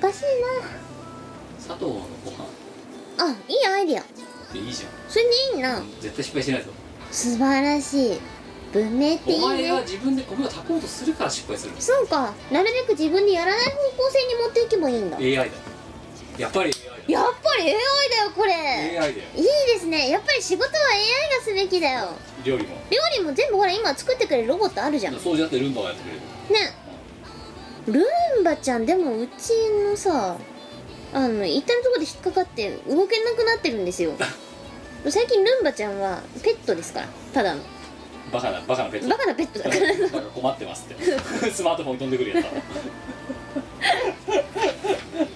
砂糖のご飯っ
なあいいアイディア
ていいじゃん
それでいいな
絶対失敗しないぞ
素晴らしい文明ってい
お
い
前が
ね
自分で米を炊こうとするから失敗する
そうかなるべく自分でやらない方向性に持っていけばいいんだ
AI だやっぱり
やっぱり AI だよこれ
AI だ AI だよ
いいですねやっぱり仕事は AI がすべきだよ
料理も
料理も全部ほら今作ってくれるロボットあるじゃんね
掃除だってルンバがやってくれる
ルンバちゃんでもうちのさあの一旦のところで引っかかって動けなくなってるんで
[LAUGHS]
すよ最近ルンバちゃんはペットですからただの
バカなバカなペット
バカなペットだ
[LAUGHS]
から
なんか困ってますって [LAUGHS] スマートフォン飛んでくるやつ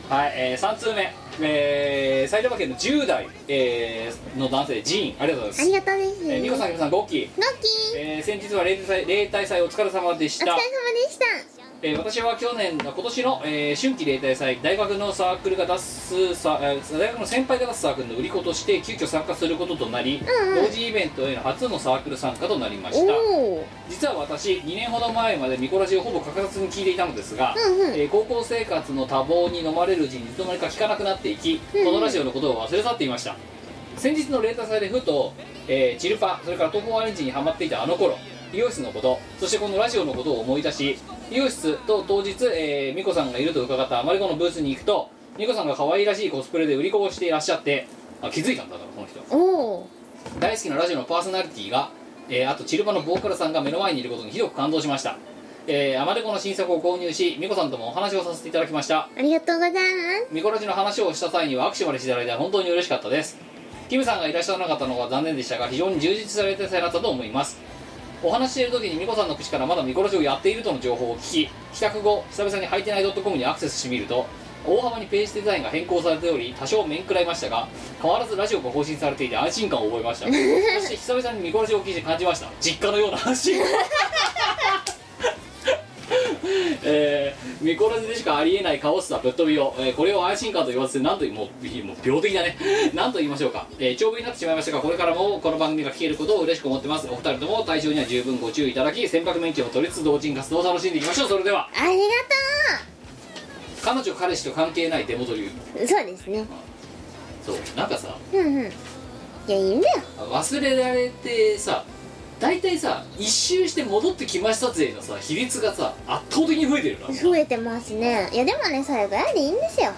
はい、えー、3通目、えー、埼玉県の10代、えー、の男性ジーンありがとうござ
あ
います
りがとうです
えーニコさん、ヒロさん、ゴッキー、
ロッキー
えー、先日は例大祭例大祭お疲れ様でし
お疲れ
た
様でした
えー私は去年今年の、えー春季例大祭大学のサークルが出すさ、えー大学の先輩が出すサークルの売り子として急遽参加することとなり、同時イベントへの初のサークル参加となりました
おお
実は私2年ほど前までミコラジをほぼ欠かさずに聞いていたのですが、
うんうん
えー高校生活の多忙に飲まれるうちにいつの間にか聞かなくなっていき、
うんうん
このラジオのことを忘れ去っていました先日のレータ祭でふと、えーチルパそれから東方アレンジにハマっていたあの頃美容室のことそしてこのラジオのことを思い出し美容室と当日、えー、美子さんがいると伺ったあまりこのブースに行くと美子さんが可愛らしいコスプレで売り子をしていらっしゃってあ気づいたんだからこの人
おお
大好きなラジオのパーソナリティが、えーあとチルバのボーカルさんが目の前にいることにひどく感動しました、えー、アマデコの新作を購入し美子さんともお話をさせていただきました
ありがとうございま
ミコラジの話をした際には握手までしていただいて本当に嬉しかったですキムさんがいらっしゃらなかったのが残念でしたが非常に充実されてされたと思いますお話ししている時にミコさんの口からまだミコラジをやっているとの情報を聞き帰宅後久々にはいてない .com にアクセスしてみると大幅にページデザインが変更されており多少面食らいましたが変わらずラジオが更新されていて安心感を覚えましたそして久々にミコラジを聞いて感じました実家のような安心感えー、ミコラジでしかありえないカオスなぶっ飛びを、えーこれを安心感と言わず何と言いもうもう病的だね [LAUGHS] 何と言いましょうか、えー長文になってしまいましたがこれからもこの番組が聞けることを嬉しく思ってますお二人とも対象には十分ご注意いただき船舶免許を取りつつ同人活動を楽しんでいきましょうそれでは
すあり
彼女彼氏と関係ないデモという
がとうそうですね
そうなんかさ
うんうんいやいいんだよ
忘れられてさ大体さ一周して戻ってきました勢のさ比率がさ圧倒的に増えてるな
増えてますねいやでもねそれぐらいでいいんですよ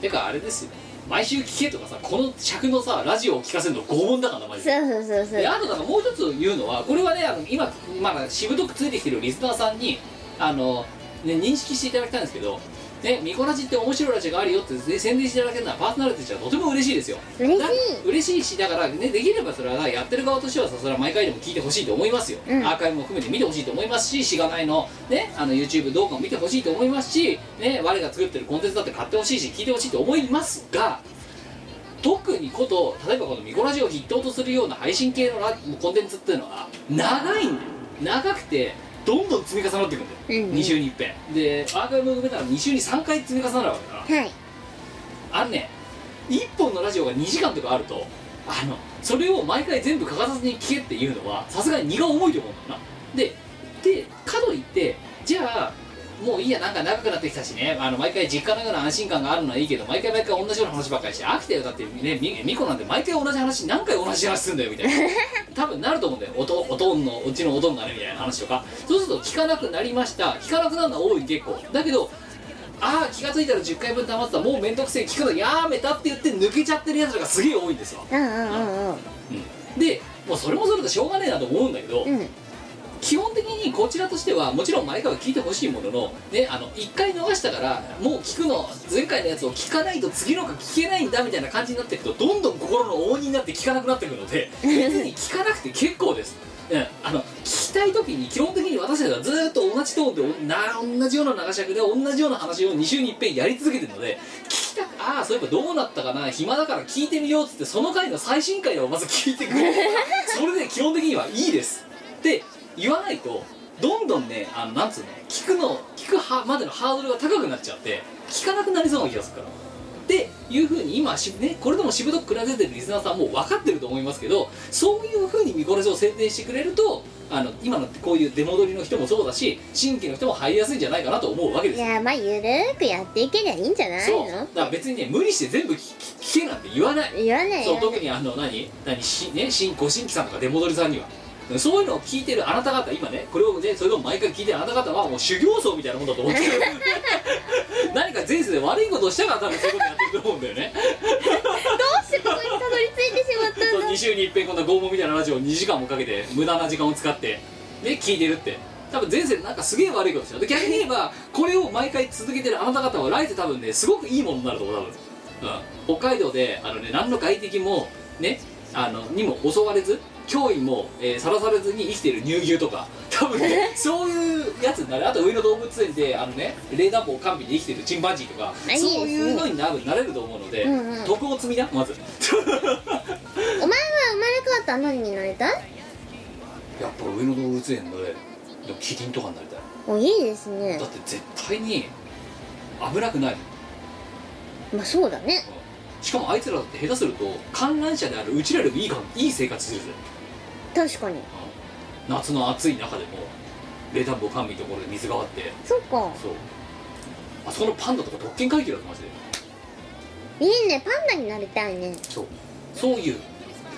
てかあれですよ毎週聞けとかさこの尺のさラジオを聞かせるの拷問だからなマジで
そうそうそうそう
であとだからもう一つ言うのはこれはねあの今、まあ、しぶとくついてきてるリスナーさんにあの、ね、認識していただきたいんですけどね、ミコラジって面白いラジオがあるよってね宣伝していただけるのはパーソナリティじゃとても嬉しいですよ
嬉しい
だ嬉しいしだから、ね、できればそれはなやってる側としてはさそれは毎回でも聞いてほしいと思いますよ、
うん
アーカイブも含めて見てほしいと思いますししがないの,、ね、あの YouTube 動画も見てほしいと思いますし、ね、我が作ってるコンテンツだって買ってほしいし聞いてほしいと思いますが特にこと例えばこのミコラジオを筆頭とするような配信系のラコンテンツっていうのは長いんだよ長くてどんどん積み重なっていくんだよ、
うんうん
2週に一遍でアーカイブも含めたら2週に3回積み重なるわけだな
はい
あのね1本のラジオが2時間とかあるとあのそれを毎回全部欠かさずに聞けっていうのはさすがに荷が重いと思うんだよなででかといってじゃあもういいやなんか長くなってきたしねあの毎回実家のような安心感があるのはいいけど毎回毎回同じような話ばっかりして飽きたよだってねみみこなんて毎回同じ話何回同じ話すんだよみたいな多分なると思うんだよおとおとんのうちのおとんがねみたいな話とかそうすると聞かなくなりました聞かなくなるのは多い結構だけどああ気が付いたら10回分溜まってたもうめんどくせえ聞くのやめたって言って抜けちゃってるやつらがすげえ多いんですわ、
うんうんうんうん
うん、でもうそれもそれでしょうがねえなと思うんだけど、
うん
基本的にこちらとしてはもちろん毎回は聞いてほしいものの,、ね、あの1回逃したからもう聞くの前回のやつを聞かないと次のが聞けないんだみたいな感じになっていくとどんどん心の重荷になって聞かなくなってくるので別に聞かなくて結構です。うん、あの聞きたい時に基本的に私たちはずーっと同じトーンでな同じような長尺で同じような話を2週に1遍やり続けてるので聞きたくああそういえばどうなったかな暇だから聞いてみようっつってその回の最新回をまず聞いてくれるそれで基本的にはいいですって言わないとどんどんねあのなんつうの聞くの聞くはまでのハードルが高くなっちゃって聞かなくなりそうな気がするからっていうふうに今し、ね、これでもしぶとく比べてるリスナーさんもう分かってると思いますけどそういうふうに見殺しを宣伝してくれるとあの今のこういう出戻りの人もそうだし新規の人も入りやすいんじゃないかなと思うわけで
い
すよ
やまあゆるーくやっていけりゃいいんじゃない
そう
の
だから別にね無理して全部聞聞けなんて言わない
言わない
そう
よ
特にあの何何し、ね、新ご新規さんとか出戻りさんにはそういうのを聞いてるあなた方今ねこれをねそれを毎回聞いてるあなた方はもう修行僧みたいなもんだと思ってる何か前世で悪いことをしたから多分そういうことやってると思うんだよね
どうしてここにたどり着いてしまったんだ
2週に一遍こんな拷問みたいなラジオを2時間もかけて無駄な時間を使ってね聞いてるって多分前世でなんかすげえ悪いことしたで逆に言えばこれを毎回続けてるあなた方は来世多分ねすごくいいものになると思う多分、うん、北海道であのね何の外敵もねあのにも襲われず脅威もさら、えー晒されずに生きてる乳牛とか多分ね
[LAUGHS]
そういうやつになるあと上野動物園であのね冷暖房完備で生きてるチンパンジーとか
あいいですね
そういうのになるなれると思うので、
うんうん
徳を積みなまず
お前は生まれ変わったら何になりたい
やっぱ上野動物園ででもキリンとかになりたい
おいいですね
だって絶対に危なくない
まあそうだね
しかもあいつらだって下手すると観覧車であるうちらよりもいいかいい生活してるぜ
確かに
夏の暑い中でも冷暖房完備のところで水があって
そっか
そうあそこのパンダとか特権階級だとマジで
いいねパンダになりたいね
そうそういう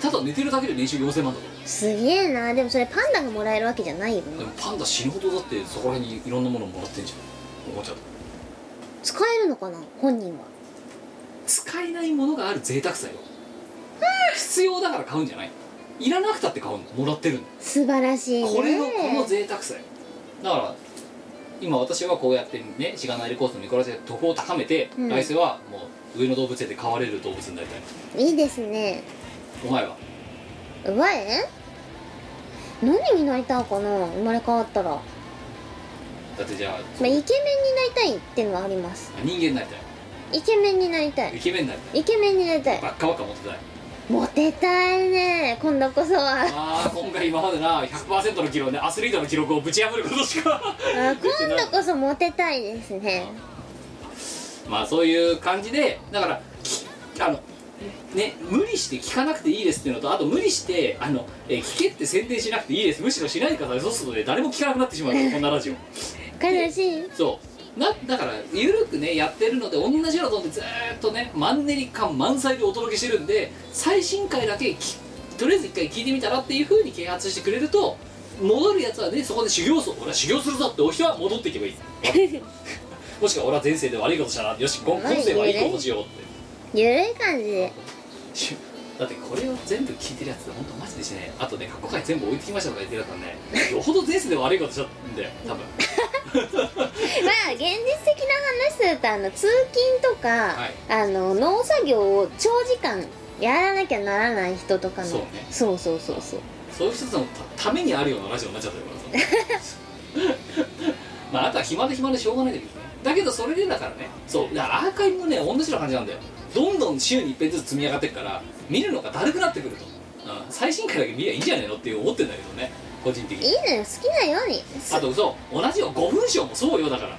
ただ寝てるだけで年収4000万だと
すげえなでもそれパンダがもらえるわけじゃないよ
で
ね
もパンダ死ぬほどだってそこら辺にいろんなものもらってんじゃんおもちゃとか
使えるのかな本人は
使えないものがある贅沢さよ必要だから買うんじゃないいらなくたって買うのもらってるの
素晴らしいね
これのこの贅沢さよだから今私はこうやってねしがないレコースの見殺しで徳を高めて、
うん
来世はもう上野動物園で飼われる動物になりたい
いいですね
お前は
うまい何になりたいかな生まれ変わったら、ま
だってじゃあ
あ、イケメンになりたいっていうのはあります
人間になりた
イケメンになりた
いイ
い
ケメンになりたい
イケメンになりたい
ばっかばっか持ってたい
モテたいね今度こそはあ
ああ今回今までな100%の記録ねアスリートの記録をぶち破ることしか
今度こそモテたいですね
まあそういう感じでだからきあのね無理して聞かなくていいですっていうのとあと無理してあの、えー聞けって宣伝しなくていいですむしろしないでくださいそうするとね誰も聞かなくなってしまうのこんなラジオ
悲しい
そうなだからゆるくねやってるので同じようなトーンでずーっとねマンネリ感満載でお届けしてるんで最新回だけきとりあえず一回聞いてみたらっていう風に啓発してくれると戻るやつはねそこで修行僧俺は修行するぞってお人は戻っていけばいいもしくは俺は前世で悪いことしたなよし今今世はいいことしようって
ゆるい感じで
しだってこれを全部聞いてるやつって本当マジでしねあとね過去回全部置いてきましたとか言ってるやつはねよほど前世で悪いことしちゃったんだよ多分
まあ現実的な話するとあの通勤とか、
はい
あの農作業を長時間やらなきゃならない人とかの
そうね
そうそうそうそう
そういう人たちのたためにあるようなラジオになっちゃってるからさ [LAUGHS] まああとは暇で暇でしょうがないけどねだけどそれでだからねそうだからアーカイブもね同じような感じなんだよどんどん週に一遍ずつ積み上がってくから見るのがだるくなってくると、うん、最新回だけ見りゃいいんじゃないのって思ってんだけどね個人的
いい
に
のよ好きなようにす
あと嘘同じよ5分章もそうよだから、うん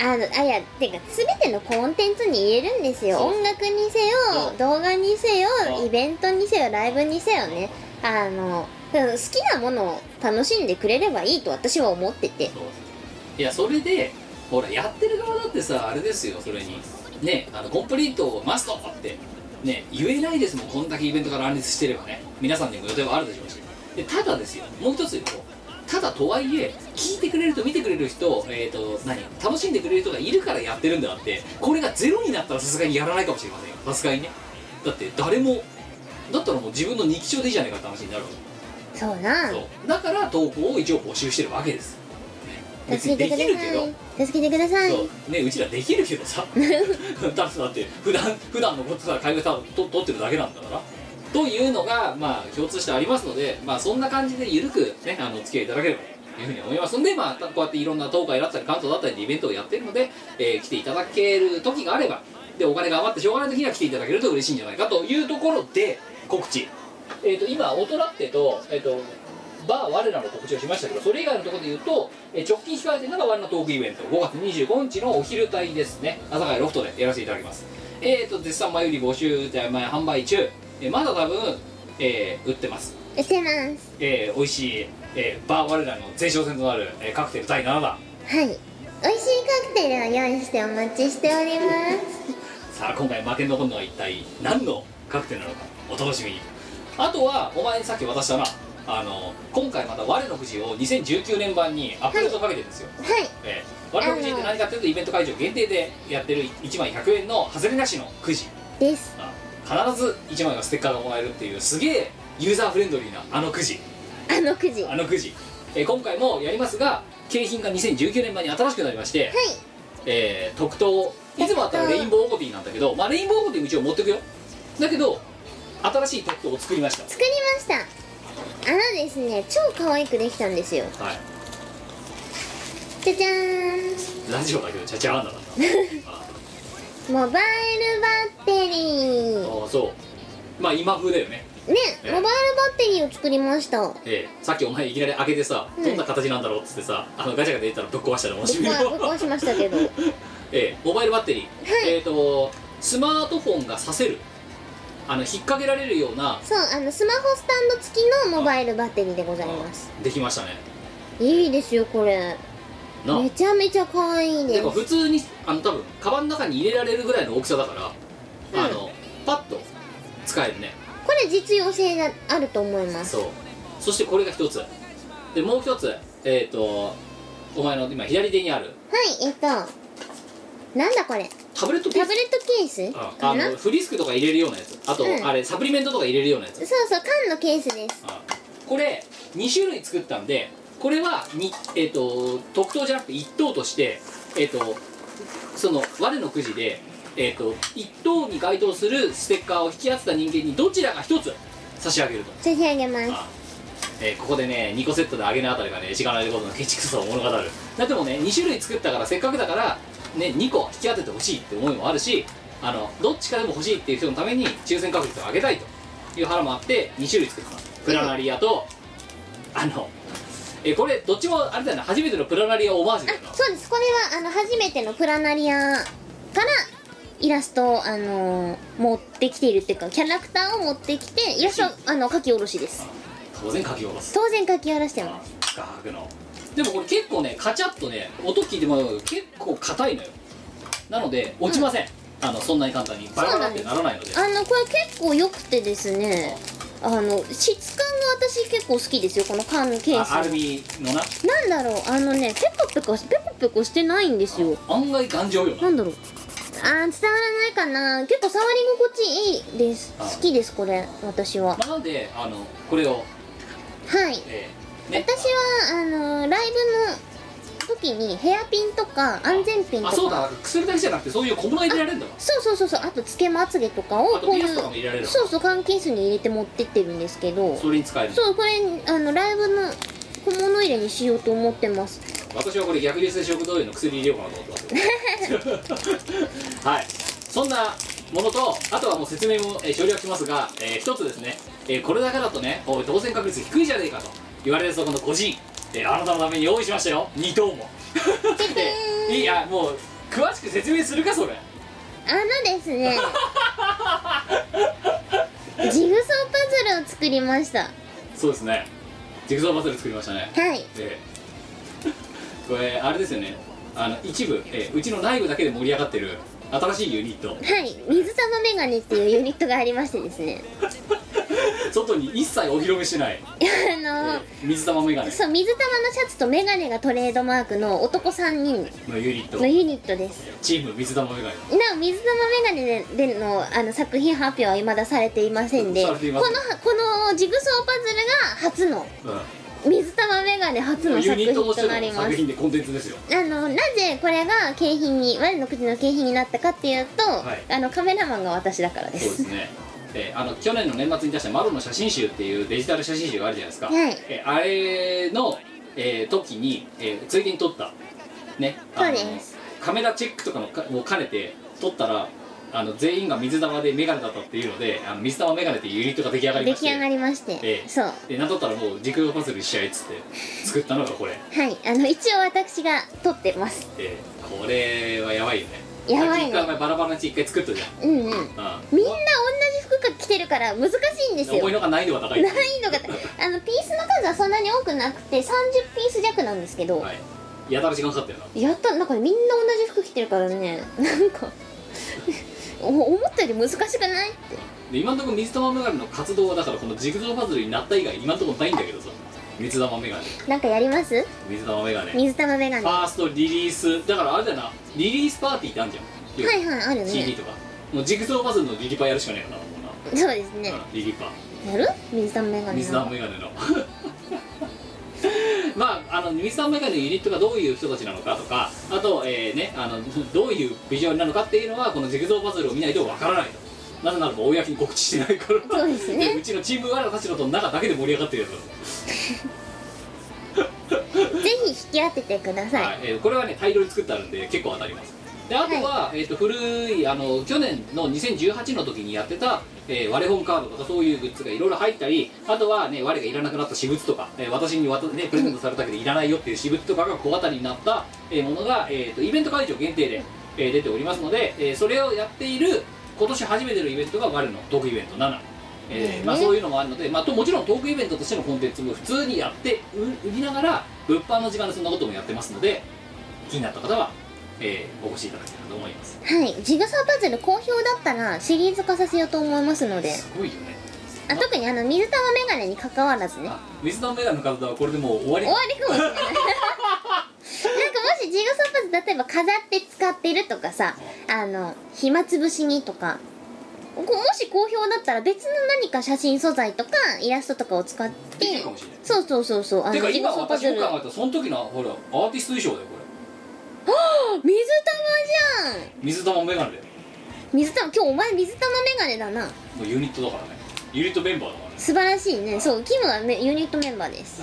あのあいやてか全てのコンテンツに言えるんですよ
そう
音楽にせよ、
うん
動画にせよ
うん
イベントにせよライブにせよねあのうん好きなものを楽しんでくれればいいと私は思ってて
そういやそれでほらやってる側だってさあれですよそれにねあのコンプリートをマストってね言えないですもんこんだけイベントが乱立してればね皆さんにも予定はあるでしょうしでただですよもう一つ言うとただとはいえ聞いてくれると見てくれる人、えー、と何楽しんでくれる人がいるからやってるんであってこれがゼロになったらさすがにやらないかもしれませんよさすがにねだって誰もだったらもう自分の日常でいいじゃないかって話になるわけ
そうな
そうだから投稿を一応募集してるわけです別
助
に
け
で
てく
きるけ
だ
ど
さい助けてください
そうねうちらできるけどさだってだって普段普段のことから会話と取ってるだけなんだからというのがまあ共通してありますのでまあそんな感じでゆるくねあのお付き合いいただければというふうに思いますんでまあたこうやっていろんな東海だったり関東だったりでイベントをやってるので、えー来ていただける時があればでお金が余ってしょうがない時には来ていただけると嬉しいんじゃないかというところで告知えっ、と今大人ってとえっ、とバー我らの告知をしましたけどそれ以外のところで言うと、えー直近控えてるのが我らのトークイベント5月25日のお昼帯ですね朝会ロフトでやらせていただきますえっ、と絶賛前売り募集で前販売中、えーまだ多分、えー売ってます
打てます
えー美味しい、えーバー我らの前哨戦となる、えーカクテル第7弾
はい美味しいカクテルを用意してお待ちしております
さあ今回負け残るのは一体何のカクテルなのかお楽しみにあとはお前にさっき渡したなあの今回また「我のくじ」を2019年版にアップデートかけてるんですよ、
はい
えー我のくじって何かっていうとイベント会場限定でやってる1枚100円の外れなしのくじ
です
あ必ず1枚のステッカーがもらえるっていうすげえユーザーフレンドリーなあのくじ
あのくじは
あのくじ、えー今回もやりますが景品が2019年版に新しくなりまして、
い
えー特等いつもあったらレインボーオコティなんだけど、まあ、レインボーオコティも一応持ってくよだけど新しい特等を作りまし
作りましたあのですね超可愛くできたんですよ
たはい
じゃじゃーん
ラジオだけどちゃちゃーんだ
[LAUGHS]
なあ
モバイルバッテリー
あそうまあ今風だよねえ
モバイルバッテリーを作りましたぶっ
ええ、さっきお前いきなり開けてさ、
うん
どんな形なんだろうっつってさあのガチャガチャ言ったらぶっ壊したら面白い
[LAUGHS] 壊ぶっ
よ、
壊しましたけど
[LAUGHS] ええ、モバイルバッテリー、えっ、とスマートフォンがさせるあの引っ掛けられるような
そうあのスマホスタンド付きのモバイルバッテリーでございます
できましたね
いいですよこれ
な
めちゃめちゃ可愛いで
て
す
か普通にあの多分カバンの中に入れられるぐらいの大きさだから、
うん
あのパッと使えるね
これ実用性があると思います
そうそしてこれが一つでもう一つえっ、とお前の今左手にある
はいえっとなんだこれ
タブレットケ
タ
ース
ブレットケー
あ
ス
あ
かなそ
の
う
フリスクとか入れるようなやつあと、
うん
あれサプリメントとか入れるようなやつ
そう缶のケースです
あこれ2種類作ったんでこれはに、えっと特等じゃなくて1等として、えっとその我のくじで、えっと1等に該当するステッカーを引き当てた人間にどちらか1つ差し上げると、
差し上げます
あえーここでね2個セットであげるあたりがねしがないことのケチくさを物語るだってもね2種類作ったからせっかくだから、ね、2個引き当ててほしいって思いもあるしあのどっちかでも欲しいっていう人のために抽選確率を上げたいという腹もあって2種類作ったプラナリアとあのえーこれどっちもあれだよな初めてのプラナリアオマージュだよな
あそうですこれはあの初めてのプラナリアからイラストを、あのー持ってきているっていうかキャラクターを持ってきてイラストあの書き下ろしです
当然書き下ろす
当然書き下ろしてま
あ
す
画伯のでもこれ結構ねカチャッとね音聞いてもらうと結構硬いのよなので落ちません、あのそんなに簡単にバラバラってならないので
あのこれ結構良くてですねあの質感が私結構好きですよこの缶のケース
あアルミのな
なんだろうあのねペコペコペコペコしてないんですよ
案外頑丈よな
なんだろうあー伝わらないかな結構触り心地いいです
あ
好きですこれ私は
まあなんであのこれを、
はい
えーね、
私はあのライブの時にヘアピンとか安全ピンとか
あそうだ薬だけじゃなくてそういう小物入れられるんだわ
そうそうそうそうあとつけまつげとかを
あと
こうい
ピアスとかも入れられ
う
る
そうそう缶ケースに入れて持ってってるんですけど
それに使える
そうこれあのライブの小物入れにしようと思ってます
私はこれ逆流性食道炎の薬入れようかなと思ってます
[LAUGHS]
はいそんなものとあとはもう説明も、えー省略しますが、えー一つですね、えーこれだけだとねおい当選確率低いじゃねえかと言われるそこの個人、えーあなたのために用意しましたよ2等も [LAUGHS] でいやもう詳しく説明するかそれ
あので
[LAUGHS]
すねジグソーパズルを作りました
そうですねジグソーパズル作りましたね
はい
えー [LAUGHS] これあれですよねあの一部、えーうちの内部だけで盛り上がってる新しいユニット
はい水玉メガネっていうユニットがありましてですね [LAUGHS]
外に一切お披露目しない
あの
水玉メガネ
そう水玉のシャツとメガネがトレードマークの男3人
のユニット
のユニットです
チーム水玉メガネ
なお水玉メガネでのあの作品発表は未だされていませんで
さ
この
れていません
このジグソーパズルが初の水玉メガネ初
うん
の
ユ
作
ニッ
品
トとし
と
て
なり
の
ま
作
す
品でコンテンツですよ
あのなぜこれが景品に我の口の景品になったかっていうと、
はい
あのカメラマンが私だからで
そうですすねえーあの去年の年末に出した「マロの写真集」っていうデジタル写真集があるじゃないですか、
はい
えーあれの、えー時に、えーついでに撮ったねあの
そうです
カメラチェックとかのかを兼ねて撮ったらあの全員が水玉でメガネだったっていうのであの水玉メガネっていうユニットが出来上がり
出
まし
来上が
て
りまして、
ええ
そうは
でなんだったらもう時空をパズルしちゃえっつって作ったのがこれ
いあの一応私が撮ってます
えーこれはやばいよね
やばい
さっき
ね
一回お前バラバラにして一回作ったじゃ
うんうん
ん、うん、
みんな同じ服が着てるから難しいんですよ
思いのが難易度が高い
難易度があのピースの数はそんなに多くなくて30ピース弱なんですけど、
はいやたら時間かかったよな
やったなんかみんな同じ服着てるからねなんか [LAUGHS] お思ったより難しくないって
で今のところ水玉メガネの活動はだからこのジグゾーパズルになった以外今のところないんだけどさ水玉メガネ
なんかやります
水玉メガネフ
水玉メガネは
ァーストリリースだからあれだよなリリースパーティーってあるじゃん、
い
要は
はいある
CD
ね
とかもうジグゾーパズルのリリパやるしかねえよなもう
そうですね
な、うんリリパ
やる水玉メガネ
水玉メガネのまああの水玉メガネのユニットがどういう人たちなのかとかあと、えーね、あのどういうビジュアルなのかっていうのはこのジグゾーパズルを見ないとわからないとなぜならば公に告知してないから
そうですね
[LAUGHS] うちのチーム我らたちのと中だけで盛り上がってるやつだと
ぜひ引き当ててください、
はいえーこれはね大量に作ってあるんで結構当たりますであとは、えー、と古いあの去年の2018の時にやってた、えー割れ本カードとかそういうグッズがいろいろ入ったりあとはね我がいらなくなった私物とか、えー私にわた、ね、プレゼントされたけどいらないよっていう私物とかが小当たりになった、えーものが、えー、とイベント会場限定で、えー出ておりますので、えーそれをやっている今年初めてのイベントが我のトークイベント7。えーまあ、そういうのもあるので、まあ、ともちろんトークイベントとしてのコンテンツも普通にやってう売りながら物販の時間でそんなこともやってますので気になった方は、えーお越しいただけたらと思います
はいジグソーパズル好評だったらシリーズ化させようと思いますのです
ごいよね
あ特にあの水玉メガネに関わらずね
あ水のメガネの体はこれでもう終わり
終わりかもしれないなんかもしジグソーパズル例えば飾って使ってるとかさあの暇つぶしにとかこもし好評だったら別の何か写真素材とかイラストとかを使って
できるかもしれない
そうそうそうそうあ
てか今
ソー
私も考えたらその時のほらアーティスト衣装だよこれ
水玉じゃん
水玉メガネだよ
水玉今日お前水玉メガネだな
もうユニットだからねユニットメンバーだからね
素晴らしいねそうキムはめユニットメンバーです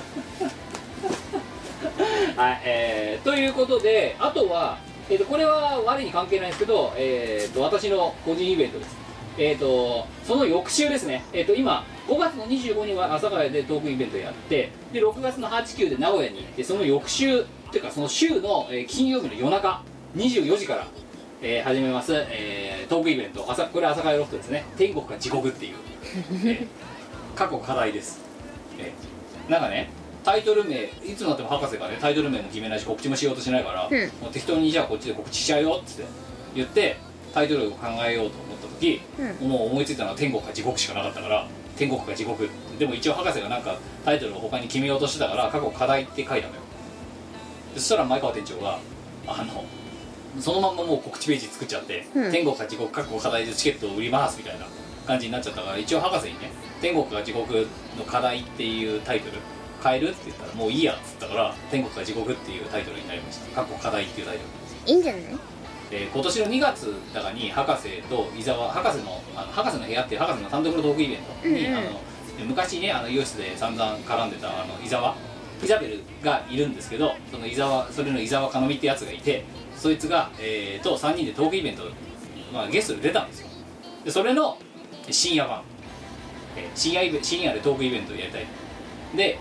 はい、えー、ということで、あとは、えー、とこれは我に関係ないんですけど、えー、と私の個人イベントです。えー、とその翌週ですね、えー、と今、5月の25日は阿佐ヶ谷でトークイベントやって、で6月の8、9で名古屋に行って、その翌週、っていうか、その週の、えー金曜日の夜中、24時から、えー始めます、えートークイベント、朝これ、阿佐ヶ谷ロフトですね、天国か地獄っていう、えー [LAUGHS] 過去課題です。えーなんかねタイトル名いつになっても博士がねタイトル名も決めないし告知もしようとしないから、
うん
もう適当にじゃあこっちで告知しちゃうよっつって言ってタイトルを考えようと思った時、もう思いついたのは天国か地獄しかなかったから天国か地獄でも一応博士がなんかタイトルを他に決めようとしてたから過去課題って書いたのよでそしたら前川店長があのそのまんまもう告知ページ作っちゃって、
うん
天国か地獄過去課題でチケットを売りますみたいな感じになっちゃったから一応博士にね「天国か地獄の課題」っていうタイトル変えるって言ったら「もういいや」っつったから「天国か地獄」っていうタイトルになりました過去課題っていうタイトル
いいんじゃない
えー今年の2月だかに博士と伊沢博士のあの博士の部屋っていう博士の単独のトークイベントに、
うんうん
あの昔ねあのイオシスで散々絡んでたあの伊沢イザベルがいるんですけどその伊沢それの伊沢かのみってやつがいてそいつが、えーと3人でトークイベント、まあ、ゲストで出たんですよでそれの深夜版、えー深夜イベ深夜でトークイベントをやりたいで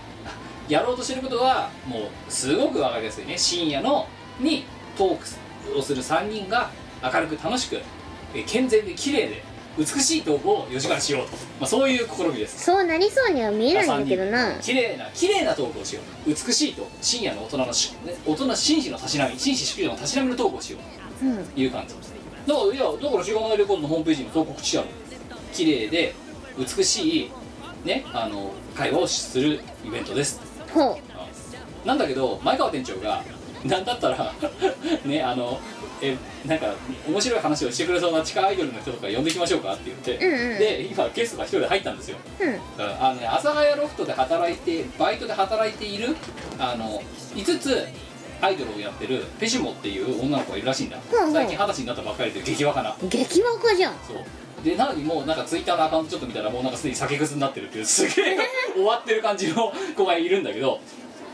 やろうとしてることはもうすごくわかりやすいね深夜のにトークをする3人が明るく楽しくえー健全で綺麗で美しいトークを4時間しようと、まあ、そういう試みです
そうなりそうには見えないんだけどな
綺麗な綺麗なトークをしよう美しいと深夜の大人のしね大人紳士のたしなみ紳士淑女のたしなみのトークをしよう
うん
いう感じだからいやだからシガナイレコードのホームページにもそう告知ある綺麗で美しいねあの会話をするイベントです
ほ
なんだけど前川店長がなんだったらねあのえなんか面白い話をしてくれそうな地下アイドルの人とか呼んできましょうかって言って、
うんうん
で今ゲストが一人で入ったんですよ
ううん
だからあのね阿佐ヶ谷ロフトで働いてバイトで働いているあの5つアイドルをやってるペシュモっていう女の子がいるらしいんだ、
うんうん
最近二十歳になったばっかりで激若な
激若じゃん
そうでなのにもうなんかツイッターのアカウントちょっと見たらもうなんかすでに酒癖になってるっていう [LAUGHS] すげえ終わってる感じの子がいるんだけど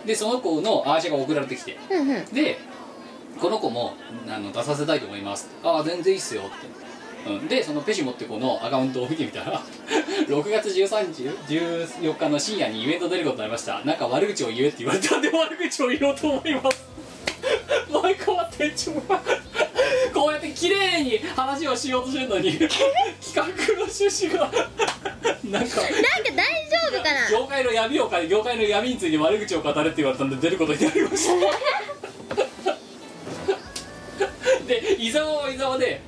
でその子のアーシャが送られてきて
うんうん
でこの子もあの出させたいと思いますああ全然いいっすよって、うん、でそのペシモって子のアカウントを見てみたら [LAUGHS] 6月13日14日の深夜にイベント出ることになりましたなんか悪口を言えって言われたんで悪口を言おうと思います [LAUGHS] 前川店長が [LAUGHS] こうやって綺麗に話をしようとするのに [LAUGHS] 企画の趣旨がなんか
なんか大丈夫かな
業界の闇をか業界の闇について悪口を語れって言われたんで出ることになりましたで伊沢は伊沢で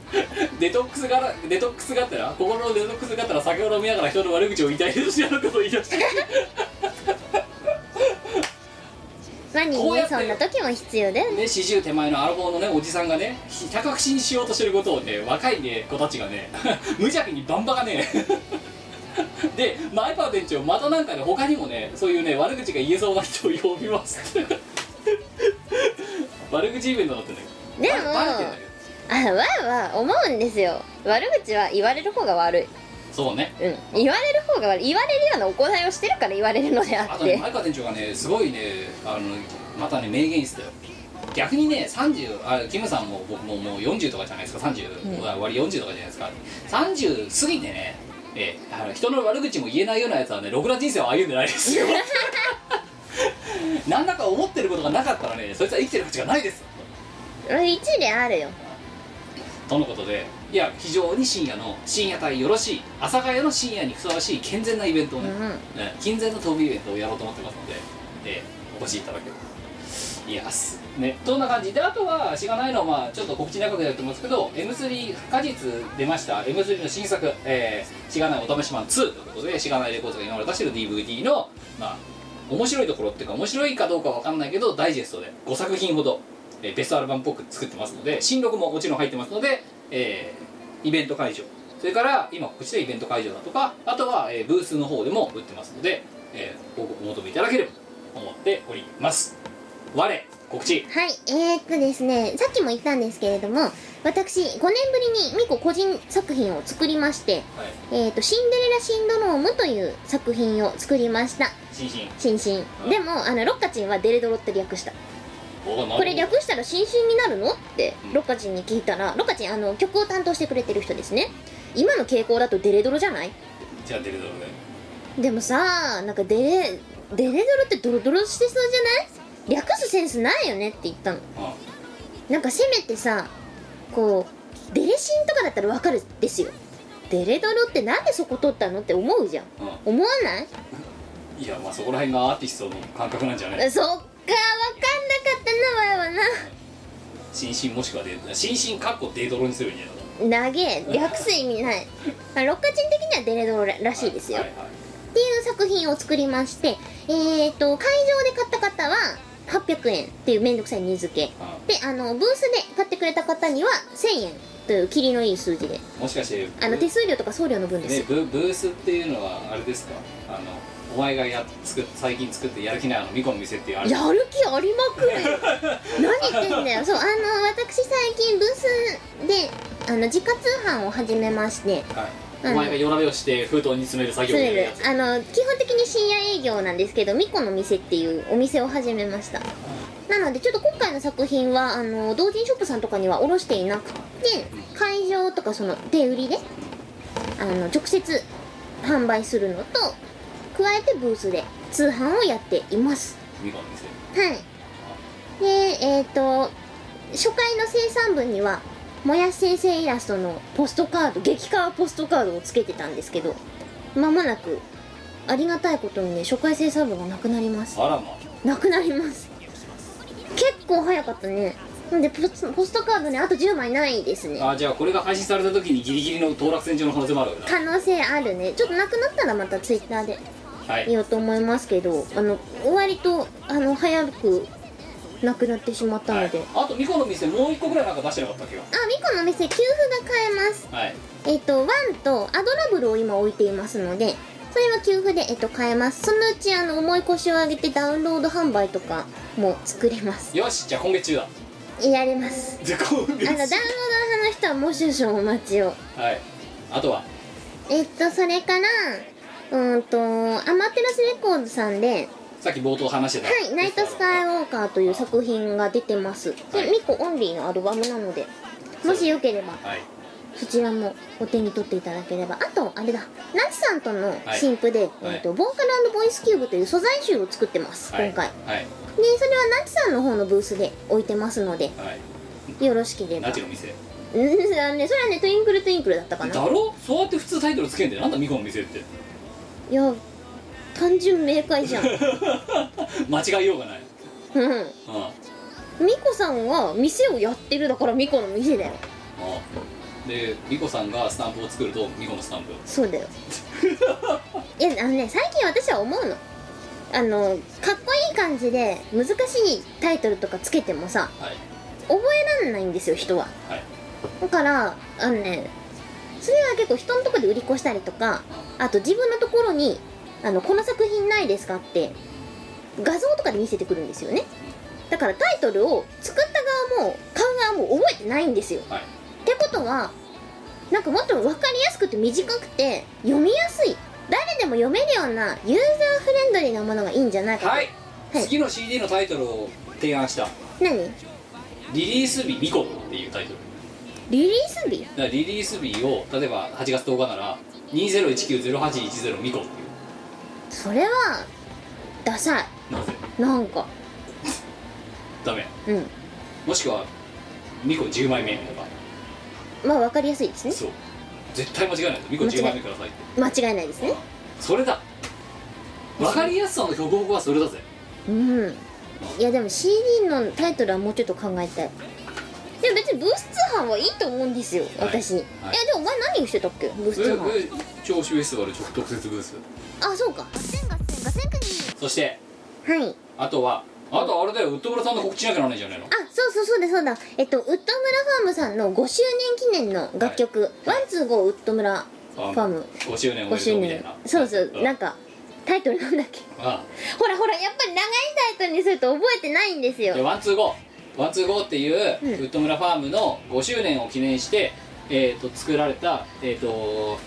デトックスがらデトックスがあったら心のデトックスがあったら酒を飲みながら人の悪口を言いたいですようなことを言い出して
ワニ
こうや
ね
って
そんな時も必要だよね
ね、四十手前のアラフォーのねおじさんがねひた隠しにしようとしてることをね若いね子たちがね [LAUGHS] 無邪気にバンバがね [LAUGHS] で前川店長またなんかね他にもねそういうね悪口が言えそうな人を呼びます [LAUGHS] 悪口イベントだったんだけ
で
ど
も
バレバレてんだけど
あわーわー思うんですよ悪口は言われる方が悪い
そうね
うん言われる方が悪い言われるような行いをしてるから言われるのであ
あ
っ
とね
て
前川店長がねすごいねあのまたね名言室だよ逆にね30あキムさんも僕ももう40とかじゃないですか30、
う
割り40とかじゃないですか30過ぎてねえあの人の悪口も言えないようなやつはねろくな人生を歩んでないですよ何らか思ってることがなかったらねそいつは生きてる価値がないです
一理あるよ
とのことでいや非常に深夜の深夜帯よろしい阿佐ヶ谷の深夜にふさわしい健全なイベントを
う
ね、ね
ん
金銭の飛びイベントをやろうと思ってますので、えーお越しいただければいやすねどんな感じであとはしがないのは、まあ、ちょっと告知長くなると思いますけど M3 果実出ました M3 の新作「えーしがないお試しマン2」ということでしがないレコードが今まで出してる DVD のまあ面白いところっていうか面白いかどうかわかんないけどダイジェストで5作品ほど、えーベストアルバムっぽく作ってますので新録ももちろん入ってますので、えーイベント会場それから今告知でイベント会場だとかあとは、えーブースの方でも売ってますので、えー、ごお求めいただければと思っております我告知
はい、えー、っとですね、さっきも言ったんですけれども、私、5年ぶりにミコ個人作品を作りまして、
はい
えー、っと、シンデレラシンドロームという作品を作りました。
新進
新進。でも、あの、ロッカチンはデレドロって略した。
おーなるほど
これ略したら新進になるのって、ロッカチンに聞いたら、ロッカチン、あの、曲を担当してくれてる人ですね。今の傾向だとデレドロじゃない
じゃあ出るだろうね
でもさ、なんかデレ、デレドロってドロドロしてそうじゃない略すセンスないよねって言ったの。
あ
なんかせめてさこうデレシンとかだったらわかるですよデレドロってなんでそこ取ったのって思うじゃん
あ
思わない
いやまあそこら辺がアーティストの感覚なんじゃない
そっかわかんなかったなわよ
新進もしくはデート新進かっこデートロにするんじゃない
な長え略す意味ないまあ六花人的にはデレドロららしいですよ、
はいはいはい
っていう作品を作りましてえー、と会場で買った方は800円っていうめんどくさい値付け
あ
であのブースで買ってくれた方には1000円というキリのいい数字で
もしかして
あの手数料とか送料の分ですよ
ね、ブブースっていうのはあれですかあのお前がや作っ最近作ってやる気ないあのミコの店っていうあれ
やる気ありま
[LAUGHS]
くるよ何言ってんだよそうあの私最近ブースであの自家通販を始めまして
はい、お前が夜なべをして封筒に詰める作業
そ
をやる
れで
やつ
あの基本的に深夜営業なんですけどみこの店っていうお店を始めましたなのでちょっと今回の作品はあの同人ショップさんとかには卸していなくて会場とかその手売りであの直接販売するのと加えてブースで通販をやっています
ミコの店
はい。で、えっ、と、初回の生産分には、もやし先生イラストのポストカード、激カワポストカードをつけてたんですけど、まもなく、ありがたいことにね、初回生産分がなくなります。
あらま
なくなります。結構早かったね。なんでポス、ポストカードね、あと10枚ないですね。
あじゃあこれが配信された時にギリギリの当落線上の可能性もあるわけ
可能性あるね。ちょっとなくなったらまたツイッターで
だはい
言おうと思いますけど、あの、割と、あの、早く、なくなってしまった
は
の
い
で、、
あとミコの店もう一個ぐらいなんか出してなかったっけよ
あ、ミコのお店、給付が買えます。
はい
えっ、と、ワンとアドラブルを今置いていますので、それは給付で、えっ、と、買えます。そのうち、あの、重い腰を上げてダウンロード販売とかも作れます。
よしじゃあ今月中だ
やれます。
じゃあ今
あ
[LAUGHS]
の、ダウンロー
月
ド派の人はもう少々お待ちを。
はいあとは
えっ、と、それから、うーんと、アマテラスレコードさんで、
さっき冒頭話してた
はい、ナイトスカイウォーカーという作品が出てます。
は
で、
い
ミコオンリーのアルバムなので、もしよければ
はい
そちらもお手に取っていただければあとあれだナチさんとの
はい
新譜で、
はい
えー、とボーカルボイスキューブという素材集を作ってます、
はい
今回で
はい
それはナチさんの方のブースで置いてますので
はい
よろしければ
ナ
うん
チの店
あのねそれはねトゥインクルトゥインクルだったか
だ
な
ろそうやって普通タイトルつけんだよなんだミコの店って
いや単純明快じゃんう
間違いようがない、
ん
うんうん
ミコさんは店をやってるだからミコの店だよ
でミコさんがスタンプを作るとミコのスタンプ
そ
[LAUGHS]
うだよいやあのね最近私は思うのあのかっこいい感じで難しいタイトルとかつけてもさ
はい
覚えらんないんですよ人は
はい
だからあのねそれは結構人のとこで売り越したりとかあと自分のところにあの「この作品ないですか?」って画像とかで見せてくるんですよねだからタイトルを作った側も買う側も覚えてないんですよ
はい
ってことはなんかもっと分かりやすくて短くて読みやすい誰でも読めるようなユーザーフレンドリーなものがいいんじゃないかと、
はい、
はい
次の CD のタイトルを提案した
何
リリース日2個っていうタイトル
リリース日
だからリリース日を例えば8月10日なら20190810ミコってい
それはダサいう
なぜ
なんか
ダメ
うん
もしくはミコ10枚目とか
まあ分かりやすいですね
そう絶対間違えないとミコ10枚目くださいって
間違いないですね
それだ分かりやすさの標語はそれだぜ
うんいやでも CD のタイトルはもうちょっと考えたいでも別にブース通販はいいと思うんですよ
はい
私、
はい
いやでもお前何をしてたっけブース
え
通販
え長州フェスティバル直特設ブース
あそうか
そして
はい
あとはあとあれだよウッドブラさんの告知しなきゃならないんじゃないの
あそうそうそうだそうだえっとウッド村ファームさんの5周年記念の楽曲「ワンツーゴーウッド村ファーム
5周年お」めで
5
と
周
うみたい
年
な
そうそう
うん
なんかタイトルなんだっけ [LAUGHS]
あ
ほらほらやっぱり長いタイトルにすると覚えてないんです
で
よ
ワンツーゴーワンツーゴーっていうウ
うん
ッド村ファームの5周年を記念して、えー、と作られた、えーと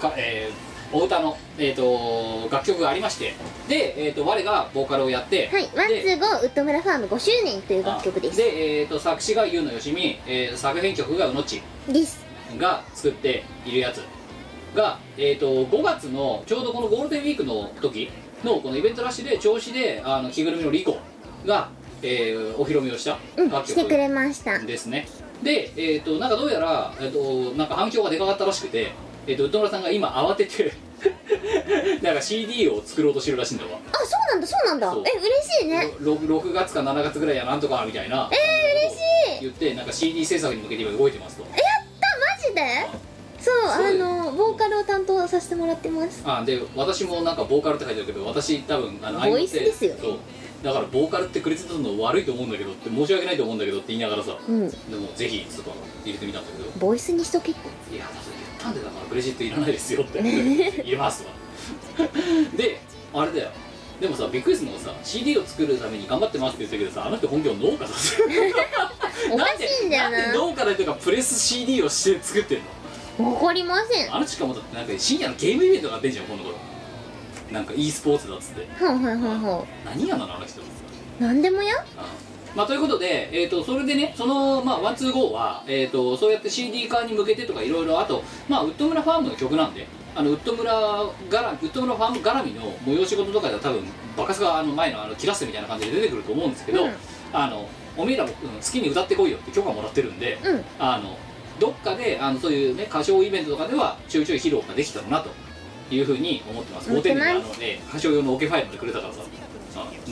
かえーお歌の、えー、と楽曲がありましてで、えー、と我がボーカルをやって、
はい「ワンツ
で
ーゴーウッド村ファーム5周年」という楽曲です
で、えー、と作詞が優のよしみ、えー作編曲がうのっち
です
が作っているやつが、えー、と5月のちょうどこのゴールデンウィークの時のこのイベントラッシュで調子であの着ぐるみのリコが、えーお披露目をした
うん
楽
して
曲
くれました
ですねで、えー、となんかどうやら、えー、となんか反響がでかかったらしくて、えー、とウッド村さんが今慌てて [LAUGHS] なんか CD を作ろうとしてるらしいんだわ
あそうなんだそうなんだ
そう
え嬉しいね
ろ 6, 月か7月ぐらいやなんとかみたいなえ
ー嬉しい
言ってなんか CD 制作に向けて今動いてますと
マジでそう
そう
あ
だよ
のボーカルを担当させてもらってます
あで私もなんかボーカルって書いてあるけど私多分あの
ボイス
相手
ですよね
そうだからボーカルってクレジットするの悪いと思うんだけどって申し訳ないと思うんだけどって言いながらさ
うん
でもぜひちょっと入れてみたんだけど
ボイスにしとけって
いやだって言ったんでだからクレジットいらないですよって
[LAUGHS]
入れますわであれだよでもさびっくりするのがさ CD を作るために頑張ってますって言ってたけどさあの人本業農家だぜ
おかしいんだよ
んでん
な
で農家だとかプレス CD をして作ってんの
わかりませんは
あのしかもだってなんか深夜のゲームイベントが出んじゃんこの頃なんか e スポーツだっつって
いはいはいは
何やなのあの人
いなんでもや
まあ、ということで、えー、とそれでね、その、まあ、ワンツーゴーは、えー、とそうやって CD 化に向けてとかいろいろ、あと、まあ、ウッド村ファームの曲なんで、あのウッド村がらウッド村ファーム絡みの催し事とかでは、多分バカスがあの前のあのキラスみたいな感じで出てくると思うんですけど、
うん
あのおめえらも、うん好きに歌ってこいよって許可もらってるんで、
うん
あのどっかであのそういう、ね、歌唱イベントとかでは、ちょいちょい披露ができたらなというふうに思ってます。
思
5
って
点
ま
ですあの、ね、歌唱用のオケファイルまでくれたからさ。うん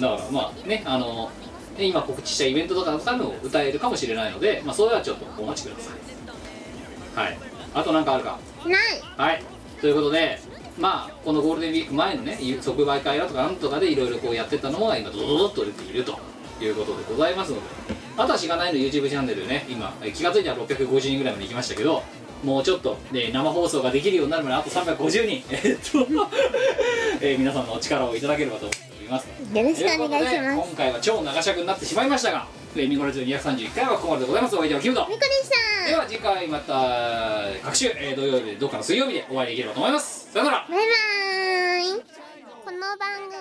だからまあねあので今告知したイベントとかのためも歌えるかもしれないので、まあ、それはちょっとお待ちくださいはいあと何かあるか
ない
はいということでまあこのゴールデンウィーク前のね即売会だとかなんとかでいろいろこうやってたのも今ドドドドッと出ているということでございますのであとはしがないの YouTube チャンネルね今え気が付いたら650人ぐらいまで行きましたけどもうちょっと、ね、生放送ができるようになるまであと350人えっと、えー皆さんのお力をいただければと思っております
よろしくお願いし
という
ま
ことで
す
今回は超長尺になってしまいましたが「レミゴラジオ231回」はここまででございますお相手はキムト
みこでした
では次回また各週、えー土曜日でどっかの水曜日でお会いできればと思いますさよなら
バイバーイ
この番組はイ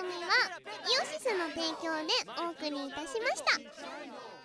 オシスの提供でお送りいたしました。